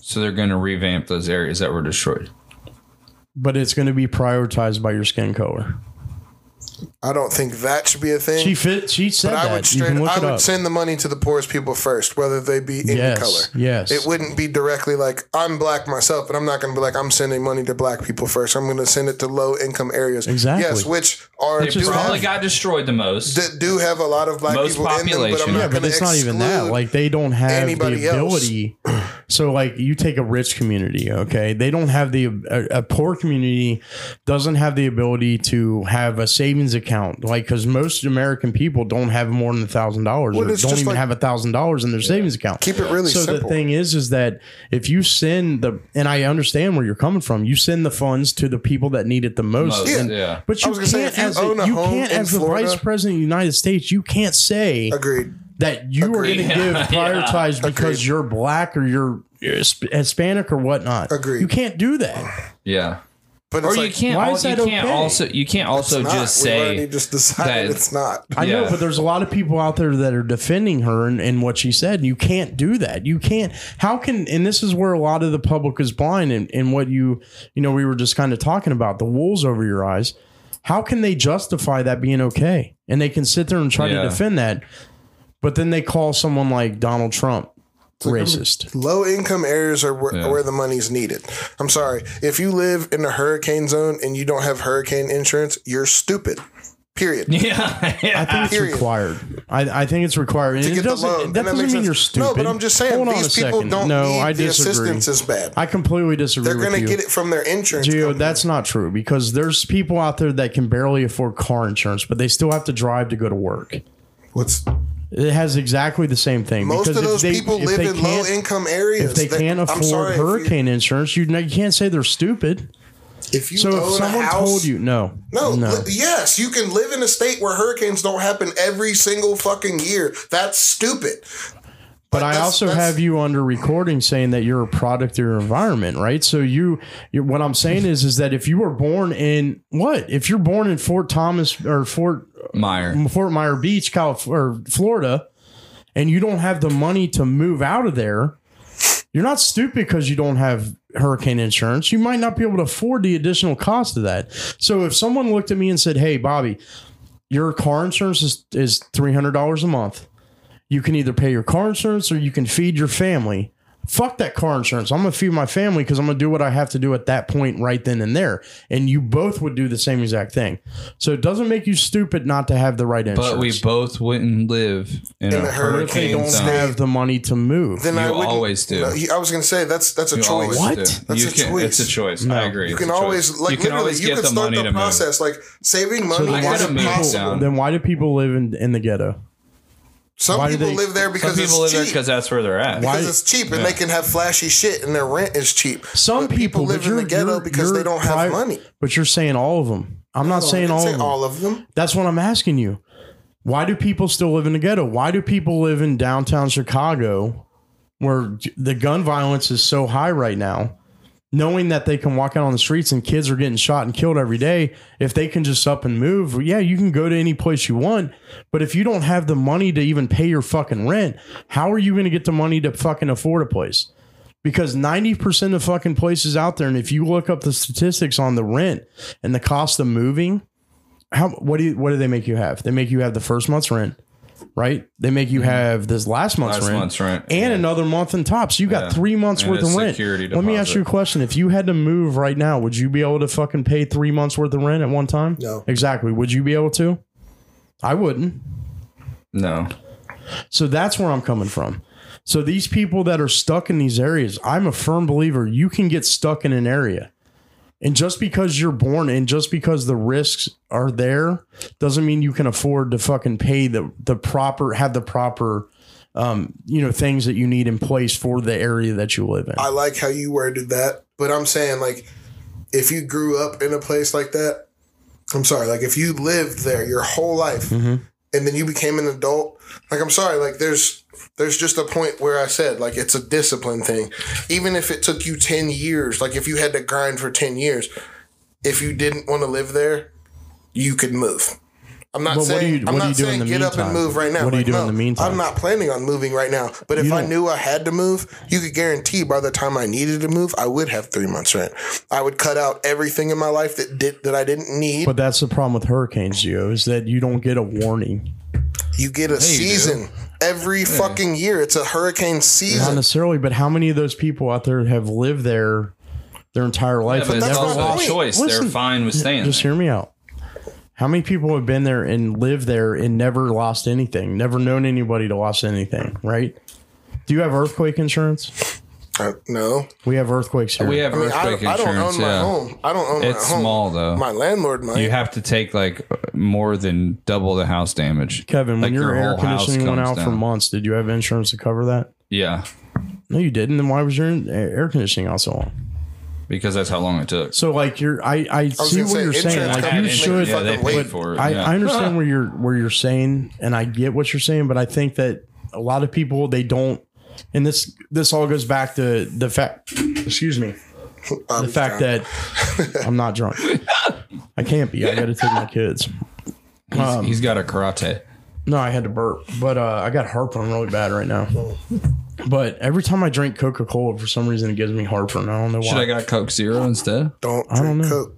B: So they're going to revamp those areas that were destroyed.
A: But it's going to be prioritized by your skin color.
C: I don't think that should be a thing.
A: She fit. She said
C: but I would
A: that. You
C: straight
A: can look
C: I
A: it
C: would
A: up.
C: send the money to the poorest people first, whether they be any
A: Yes,
C: color.
A: yes.
C: It wouldn't be directly like I'm black myself, but I'm not gonna be like I'm sending money to black people first. I'm gonna send it to low income areas.
A: Exactly.
C: Yes, which are
B: They
A: is
C: do
B: probably
C: have,
B: got destroyed the most.
C: that do have a lot of black
B: Most
C: people in them, but
B: population.
C: I'm
A: yeah,
C: not
B: Yeah,
A: but
C: gonna
A: it's not even that.
C: exclude-
A: Like they don't have the
C: anybody else.
A: ability. So, like you take a rich community, okay? They don't have the a, a poor community doesn't have the ability to have a savings account, like because most American people don't have more than a thousand dollars, or
C: Well,
A: don't
C: it's just
A: even
C: like-
A: have a thousand dollars in their savings account.
C: Keep it really
A: so the
C: simple.
A: thing is, is that if you send the and I understand where you're coming from, you send the funds to the people that need it the most.
B: Most,
A: and-
B: yeah.
A: But you
C: was
A: can't
C: gonna say, if you
A: as a-
C: own a
A: you
C: home
A: can't
C: in
A: as the
C: Florida-
A: vice president of the United States, you can't say
C: agreed.
A: that you
C: Agreed.
A: are going to give prioritized because
C: Agreed.
A: you're black or you're Hisp- Hispanic or whatnot.
C: Agreed.
A: You can't do that.
B: yeah.
C: But
B: Or
C: it's
B: you
C: like,
B: can't.
A: why
B: al-
A: is that
B: you can't
A: okay?
B: also. You can't also
C: not.
B: just
C: We've already
B: say.
C: just decided
B: that-
C: it's not.
A: I know,
B: Yeah.
A: but there's a lot of people out there that are defending her and, and what she said. You can't do that. You can't. How can? And this is where a lot of the public is blind. And, and what you, you know, we were just kind of talking about the wool's over your eyes. How can they justify that being okay? And they can sit there and try
B: Yeah.
A: to defend that, but then they call someone like Donald Trump racist.
C: Low income areas are where,
B: Yeah.
C: where the money's needed. I'm sorry. If you live in a hurricane zone and you don't have hurricane insurance, you're stupid. Period.
B: yeah.
A: I think it's
C: Period.
A: required. I, I think it's required. And
C: To
A: it
C: get the
A: doesn't,
C: loan.
A: That
C: And
A: doesn't
C: makes
A: mean
C: sense.
A: you're stupid.
C: No, but I'm just saying
A: Hold on
C: these
A: a
C: people
A: second.
C: don't
A: no,
C: need
A: I
C: the
A: disagree.
C: assistance as bad.
A: I completely disagree
C: They're
A: with
C: going to
A: you.
C: get it from their insurance.
A: Gio,
C: company.
A: that's not true because there's people out there that can barely afford car insurance, but they still have to drive to go to work.
C: What's
A: It has exactly the same thing.
C: most of
A: because if
C: those
A: they-
C: people
A: if
C: live
A: they
C: in low
A: can't-
C: income areas.
A: If they can't afford
C: if you-
A: hurricane insurance, you, you can't say they're stupid.
C: If you,
A: So
C: own
A: if someone
C: a house,
A: told you, no,
C: No, li- yes, you can live in a state where hurricanes don't happen every single fucking year. That's stupid.
A: But I
C: that's-
A: also
C: that's-
A: have you under recording saying that you're a product of your environment, right? So you, you what I'm saying is, is that if you were born in what? If you're born in Fort Thomas or Fort
B: Meyer.
A: Fort Myer Beach, California, or Florida, and you don't have the money to move out of there, you're not stupid because you don't have hurricane insurance. You might not be able to afford the additional cost of that. So if someone looked at me and said, "Hey, Bobby, your car insurance is is three hundred dollars a month. You can either pay your car insurance or you can feed your family." Fuck that car insurance. I'm gonna feed my family because I'm gonna do what I have to do at that point right then and there. And you both would do the same exact thing. So it doesn't make you stupid not to have the right insurance.
B: But we both wouldn't live in, a
C: a
A: But if they
B: hurricane
C: hurricane
A: don't
B: zone.
C: state.
A: have the money to move.
C: Then I
B: You
C: wouldn't-
B: always do.
C: No, he- I was going to say that's that's a
B: You
C: choice.
B: always
A: What?
B: do.
C: That's
B: You
C: a
B: can-
C: choice.
B: It's a choice. I agree.
C: You
B: It's
C: can
B: a choice.
C: always like
B: you can
C: literally
B: always
C: you
B: get
C: can
B: the
C: start
B: money
C: the
B: to move.
C: process. Like saving money
A: then why
C: is
A: do people-
C: impossible.
B: down.
A: Then why do people live in, in the ghetto?
C: Some
A: Why do
C: people
A: they-
C: live there because
B: Some people live
C: it's
B: there
C: cheap.
B: because that's where they're at.
A: Why-
C: because it's cheap and they can have flashy shit and their rent is cheap.
A: Some
C: But
A: people,
C: live
A: but
C: in the
A: you're-
C: ghetto
A: you're-
C: because
A: you're
C: they don't have
A: pri-
C: money.
A: But you're saying all of them. I'm not saying all of
C: Say
A: them.
C: all of them.
A: That's what I'm asking you. Why do people still live in the ghetto? Why do people live in downtown Chicago where j- the gun violence is so high right now? Knowing that they can walk out on the streets and kids are getting shot and killed every day, if they can just up and move, yeah, you can go to any place you want. But if you don't have the money to even pay your fucking rent, how are you going to get the money to fucking afford a place? because 90% of fucking places out there and if you look up the statistics on the rent and the cost of moving how what do you, what do they make you have they make you have the first month's rent right? They make you have this last month's
B: Mm-hmm. Last
A: rent
B: month's rent.
A: and another month on top. So you got
B: Yeah.
A: three months
B: And
A: worth
B: a
A: of rent.
B: security
A: Let me ask
B: deposit.
A: you a question: If you had to move right now, would you be able to fucking pay three months worth of rent at one time?
D: No.
A: Exactly. Would you be able to? I wouldn't.
B: No.
A: So that's where I'm coming from. So these people that are stuck in these areas, I'm a firm believer you can get stuck in an area. And just because you're born and just because the risks are there doesn't mean you can afford to fucking pay the the proper have the proper um, you know things that you need in place for the area that you live in.
C: I like how you worded that, but I'm saying like if you grew up in a place like that, I'm sorry, like if you lived there your whole life
A: Mm-hmm.
C: and then you became an adult, like I'm sorry, like there's there's just a point where I said like it's a discipline thing. Even if it took you 10 years, like if you had to grind for 10 years, if you didn't want to live there, you could move. I'm not
A: But what do
C: saying
A: you-
C: I'm
A: what do
C: not
A: you do in
C: saying
A: the
C: get up and
A: meantime?
C: move right now.
A: What do you
C: Like,
A: do in
C: no,
A: the meantime?
C: I'm not not planning on moving right now, but if
A: You
C: I
A: don't-
C: knew I had to move, you could guarantee by the time I needed to move, I would have three months rent. I would cut out everything in my life that did that I didn't need.
A: but that's the problem with hurricanes, Gio, is that you don't get a warning.
C: you get a
B: you do.
C: season every fucking year. It's a hurricane
A: Not
C: season.
A: necessarily, but how many of those people out there have lived there their entire life?
B: but
A: and
B: that's
A: never
C: my
B: also a
C: point.
B: choice.
A: Listen,
B: They're fine with staying.
A: Just
B: there.
A: hear me out. How many people have been there and lived there and never lost anything, never known anybody to lost anything, right? Do you have earthquake insurance?
C: Uh, no,
A: We have earthquaques here.
B: We have
C: I mean I,
B: earthquake
C: don't- I don't
B: insurance.
C: own my
B: yeah.
C: home. I don't own
B: It's
C: my home.
B: small though.
C: My landlord might.
B: you have to take like more than double the house damage.
A: Kevin, when
B: Like,
A: your, air
B: whole house
A: conditioning went
B: comes
A: out for
B: down.
A: months, did you have insurance to cover that?
B: Yeah,
A: No, you didn't. Then why was your in- air conditioning out so long?
B: because that's how long it took.
A: So like you're I, I see
C: gonna
A: what
C: say,
A: you're saying.
C: insurance
A: Like you
C: companies make
A: should
B: yeah, they
C: fucking wait
B: paid for it.
A: I,
B: yeah.
A: I understand where you're where you're saying, and I get what you're saying, but I think that a lot of people they don't, and this this all goes back to the fact. Excuse me, the fact that I'm not drunk. I can't be. I got to take my kids.
B: He's- he's got a karate.
A: No, I had to burp, but uh, I got heartburn really bad right now. But every time I drink Coca Cola, for some reason it gives me heartburn. I don't know
B: Should
A: why.
B: I got Coke Zero instead?
C: don't drink
A: don't know.
C: coke.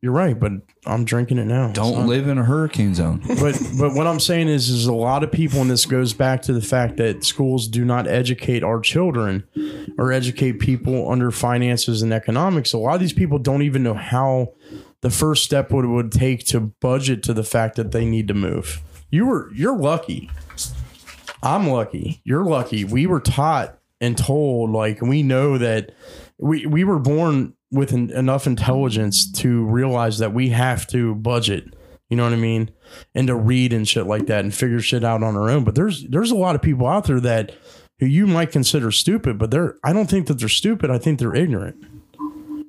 A: you're right, but I'm drinking it now.
B: Don't live in a hurricane zone.
A: but but what I'm saying is is a lot of people, and this goes back to the fact that schools do not educate our children or educate people under finances and economics. A lot of these people don't even know how the first step would would take to budget to the fact that they need to move. You were you're lucky. I'm lucky. You're lucky. We were taught and told like we know that we we were born with en- enough intelligence to realize that we have to budget. You know what I mean? And to read and shit like that and figure shit out on our own. But there's there's a lot of people out there that who you might consider stupid, but they're I don't think that they're stupid. I think they're ignorant.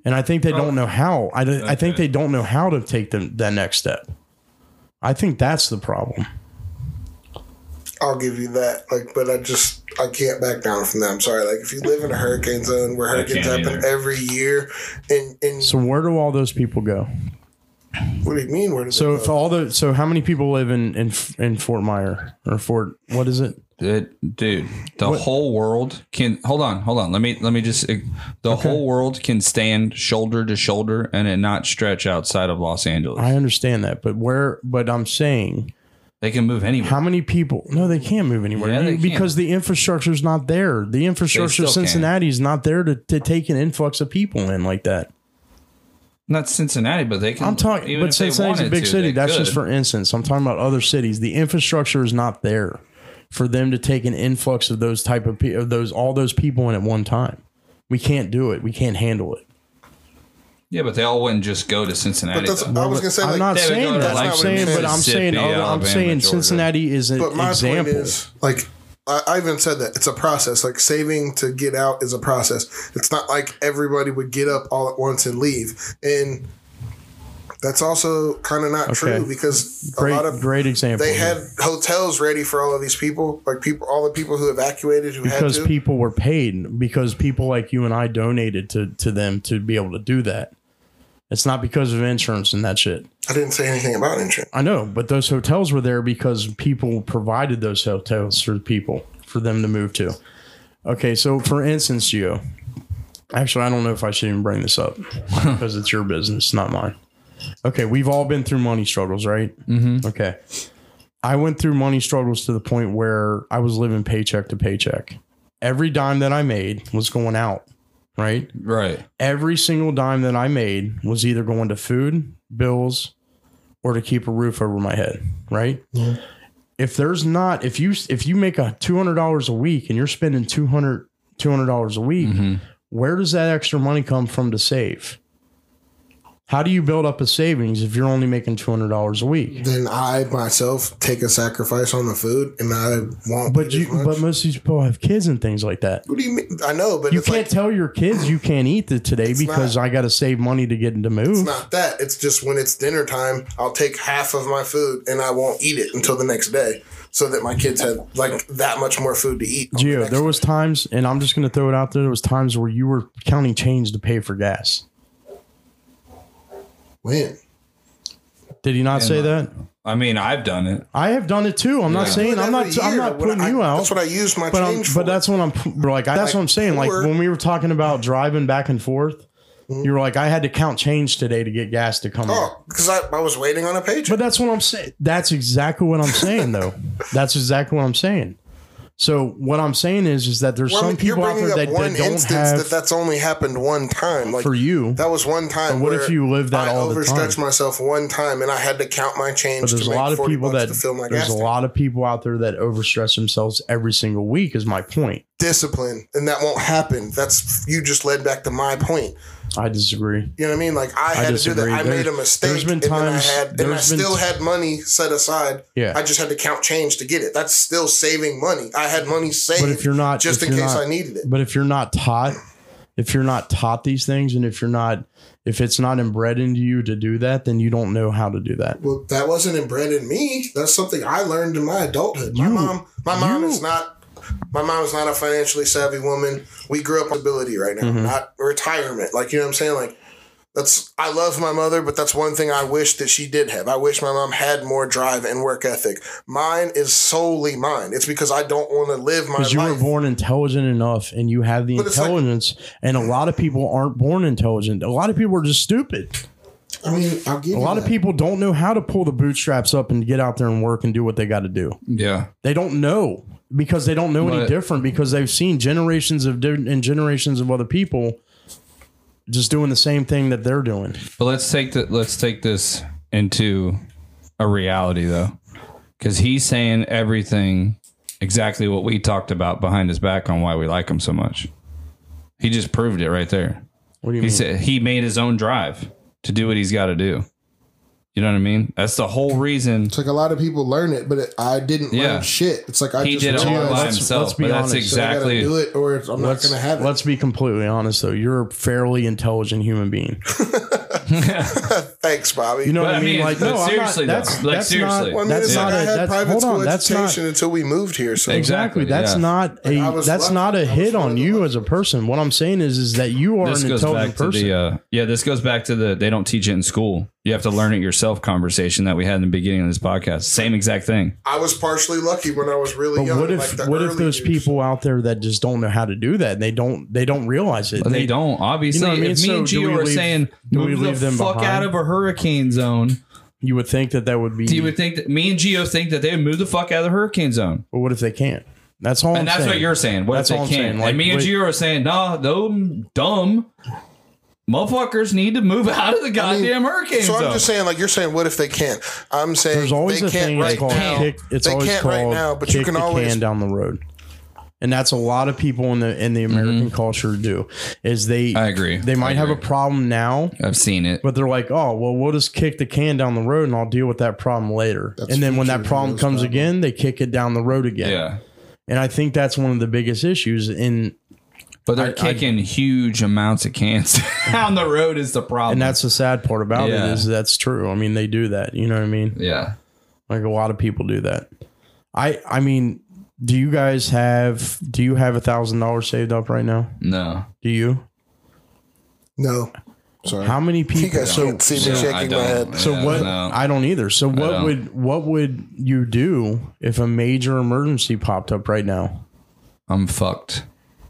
A: And I think they don't know how. I, don't- I think
B: Okay.
A: they don't know how to take them that next step. I think that's the problem.
C: I'll give you that. Like, but I just I can't back down from that. I'm sorry. Like, if you live in a hurricane zone where hurricanes
B: can't
C: happen
B: either.
C: every year, and and
A: So where do all those people go?
C: what do you mean? Where does
A: So
C: it
A: if
C: go?
A: all the so how many people live in in in Fort Myer or Fort what is it?
B: It, dude, the whole world can hold on, hold on. Let me let me just eh, the whole world can stand shoulder to shoulder and it not stretch outside of Los Angeles.
A: I understand that, but where? But I'm saying
B: they can move anywhere.
A: how many people? No, they can't move anywhere
B: Yeah, they can.
A: because the infrastructure is not there. The infrastructure of
B: still can.
A: Cincinnati is not there to, to take an influx of people in like that.
B: Not Cincinnati, but they can.
A: I'm talking,
B: even
A: but
B: if they
A: Cincinnati's a
B: wanted
A: big
B: to,
A: city.
B: they
A: That's just
B: could.
A: for instance. I'm talking about other cities. The infrastructure is not there for them to take an influx of those type of pe- of those all those people in at one time. We can't do it. We can't handle it.
B: yeah, but they all wouldn't just go to Cincinnati.
C: But that's,
B: though.
C: I was gonna say,
A: I'm
C: like,
A: not
B: They would go
A: saying
B: to
A: that.
B: like
A: I'm saying, but I'm
B: Mississippi,
A: saying, other, I'm
B: Alabama,
A: saying
B: Georgia.
A: Cincinnati is an
C: But my
A: e-, example.
C: point is, like, I, I even said that it's a process. Like, saving to get out is a process. It's not like everybody would get up all at once and leave. And that's also kind of not true because
A: great,
C: a lot of
A: great example.
C: they
A: here.
C: had hotels ready for all of these people, like people, all the people who evacuated who
A: because
C: had to.
A: people were paid because people like you and I donated to to them to be able to do that. It's not because of insurance and that shit.
C: I didn't say anything about insurance.
A: I know, but those hotels were there because people provided those hotels for people for them to move to. Okay, so for instance, you actually I don't know if I should even bring this up because it's your business, not mine. Okay, we've all been through money struggles, right? Mm-hmm. Okay. I went through money struggles to the point where I was living paycheck to paycheck. Every dime that I made was going out, right?
B: Right.
A: Every single dime that I made was either going to food, bills, or to keep a roof over my head, right? If there's not if you if you make a $200 a week and you're spending 200 $200 a week, where does that extra money come from to save? How do you build up a savings if you're only making $200 a week?
D: Then I myself take a sacrifice on the food, and I won't.
A: But
D: eat
A: you,
D: as much.
A: but most of these people have kids and things like that.
D: what do you mean? I know, but
A: You
D: it's
A: can't
D: like,
A: tell your kids you can't eat the today because I got to save money to get into move.
D: not
C: Not that. It's just when it's dinner time, I'll take half of my food and I won't eat it until the next day, so that my kids have like that much more food to eat. on the
A: Gio,
C: next
A: there was times, and I'm just going to throw it out there. There was times where you were counting change to pay for gas.
D: when.
A: Did he not say that?
B: I mean, I've done it.
A: I have done it too. I'm not saying I'm not.
C: Every
A: I'm
C: year,
A: not
C: when
A: putting
C: I-
A: you out.
C: That's what I use my
A: but I'm,
C: change
A: but
C: for.
A: that's what I'm p- bro, like. That's what I'm saying. Like
C: or-
A: when we were talking about driving back and forth, you were like, I had to count change today to get gas to come. out.
C: Mm-hmm. Oh, because I, I was waiting on a paycheck.
A: But that's what I'm saying. That's exactly what I'm saying, though. that's exactly what I'm saying. So what I'm saying is, is that there's
C: Well, I
A: some
C: mean, you're
A: people out
C: bringing
A: there
C: up
A: that, that
C: one
A: don't
C: instance
A: have
C: that that's only happened one time. Like
A: for you.
C: that was one time.
A: what
C: where
A: if you live that
C: I
A: all the time?
C: overstretched myself one time, and I had to count my change.
A: But there's
C: to
A: a
C: make
A: lot of
C: 40
A: people
C: bucks
A: that
C: to fill my
A: there's
C: gas
A: a
C: tank.
A: lot of people out there that overstress themselves every single week. Is my point.
C: discipline, and that won't happen. That's you just led back to my point.
A: I disagree.
C: You know what I mean? Like I had to do
A: disagree.
C: that. I
A: There's-
C: made a mistake,
A: there's been
C: and then I
A: times-
C: had, and I
A: there's been-
C: still had money set aside.
A: Yeah.
C: I just had to count change to get it. That's still saving money. I had money saved.
A: But if you're not,
C: just
A: if
C: in
A: you're
C: case
A: not-
C: I needed it.
A: But if you're not taught, if you're not taught these things, and if you're not, if it's not inbred into you to do that, then you don't know how to do that.
D: Well,
C: that wasn't inbred in me. That's something I learned in my adulthood. My
A: You-
C: mom, my mom
A: you-
C: is not. My mom is not a financially savvy woman. We grew up on ability right now,
D: Mm-hmm.
C: not retirement. Like you know what I'm saying. Like that's I love my mother, but that's one thing I wish that she did have. I wish my mom had more drive and work ethic. Mine is solely mine. It's because I don't want to live my
A: Because you were
C: life.
A: born intelligent enough and you have the
C: But it's like-
A: intelligence, and a lot of people aren't born intelligent. A lot of people are just stupid.
D: I mean, I'll give
A: A lot of people don't know how to pull the bootstraps up and get out there and work and do what they got to do.
B: Yeah.
A: They don't know because they don't know any
B: But-
A: different because they've seen generations of different and generations of other people just doing the same thing that they're doing.
B: But let's take the, let's take this into a reality though, because he's saying everything exactly what we talked about behind his back on why we like him so much. He just proved it right there.
A: What do you
B: He
A: mean?
B: said he made his own drive to do what he's got to do. You know what I mean? That's the whole reason
D: It's like a lot of people learn it, but it, I didn't
B: Yeah.
D: learn shit. It's like I
B: he
D: just
B: did it all
D: realized
B: by
A: let's-
B: himself.
A: let's be
B: but that's
A: honest.
D: that I gotta
B: exactly
D: do it, or it's, I'm not gonna have it.
A: Let's be completely honest though. You're a fairly intelligent human being.
C: Thanks, Bobby.
A: You know what
B: But
A: I
B: I
A: mean?
B: mean,
A: Like
B: but
A: no,
B: seriously,
A: I'm
B: though.
A: not, that's,
B: Like,
A: that's
B: seriously.
A: not.
C: Well, I mean,
A: that's
C: it's
A: not
C: like
A: a,
C: I had
A: that's,
C: private
A: hold
C: school
A: on, that's not
C: education until we moved here. So
A: Exactly.
B: Exactly,
A: That's
B: yeah.
A: not a.
D: I was
A: that's
D: lucky.
A: not a
D: I was
A: hit on
D: really
A: you
D: lucky.
A: as a person. What I'm saying is, is that you are
B: this
A: an
B: goes
A: intelligent
B: back to
A: person.
B: the uh, yeah. This goes back to the they don't teach it in school. You have to learn it yourself. Conversation that we had in the beginning of this podcast. Same exact thing.
C: I was partially lucky when I was really
A: but
C: young.
A: what
C: like
A: if
C: the
A: what if
C: early
A: those
C: years.
A: people out there that just don't know how to do that? And they don't they don't realize it.
B: But they, don't obviously.
A: You know what I mean?
B: If me and
A: So do
B: Gio
A: we
B: are
A: leave-
B: saying
A: do we
B: move the
A: leave them
B: fuck
A: behind?
B: out of a hurricane zone,
A: You would think that that would be.
B: you would think that me and Gio think that they would move the fuck out of the hurricane zone,
A: but what if they can't? That's all.
B: and
A: I'm
B: that's what
A: saying.
B: you're saying. What
A: That's
B: if
A: all
B: they
A: I'm
B: can't?
A: saying.
B: Like,
A: Like,
B: me and
A: wait-
B: Gio are saying, nah, those dumb motherfuckers need to move out of the goddamn hurricane
C: So
B: zone.
C: I'm just saying, like you're saying, what if they can't? I'm saying
A: There's always
C: they
A: a
C: can't
A: thing
C: right
A: it's called
C: now.
A: kick. It's
C: they
A: always
C: can't
A: called
C: right now, but you
A: kick
C: can
A: the
C: always.
A: can down the road. And that's a lot of people in the in the American culture do is they
B: Mm-hmm. I agree.
A: they
B: I
A: might have a
B: agree.
A: problem now
B: I've seen it.
A: But they're like, oh, well, we'll just kick the can down the road and I'll deal with that problem later. and then when that
D: future
A: problem
D: Will's
A: comes
D: problem.
A: again, they kick it down the road again.
B: yeah.
A: And I think that's one of the biggest issues. In
B: But they're kicking huge amounts of cans down the road is the problem.
A: and that's the sad part about
B: Yeah.
A: it is that's true. I mean, they do that. You know what I mean?
B: yeah.
A: Like a lot of people do that. I I mean, do you guys have do you have a thousand dollars saved up right now?
B: No.
A: Do you?
D: no, sorry.
A: How many
C: You
A: people?
C: guys
A: So
C: can't see me
B: Yeah, I
C: shaking my
B: don't.
C: head.
A: so
B: Yeah,
A: what?
B: no.
A: I don't either. So what
B: don't.
A: would what would you do if a major emergency popped up right now?
B: I'm fucked.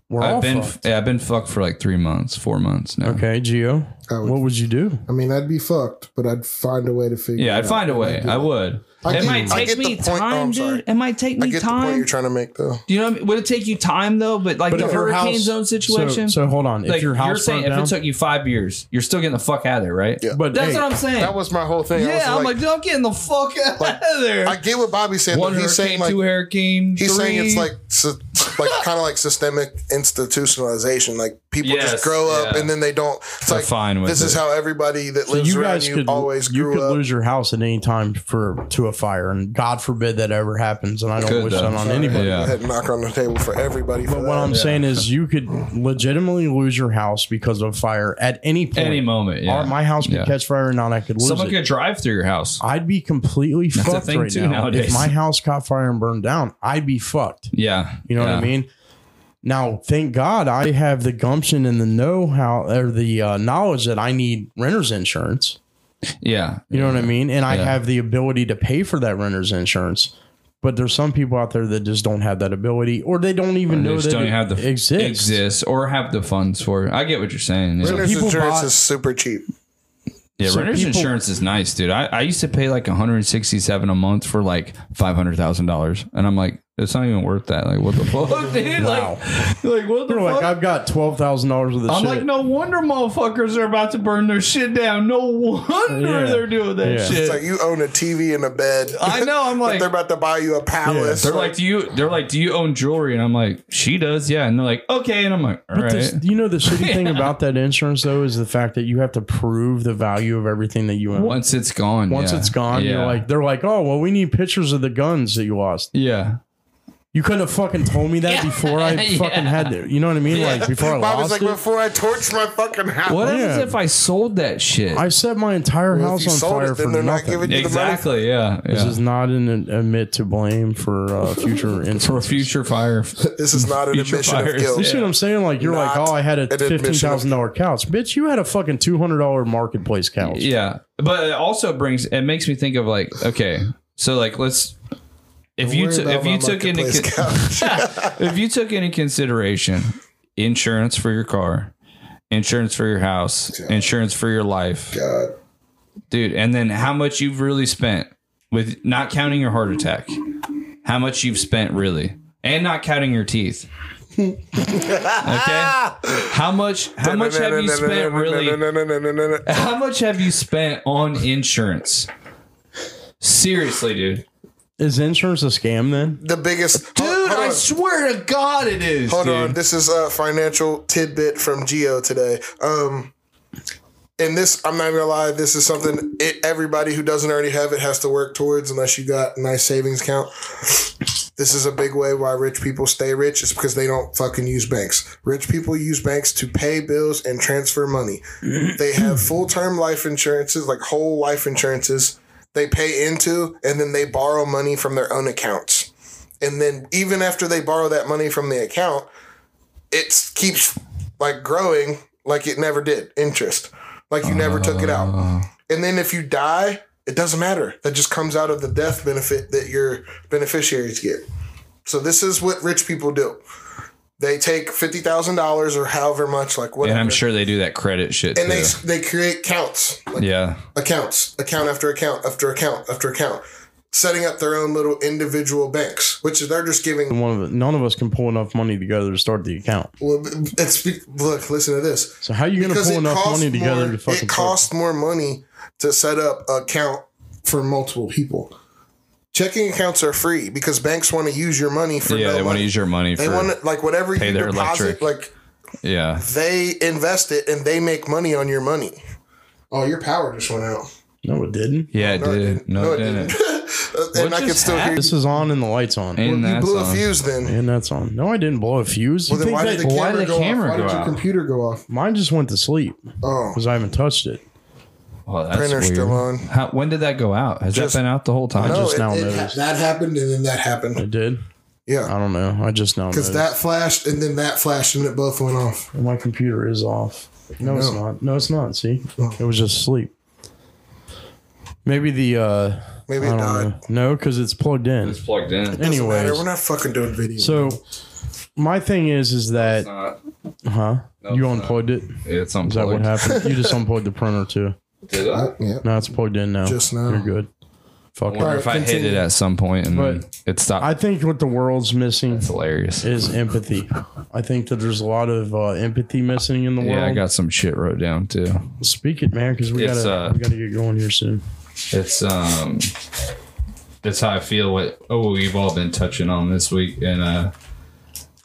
A: We're all
B: I've been
A: fucked.
B: yeah, I've been fucked for like three months, four months now.
A: Okay, Geo.
D: I would,
A: What would you do?
D: I mean, I'd be fucked, but I'd find a way to figure.
B: Yeah,
D: it
B: I'd
D: out.
B: find a way. I would.
D: I
B: it
D: get-
B: might
D: I
B: take
C: get the
B: me
C: point- oh,
B: time,
C: I'm sorry.
B: dude. It might take
C: I
B: me
C: get the point
B: time.
C: you're trying to make though.
B: Do you know what I mean? Would it take you time though? But like the
A: if your
B: hurricane
A: house-
B: zone situation.
A: So, so hold on.
B: like
A: if your house
B: you're saying,
A: burnt down,
B: if it took you five years, you're still getting the fuck out of there, right?
C: Yeah.
A: but hey,
B: That's what I'm saying.
C: That was my whole thing. I was
B: yeah, I'm like, dude, I'm getting the fuck out of there.
C: I get what Bobby said.
B: One
C: though.
B: hurricane,
C: He's saying like
B: two hurricane.
C: he's
B: three.
C: saying it's like su- like kind of like systemic institutionalization. Like people
B: Yes,
C: just grow up
B: yeah.
C: and then they don't. It's
B: They're
C: like
B: fine with
C: this is
B: it.
C: how everybody that
A: so
C: lives
A: you
C: around
A: guys
C: you
A: could
C: always
A: you
C: grew
A: could
C: up.
A: lose your house at any time for to a fire, and God forbid that ever happens. And I don't
B: Could,
A: wish
B: though.
A: that on anybody.
C: Go
B: Yeah.
C: ahead and knock on the table for everybody. For
A: But
C: that.
A: what I'm saying is, you could legitimately lose your house because of fire at any point.
B: any moment. Yeah.
A: Our- my house could
B: Yeah.
A: catch fire or not, I could lose
B: Someone
A: it.
B: could drive through your house.
A: I'd be completely
B: a
A: fucked
B: thing,
A: right
B: too,
A: now.
B: nowadays.
A: If my house caught fire and burned down, I'd be fucked.
B: Yeah.
A: You know what I
B: Yeah.
A: mean? Now, thank God I have the gumption and the know how or the uh, knowledge that I need renter's insurance.
B: Yeah.
A: You know what I mean? And I
B: Yeah.
A: have the ability to pay for that renter's insurance. But there's some people out there that just don't have that ability or they don't even
B: They
A: know
B: just
A: that
B: don't
A: it
B: have the
A: exists.
B: exists or have the funds for it. I get what you're saying. Yeah,
C: Renter's
A: people
C: insurance
A: bought-
C: is super cheap.
B: yeah
A: so
B: renter's
A: people-
B: insurance is nice, dude. I, I used to pay like 167 a month for like five hundred thousand dollars, and I'm like, it's not even worth that. Like, what the fuck, dude?
A: Wow.
B: Like, like what the
A: They're
B: fuck?
A: like, I've got twelve thousand dollars of this.
B: I'm
A: shit.
B: like, no wonder motherfuckers are about to burn their shit down. No wonder
A: Yeah.
B: they're doing that
A: Yeah.
B: shit.
C: It's like you own a TV and a bed.
B: I know. I'm like,
C: They're about to buy you a palace.
B: They're like, do you? They're like, do you own jewelry? And I'm like, she does, yeah. And they're like, okay. And I'm like, all right.
A: But this, you know the shitty thing about that insurance though is the fact that you have to prove the value of everything that you own.
B: Once it's gone.
A: Once
B: yeah.
A: it's gone,
B: yeah.
A: you're like they're like, oh well, we need pictures of the guns that you lost.
B: yeah.
A: You couldn't have fucking told me that before I
B: Yeah.
A: fucking had the, you know what I mean? Like before I
C: Bobby's
A: lost
C: like,
A: it,
C: before I torch my fucking house.
B: What
A: Yeah.
B: happens if I sold that shit?
A: I set my entire
C: Well, if
A: house
C: you
A: on
C: sold
A: fire
C: it, then
A: for
C: they're not
A: nothing.
C: giving you-
B: exactly. Yeah.
A: This
B: yeah.
A: is not an an admit to blame for uh, future incidents.
B: For a future fire.
C: This is not an
B: Future
C: admission
B: fires.
C: of guilt.
A: You see what I'm saying? Like you're like,
C: Not
A: oh, I had a
C: an admission of-
A: fifteen thousand dollar couch, bitch. You had a fucking two hundred dollar marketplace couch.
B: yeah. But it also brings. It makes me think of like, okay, so like let's. If you
D: worry
B: took
D: about
B: if you
D: my
B: took into
C: Place
B: con-
C: couch.
B: if you took into consideration insurance for your car, insurance for your house, insurance for your life,
D: God.
B: dude, and then how much you've really spent with not counting your heart attack, how much you've spent really, and not counting your teeth. okay, how much? How much have you spent really? How much have you spent on insurance? Seriously, dude.
A: Is insurance a scam then?
C: The biggest. Dude,
B: swear to God, it is.
C: Hold
B: dude.
C: on. This is a financial tidbit from Geo today. Um, and this, I'm not even gonna lie, this is something it, everybody who doesn't already have it has to work towards unless you got a nice savings account. This is a big way why rich people stay rich is because they don't fucking use banks. Rich people use banks to pay bills and transfer money. They have full term life insurances, like whole life insurances, they pay into, and then they borrow money from their own accounts and then even after they borrow that money from the account it keeps like growing like it never did interest like you never took it
B: Uh.
C: out and then if you die it doesn't matter that just comes out of the death benefit that your beneficiaries get so this is what rich people do they take $50000 or however much like whatever
B: And I'm sure they do that credit shit
C: and
B: too.
C: they, they create counts like
B: yeah.
C: accounts, account after account after account after account, setting up their own little individual banks, which they're just giving.
A: one of none of us can pull enough money together to start the account.
C: Well, it's look, listen to this.
A: So how are you going to
C: Because
A: pull
C: it
A: enough
C: costs
A: money together
C: more,
A: to fucking
C: it costs more money to set up an account for multiple people. Checking accounts are free because banks want to use your money for
B: Yeah,
C: no
B: they want
C: money.
B: to use your money
C: they
B: for
C: want to, like whatever you
B: their electric.
C: deposit, like
B: yeah.
C: they invest it and they make money on your money. Oh, your power just went out.
A: No, it didn't.
B: Yeah, it did. No, it didn't.
C: and I
B: just
C: can still hear
B: happened?
A: This is on and the lights on,
B: And
C: you. You
B: that's
C: blew a
B: on.
C: fuse then.
A: and that's on. No, I didn't blow a fuse. You
C: Well, then
A: think
C: why
A: that-
C: did the
B: Why
C: camera
B: did the
C: go
B: camera
D: Why
B: go
D: did your
B: out?
D: computer go off?
A: mine just went to sleep
C: off? Oh,
A: because I haven't touched it.
B: Oh, that's
C: Printer's
B: weird.
C: still on.
B: How, when did that go out? Has
C: Just-
B: that been out the whole time?
C: No,
A: just
C: it-
A: now
C: it
A: noticed.
C: happened.
D: That happened, and then that happened.
A: It did. I
C: Yeah,
A: don't know. I just now
D: Because
A: noticed.
D: that flashed, and then that flashed, and it both went off.
A: my computer is off. No, it's
D: No.
A: not. No, it's not. See,
D: Oh.
A: it was just sleep. Maybe the uh,
C: maybe
A: I
C: it
A: don't
C: died.
A: know. No, because it's plugged in.
B: plugged in.
C: Doesn't
A: Anyways,
C: matter. We're not fucking doing video.
A: so my thing is, is that Huh? you
B: it's not.
A: unplugged it?
B: It's on.
A: Is that what happened? you just unplugged the printer too.
B: Did I?
C: Uh, yeah.
A: No, it's plugged in now.
E: Just now.
A: You're good. Fuck
B: I
A: it.
B: wonder if I hit it at some point and then
A: But-
B: it stopped.
A: I think what the world's missing
B: it's hilarious.
A: is empathy. I think that there's a lot of uh, empathy missing in the world.
B: yeah, I got some shit wrote down too.
A: Speak it, man, because we
B: It's,
A: gotta
B: uh,
A: we gotta get going here soon.
B: It's um, it's how I feel. What oh, we've all been touching on this week, and uh,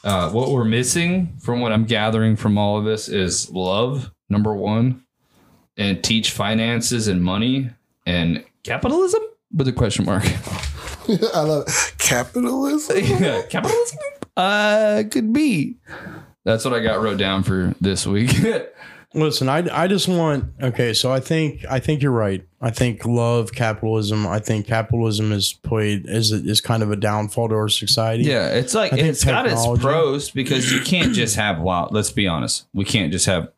B: uh, what we're missing from what I'm gathering from all of this is love, number one, and teach finances and money and capitalism with a question mark.
C: I love it.
E: Capitalism.
B: Yeah, capitalism uh, could be. That's what I got wrote down for this week.
A: Listen, I, I just want okay. So I think I think you're right. I think love capitalism. I think capitalism is played is is kind of a downfall to our society.
B: Yeah, it's like
A: think
B: it's got its
A: technology-
B: pros because you can't just have wild. Let's be honest, we can't just have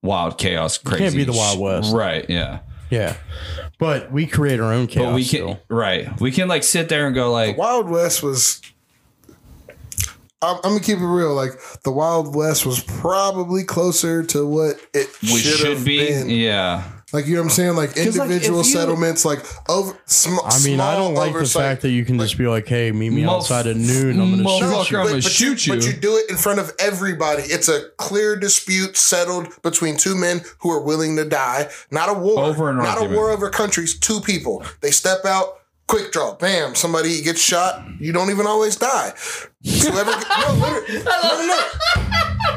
B: wild chaos. Crazy,
A: be the Wild
B: sh-
A: West.
B: right? Yeah,
A: yeah. But we create our own chaos.
B: but we can
A: still.
B: right. We can like sit there and go like,
C: Wild
E: West was
C: I'm, I'm gonna keep it real. Like the Wild West was probably closer to what it
B: we
C: should,
B: should
C: have
B: be.
C: been.
B: Yeah,
C: Like you know what I'm saying? Like
B: like, if
C: individual
B: you-
C: settlements, like over. Sm-
A: I mean, I don't like the
C: oversight.
A: fact that you can just be like, "Hey, meet me
B: Motherf-
A: outside at noon. I'm gonna shoot."
B: Motherfucker,
A: you."
B: I'm gonna shoot you.
E: but
C: But you do it in front of everybody. It's a clear dispute settled between two men who are willing to die. Not a war.
B: Over an
C: not
B: argument.
C: a war over countries. Two people. They step out. Quick draw. Bam. Somebody gets shot. You don't even always die. Whoever. no, literally, no, no, no.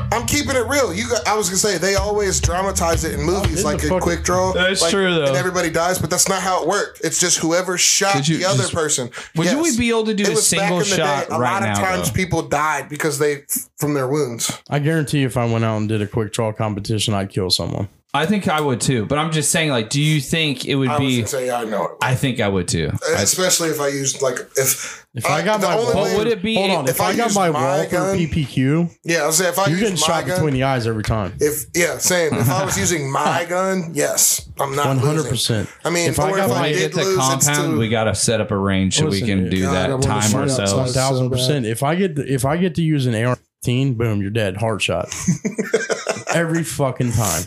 C: I'm keeping it real. You. Got, I was gonna say they always dramatize it in movies,
A: in
C: like
A: the
C: in
A: fucking-
C: quick draw.
B: That's
C: like,
B: true, though.
C: And everybody dies, but that's not how it worked. It's just whoever shot
B: Could you
C: the other
B: just-
C: person.
B: would
C: Yes.
B: you would be able to do
C: It
B: a
C: was back
B: single
C: in the
B: shot
C: day. A
B: right
C: lot
B: now?
C: of times
B: though?
C: people died because they from their wounds.
A: I guarantee, if I went out and did a quick draw competition, I'd kill someone.
B: I think I would too. But I'm just saying, like, do you think it would
C: I
B: be?
C: would say I know it.
B: I think I would too. I-
C: Especially if I used like if
A: If I got
C: Uh, the
A: my
C: only
A: wall-
C: way-
B: But would it be-
A: Hold on, if,
C: if
A: I,
C: I
A: got
C: use
A: my
C: my
A: Walther
C: gun-
A: PPQ,
C: yeah, I was saying if I
A: you're getting
C: used my
A: shot
C: gun,
A: between the eyes every time.
C: if yeah, same. If I was using my gun, yes, I'm not
A: One hundred
C: 100%.
A: percent.
C: I mean,
A: If I
C: or
A: got
C: if
A: my-
C: I
B: when we
C: did
B: get to
C: lose, it's
B: compound,
C: too,
B: we gotta set up a range so
A: Listen,
B: we can
A: dude.
B: do
C: God, I
B: that
C: wanna
B: time
C: shoot outside.
B: ourselves.
A: thousand
C: So
A: percent. If I get if I get to use an AR-15, boom, you're dead. Heart shot every fucking time.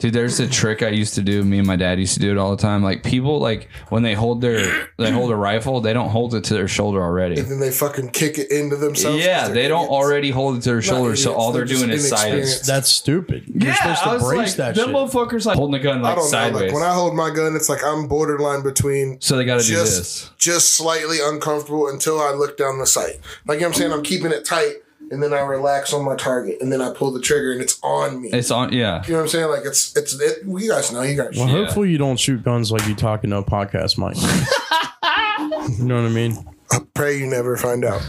B: Dude, there's a trick I used to do. Me and my dad used to do it all the time. Like people, like when they hold their they hold a rifle, they don't hold it to their shoulder already.
C: then they fucking kick it into themselves. 'cause
B: Yeah,
C: they're
B: they don't
C: idiots.
B: already hold it to their shoulder, so
C: idiots,
B: all they're
C: they're just
B: doing is silence.
C: inexperienced.
A: That's stupid. You're
B: Yeah,
A: supposed to
B: I was
A: brace
B: like,
A: that
B: them
A: shit.
B: motherfuckers like holding the gun
C: I
B: like
C: don't know.
B: sideways.
C: Like when I hold my gun, it's like I'm borderline between
B: so they got to do
C: just
B: this.
C: just slightly uncomfortable until I look down the sight. Like you know what I'm saying, I'm keeping it tight, and then I relax on my target, and then I pull the trigger, and it's on me.
B: It's on. Yeah,
C: you know what I'm saying? Like it's it's it, you guys know you guys.
A: Well,
B: Yeah.
A: hopefully you don't shoot guns like you talking to a podcast, Mike. you know what I mean?
C: Pray you never find out.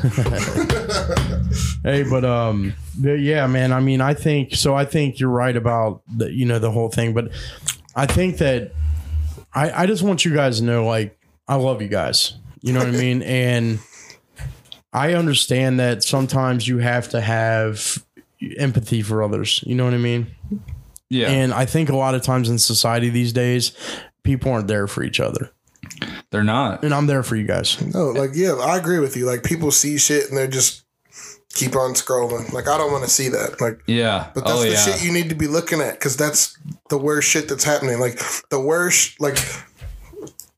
A: Hey, but um, but yeah, man. I mean, I think so. I think you're right about the, you know the whole thing, but I think that I I just want you guys to know, like, I love you guys. You know what I mean? And I understand that sometimes you have to have empathy for others. You know what I mean?
B: yeah.
A: And I think a lot of times in society these days, people aren't there for each other.
B: they're not.
A: And I'm there for you guys.
C: no, like yeah, I agree with you. Like people see shit and they just keep on scrolling. Like I don't want to see that. Like
B: Yeah.
C: But that's
B: oh
C: the
B: yeah.
C: shit you need to be looking at because that's the worst shit that's happening. Like the worst, like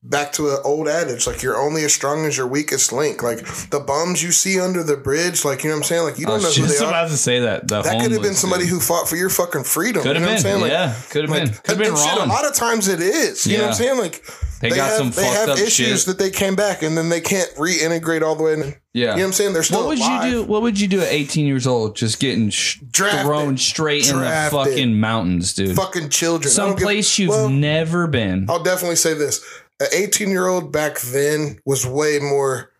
C: back to an old adage, like you're only as strong as your weakest link. Like the bums you see under the bridge, like you know what I'm saying. Like you
B: I
C: don't know
B: was
C: who
B: just
C: they are.
B: about to say that. The
C: That could have been
B: Oh, homeless
C: somebody
B: dude.
C: who fought for your fucking freedom.
B: could have
C: you know what I'm
B: been.
C: saying? Like,
B: yeah, could have been.
C: like,
B: Could have been
C: and shit,
B: wrong.
C: a lot of times it is. You know what
B: Yeah.
C: I'm saying? Like
B: They got some
C: they
B: fucked
C: have
B: up
C: issues
B: shit.
C: that they came back and then they can't reintegrate all the way. In.
B: Yeah.
C: you know what I'm saying? They're still
B: What would
C: alive.
B: you do? What would you do at 18 years old? Just getting sh-
C: Drafted.
B: thrown straight
C: Drafted.
B: in the fucking mountains, dude.
C: Fucking children. I
B: Some
C: don't give- Oh.
B: place you've
C: Well,
B: never been.
C: I'll definitely say this: an 18 year old back then was way more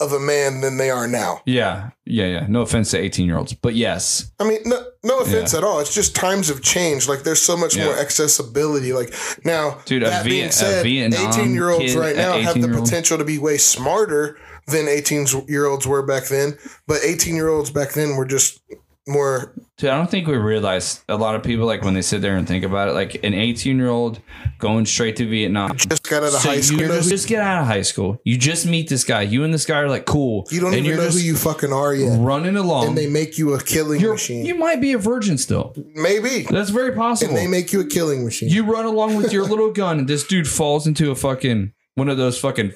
C: of a man than they are now.
B: Yeah, yeah, yeah. No offense to 18 year olds, but yes,
C: I mean, no, no offense
B: Yeah.
C: at all. It's just times have changed. Like there's so much
B: Yeah.
C: more accessibility. Like now,
B: Dude, a
C: that
B: Viet-
C: being
B: a
C: said,
B: Vietnam
C: 18 year olds
B: kid,
C: right
B: a
C: now have the
B: 18-year-old?
C: potential to be way smarter than 18 year olds were back then. But 18 year olds back then were just more
B: Dude, I don't think we realize a lot of people like when they sit there and think about it, like an 18 year old going straight to Vietnam.
C: just got out of
B: So
C: high
B: you
C: school.
B: just,
C: You,
B: get out of high school. You just meet this guy. You and this guy are like cool.
C: don't
B: and
C: even
B: you're
C: know who
B: just
C: you fucking are yet.
B: running along.
C: And they make you a killing
B: You're-
C: machine.
B: you might be a virgin still.
C: Maybe.
B: That's very possible.
C: And they make you a killing machine.
B: you run along with your little gun, and this dude falls into a fucking one of those fucking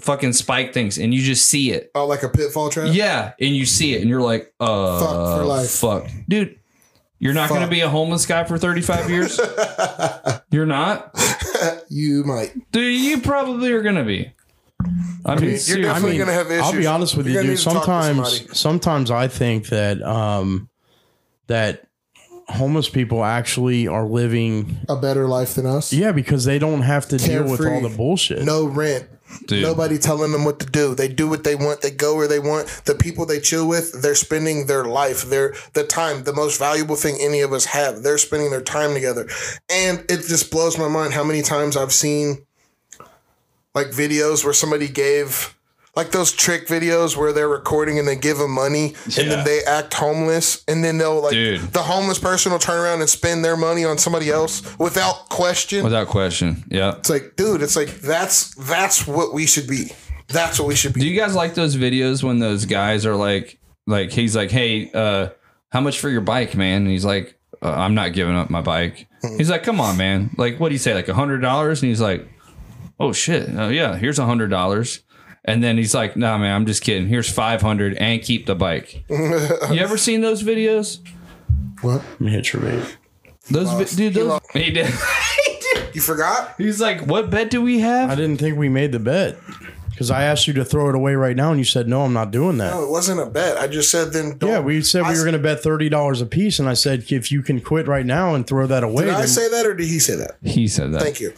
B: fucking spike things, and you just see it.
C: oh, like a pitfall trap?
B: Yeah, and you see it, and you're like, uh,
C: Fuck for life.
B: fuck, dude. You're not going
C: Fuck.
B: to be a homeless guy for 35 years. you're not,
C: You might.
B: dude. You probably are going to be. I mean, seriously.
A: I
F: definitely
A: mean,
F: gonna have
A: I'll
F: issues.
A: be honest with
C: You're
A: you,
C: gonna
A: dude.
C: need to talk to somebody.
A: Sometimes, sometimes I think that um, that homeless people actually are living,
C: A better life than us.
A: yeah, because they don't have to deal with all
C: Carefree.
A: the bullshit.
C: No rent.
B: Dude.
C: Nobody telling them what to do. They do what they want. They go where they want. The people they chill with, they're spending their life, their the time, the most valuable thing any of us have. They're spending their time together. And it just blows my mind how many times I've seen like videos where somebody gave like those trick videos where they're recording and they give them money and
B: Yeah.
C: then they act homeless and then they'll like
B: Dude.
C: the homeless person will turn around and spend their money on somebody else without question.
B: without question. Yeah.
C: It's like, dude, it's like that's that's what we should be. That's what we should be.
B: Do you guys like those videos when those guys are like, like he's like, hey, uh, how much for your bike, man? And he's like, uh, I'm not giving up my bike.
C: Hmm.
B: He's like, come on, man. Like, what do you say, like a hundred dollars? And he's like, oh shit, oh yeah, here's a hundred dollars. And then he's like, nah, man, I'm just kidding. Here's five hundred and keep the bike. you ever seen those videos?
C: what?
A: Let me hit your vape.
B: Those vi- dude,
C: He
B: those
C: lost.
B: he did.
C: You forgot?
B: he's like, what bet do we
A: I
B: have?
A: didn't think we made the bet because I asked you to throw it away right now, and you said no, I'm not doing that.
C: No, it wasn't a bet. I just said then. Don't.
A: Yeah, we said
C: I
A: we were
C: s-
A: going to bet thirty dollars a piece, and I said if you can quit right now and throw that away,
C: Did I
A: then
C: say that or did he say that?
B: He said that.
C: Thank you.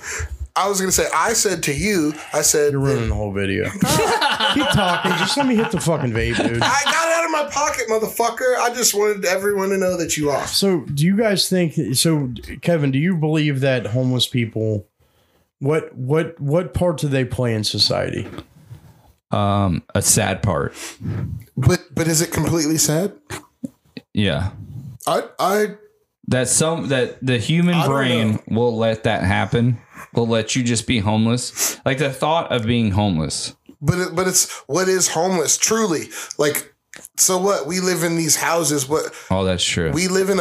C: I was gonna say I said to you. I said
A: you're ruining the whole video. Keep talking. Just let me hit the fucking vape, dude.
C: I got it out of my pocket, motherfucker. I just wanted everyone to know that you lost.
A: So, do you guys think? So, Kevin, do you believe that homeless people? What what what part do they play in society?
B: Um, a sad part.
C: But but is it completely sad?
B: Yeah.
C: I I
B: that some that the human
C: don't
B: brain
C: know.
B: will let that happen will let you just be homeless like the thought of being homeless
C: But it, but it's what is homeless truly like. So what? We live in these houses. What
B: oh that's true
C: we live in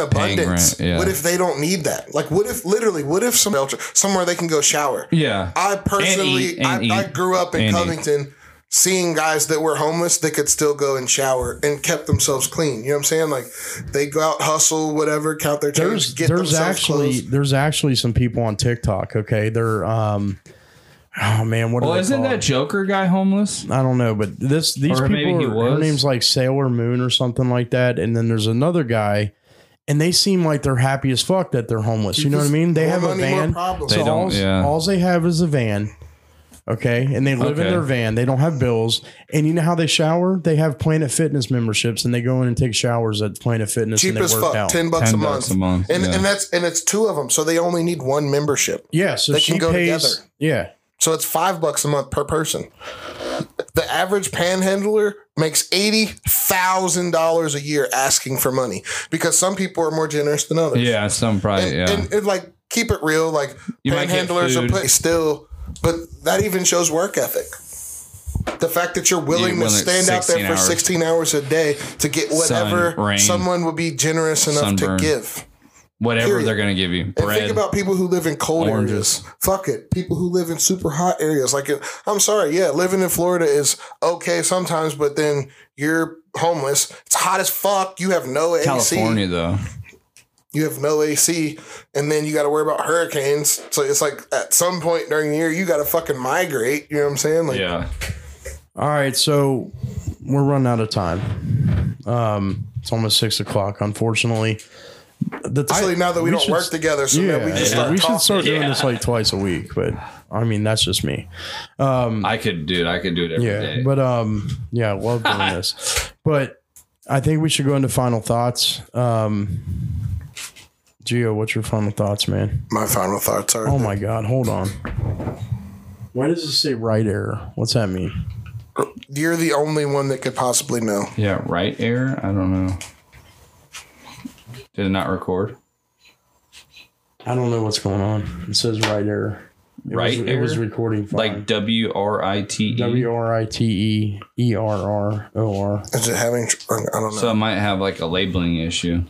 B: rent,
C: abundance.
B: yeah.
C: What if they don't need that? Like what if literally? What if some somewhere they can go shower?
B: yeah
C: I
B: And eat,
C: personally,
B: and
C: I, I
B: eat,
C: grew up in
B: and eat.
C: Covington seeing guys that were homeless that could still go and shower and kept themselves clean. You know what I'm saying? Like they go out, hustle, whatever, count their change,
A: There's
C: get
A: there's
C: themselves
A: actually
C: clothes.
A: there's actually some people on TikTok. Okay, they're um, oh man, what? are
B: well
A: they
B: isn't
A: called?
B: that joker guy homeless
A: I don't know, but this these people
B: Or maybe he
A: are- her
B: was.
A: name's like Sailor Moon or something like that, and then there's another guy, and they seem like they're happy as fuck that they're homeless. You know what I mean? They have a
C: money, more
A: van.
C: problems.
A: So
B: They don't-
A: alls,
B: yeah.
A: alls they have is a van. Okay, and they live in
B: Okay.
A: their van. They don't have bills, and you know how they shower? They have Planet Fitness memberships, and they go in and take showers at Planet Fitness,
C: Cheap
A: and
C: as
A: they work
C: fuck,
A: out.
C: ten bucks a
B: 10
C: month.
B: bucks a month,
C: and
B: yeah.
C: and that's and it's two of them, so they only need one membership.
A: yeah, so
C: They
A: she
C: can go
A: pays.
C: together.
A: Yeah,
C: So it's five bucks a month per person. The average panhandler makes eighty thousand dollars a year asking for money because some people are more generous than others.
B: yeah some probably
C: and,
B: yeah
C: and, and, like keep it real like
B: You might get
C: panhandlers are
B: food.
C: put still but that even shows work ethic the fact that you're willing
B: Yeah,
C: to
B: willing-
C: stand out
B: 16
C: there for
B: hours.
C: 16 hours a day to get whatever
B: rain,
C: someone will be generous enough
B: sunburn.
C: to give
B: whatever
C: period.
B: they're gonna give you
C: and
B: bread
C: think about people who live in cold
B: Oranges.
C: areas fuck it people who live in super hot areas like it- i'm sorry yeah living in florida is okay sometimes but then you're homeless it's hot as fuck you have no AC.
B: california though
C: you have no AC, and then you got to worry about hurricanes. So it's like at some point during the year, you got to fucking migrate. You know what I'm saying? Like,
B: yeah
A: All right, so we're running out of time. Um, it's almost six o'clock, unfortunately. The ti-
C: especially now that we, don't
A: should-
C: work together, so
A: yeah,
C: now we just start
A: we
C: talking.
A: should start doing
B: Yeah.
A: this like twice a week, but I mean that's just me.
B: i could do it i could do it every day.
A: Yeah, but um, yeah, I love doing this. But I think we should go into final thoughts. Um, Gio, what's your final thoughts, man?
C: My final thoughts are
A: Oh my God, hold on. Why does it say right error? What's that mean?
C: you're the only one that could possibly know.
B: yeah right air i don't know Did it not record?
A: I don't know what's going on. It says right error. It
B: Right
A: was,
B: error?
A: It was recording fine.
B: Like W R I T E.
A: W R I T E E R R O R.
C: Is it having? tr- I don't know.
A: E.
B: So it might have like a labeling issue.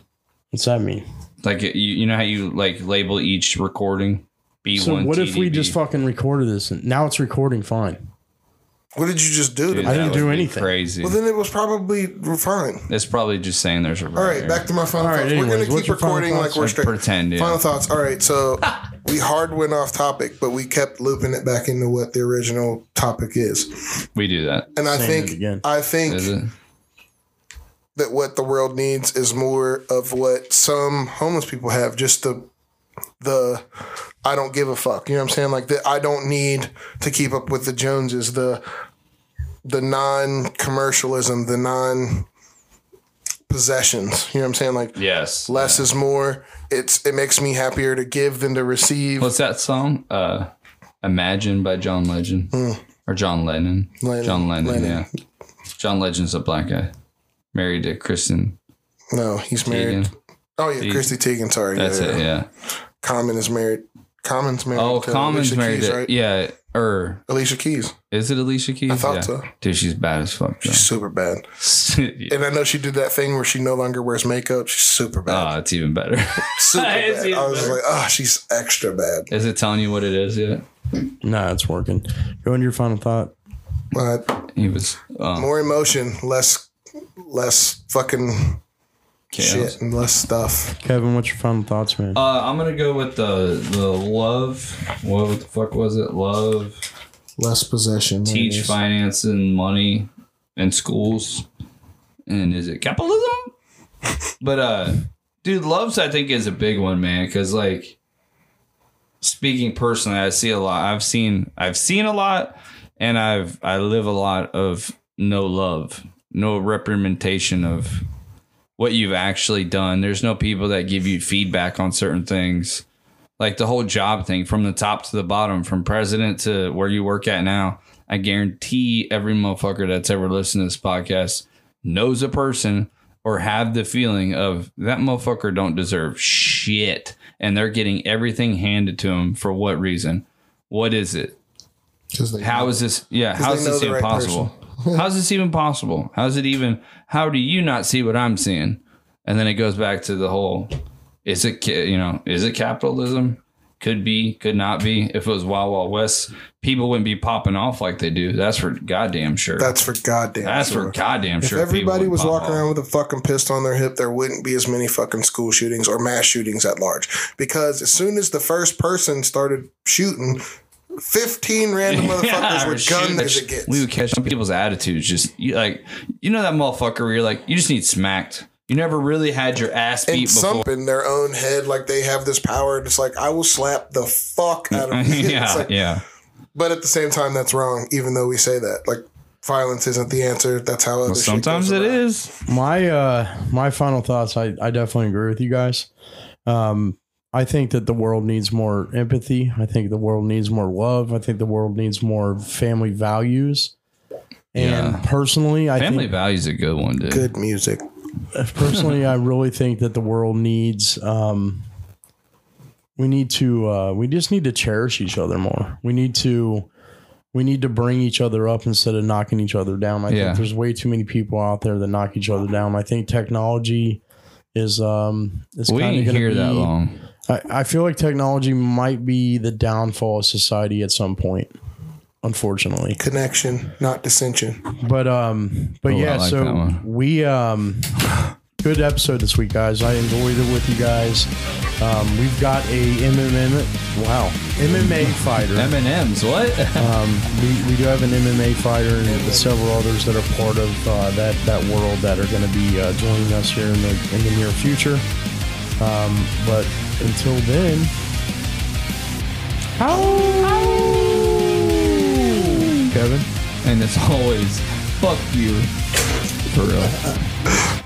A: What's that mean?
B: Like you, you know how you like label each recording. B
A: So
B: one.
A: what if we just fucking recorded this and now it's recording fine?
C: what did you just do? To me?
A: I didn't do anything.
B: Crazy.
C: Well, then it was probably fine.
B: it's probably just saying there's a.
C: All right, back to my final
A: All right,
C: thoughts.
A: anyways,
C: we're gonna
A: what's
C: keep
A: your final
C: recording like
A: thoughts?
C: we're straight.
B: pretend.
C: Final
B: Yeah.
C: thoughts. All right, so we hard went off topic, but we kept looping it back into what the original topic is,
B: We do that.
C: and I
A: Same it again.
C: think I
B: Is
C: think
B: it?
C: that what the world needs is more of what some homeless people have, just the the I don't give a fuck. You know what I'm saying? Like the I don't need to keep up with the Joneses. The the non-commercialism, the non-possessions. You know what I'm saying? Like
B: Yes.
C: less is more. It's it makes me happier to give than to receive.
B: What's that song? Uh, Imagine by John Legend or John Lennon.
C: Hmm. Lennon,
B: John Lennon,
C: Lennon.
B: Yeah. John Legend's a black guy, married to Kristen
C: No, he's married.
B: Egan.
C: Oh yeah, Christy Teigen. Sorry,
B: That's
C: yeah,
B: it. Yeah.
C: Common is married. Common's married.
B: Oh,
C: to
B: Common's
C: Alicia
B: married
C: Keys,
B: to E-
C: right?
B: yeah. Or
C: Alicia Keys.
B: is it Alicia Keys? I
C: thought
B: yeah.
C: so.
B: Dude, she's bad as fuck. Though.
C: She's super bad.
B: Yeah.
C: And I know she did that thing where she no longer wears makeup. She's super bad.
B: Oh, it's even better.
C: super
B: it's
C: bad.
B: even
C: I was
B: better.
C: like, oh, she's extra bad.
B: Is it telling you what it is yet?
A: Nah, it's working. Go into your final thought.
C: Uh,
B: He was um,
C: more emotion, less, less fucking
B: chaos.
C: shit, and less stuff.
A: Kevin, what's your final thoughts, man?
B: Uh, I'm gonna go with the the love. What the fuck was it? Love.
C: Less possession. there it
B: teach
C: is.
B: finance and money in schools and is it capitalism but uh dude loves i think is a big one man because like speaking personally i see a lot i've seen i've seen a lot and i've i live a lot of no love no reprimentation of what you've actually done there's no people that give you feedback on certain things like the whole job thing from the top to the bottom, from president to where you work at now. I guarantee every motherfucker that's ever listened to this podcast knows a person or have the feeling of that motherfucker don't deserve shit and they're getting everything handed to them for what reason? What is it?
C: 'Cause they-
B: How is this? Yeah, how is
C: they know
B: this
C: the
B: even
C: right
B: possible? how is this even possible? How is it even? How do you not see what I'm seeing? And then it goes back to the whole: is it ca- you know is it capitalism? Could be, could not be. If it was Wild Wild West, people wouldn't be popping off like they do. That's for goddamn sure. That's,
C: That's for goddamn. sure.
B: for goddamn
C: If
B: sure. people
C: everybody
B: would
C: was
B: pop
C: walking
B: off.
C: around with a fucking pistol on their hip, there wouldn't be as many fucking school shootings or mass shootings at large. Because as soon as the first person started shooting, 15 random motherfuckers
B: or
C: were gunned
B: shoot,
C: as it gets.
B: We would catch some people's attitudes. Just you, like you know that motherfucker where you're like you just need smacked. You never really had your ass beat
C: and
B: before.
C: some in their own head, like they have this power. And it's like, I will slap the fuck out of you. It's
B: yeah,
C: like-
B: yeah.
C: But at the same time, that's wrong, even though we say that. Like, violence isn't the answer. That's how other
B: Sometimes it is.
A: my uh my final thoughts i i definitely agree with you guys um i think that the world needs more empathy i think the world needs more love i think the world needs more family values and
B: Yeah.
A: personally i
B: Family
A: think
B: value's a good one, dude.
C: Good music.
A: personally i really think that the world needs um we need to uh we just need to cherish each other more we need to we need to bring each other up instead of knocking each other down. I
B: Yeah.
A: think there's way too many people out there that knock each other down. I think technology is um is
B: we
A: kinda
B: ain't
A: gonna
B: here that
A: be-
B: long.
A: I, I feel like technology might be the downfall of society at some point, unfortunately.
C: Connection, not dissension.
A: But um, but
B: Oh, I
A: yeah,
B: like that
A: so
B: one.
A: we um, good episode this week, guys. I enjoyed it with you guys. Um, we've got a MMA wow MMA
B: Mm-hmm.
A: fighter.
B: M and M's. What?
A: We, we do have an MMA fighter and several others that are part of uh, that that world that are going to be uh, joining us here in the in the near future. Um, but until then, Kevin.
B: and it's always fuck you. For real.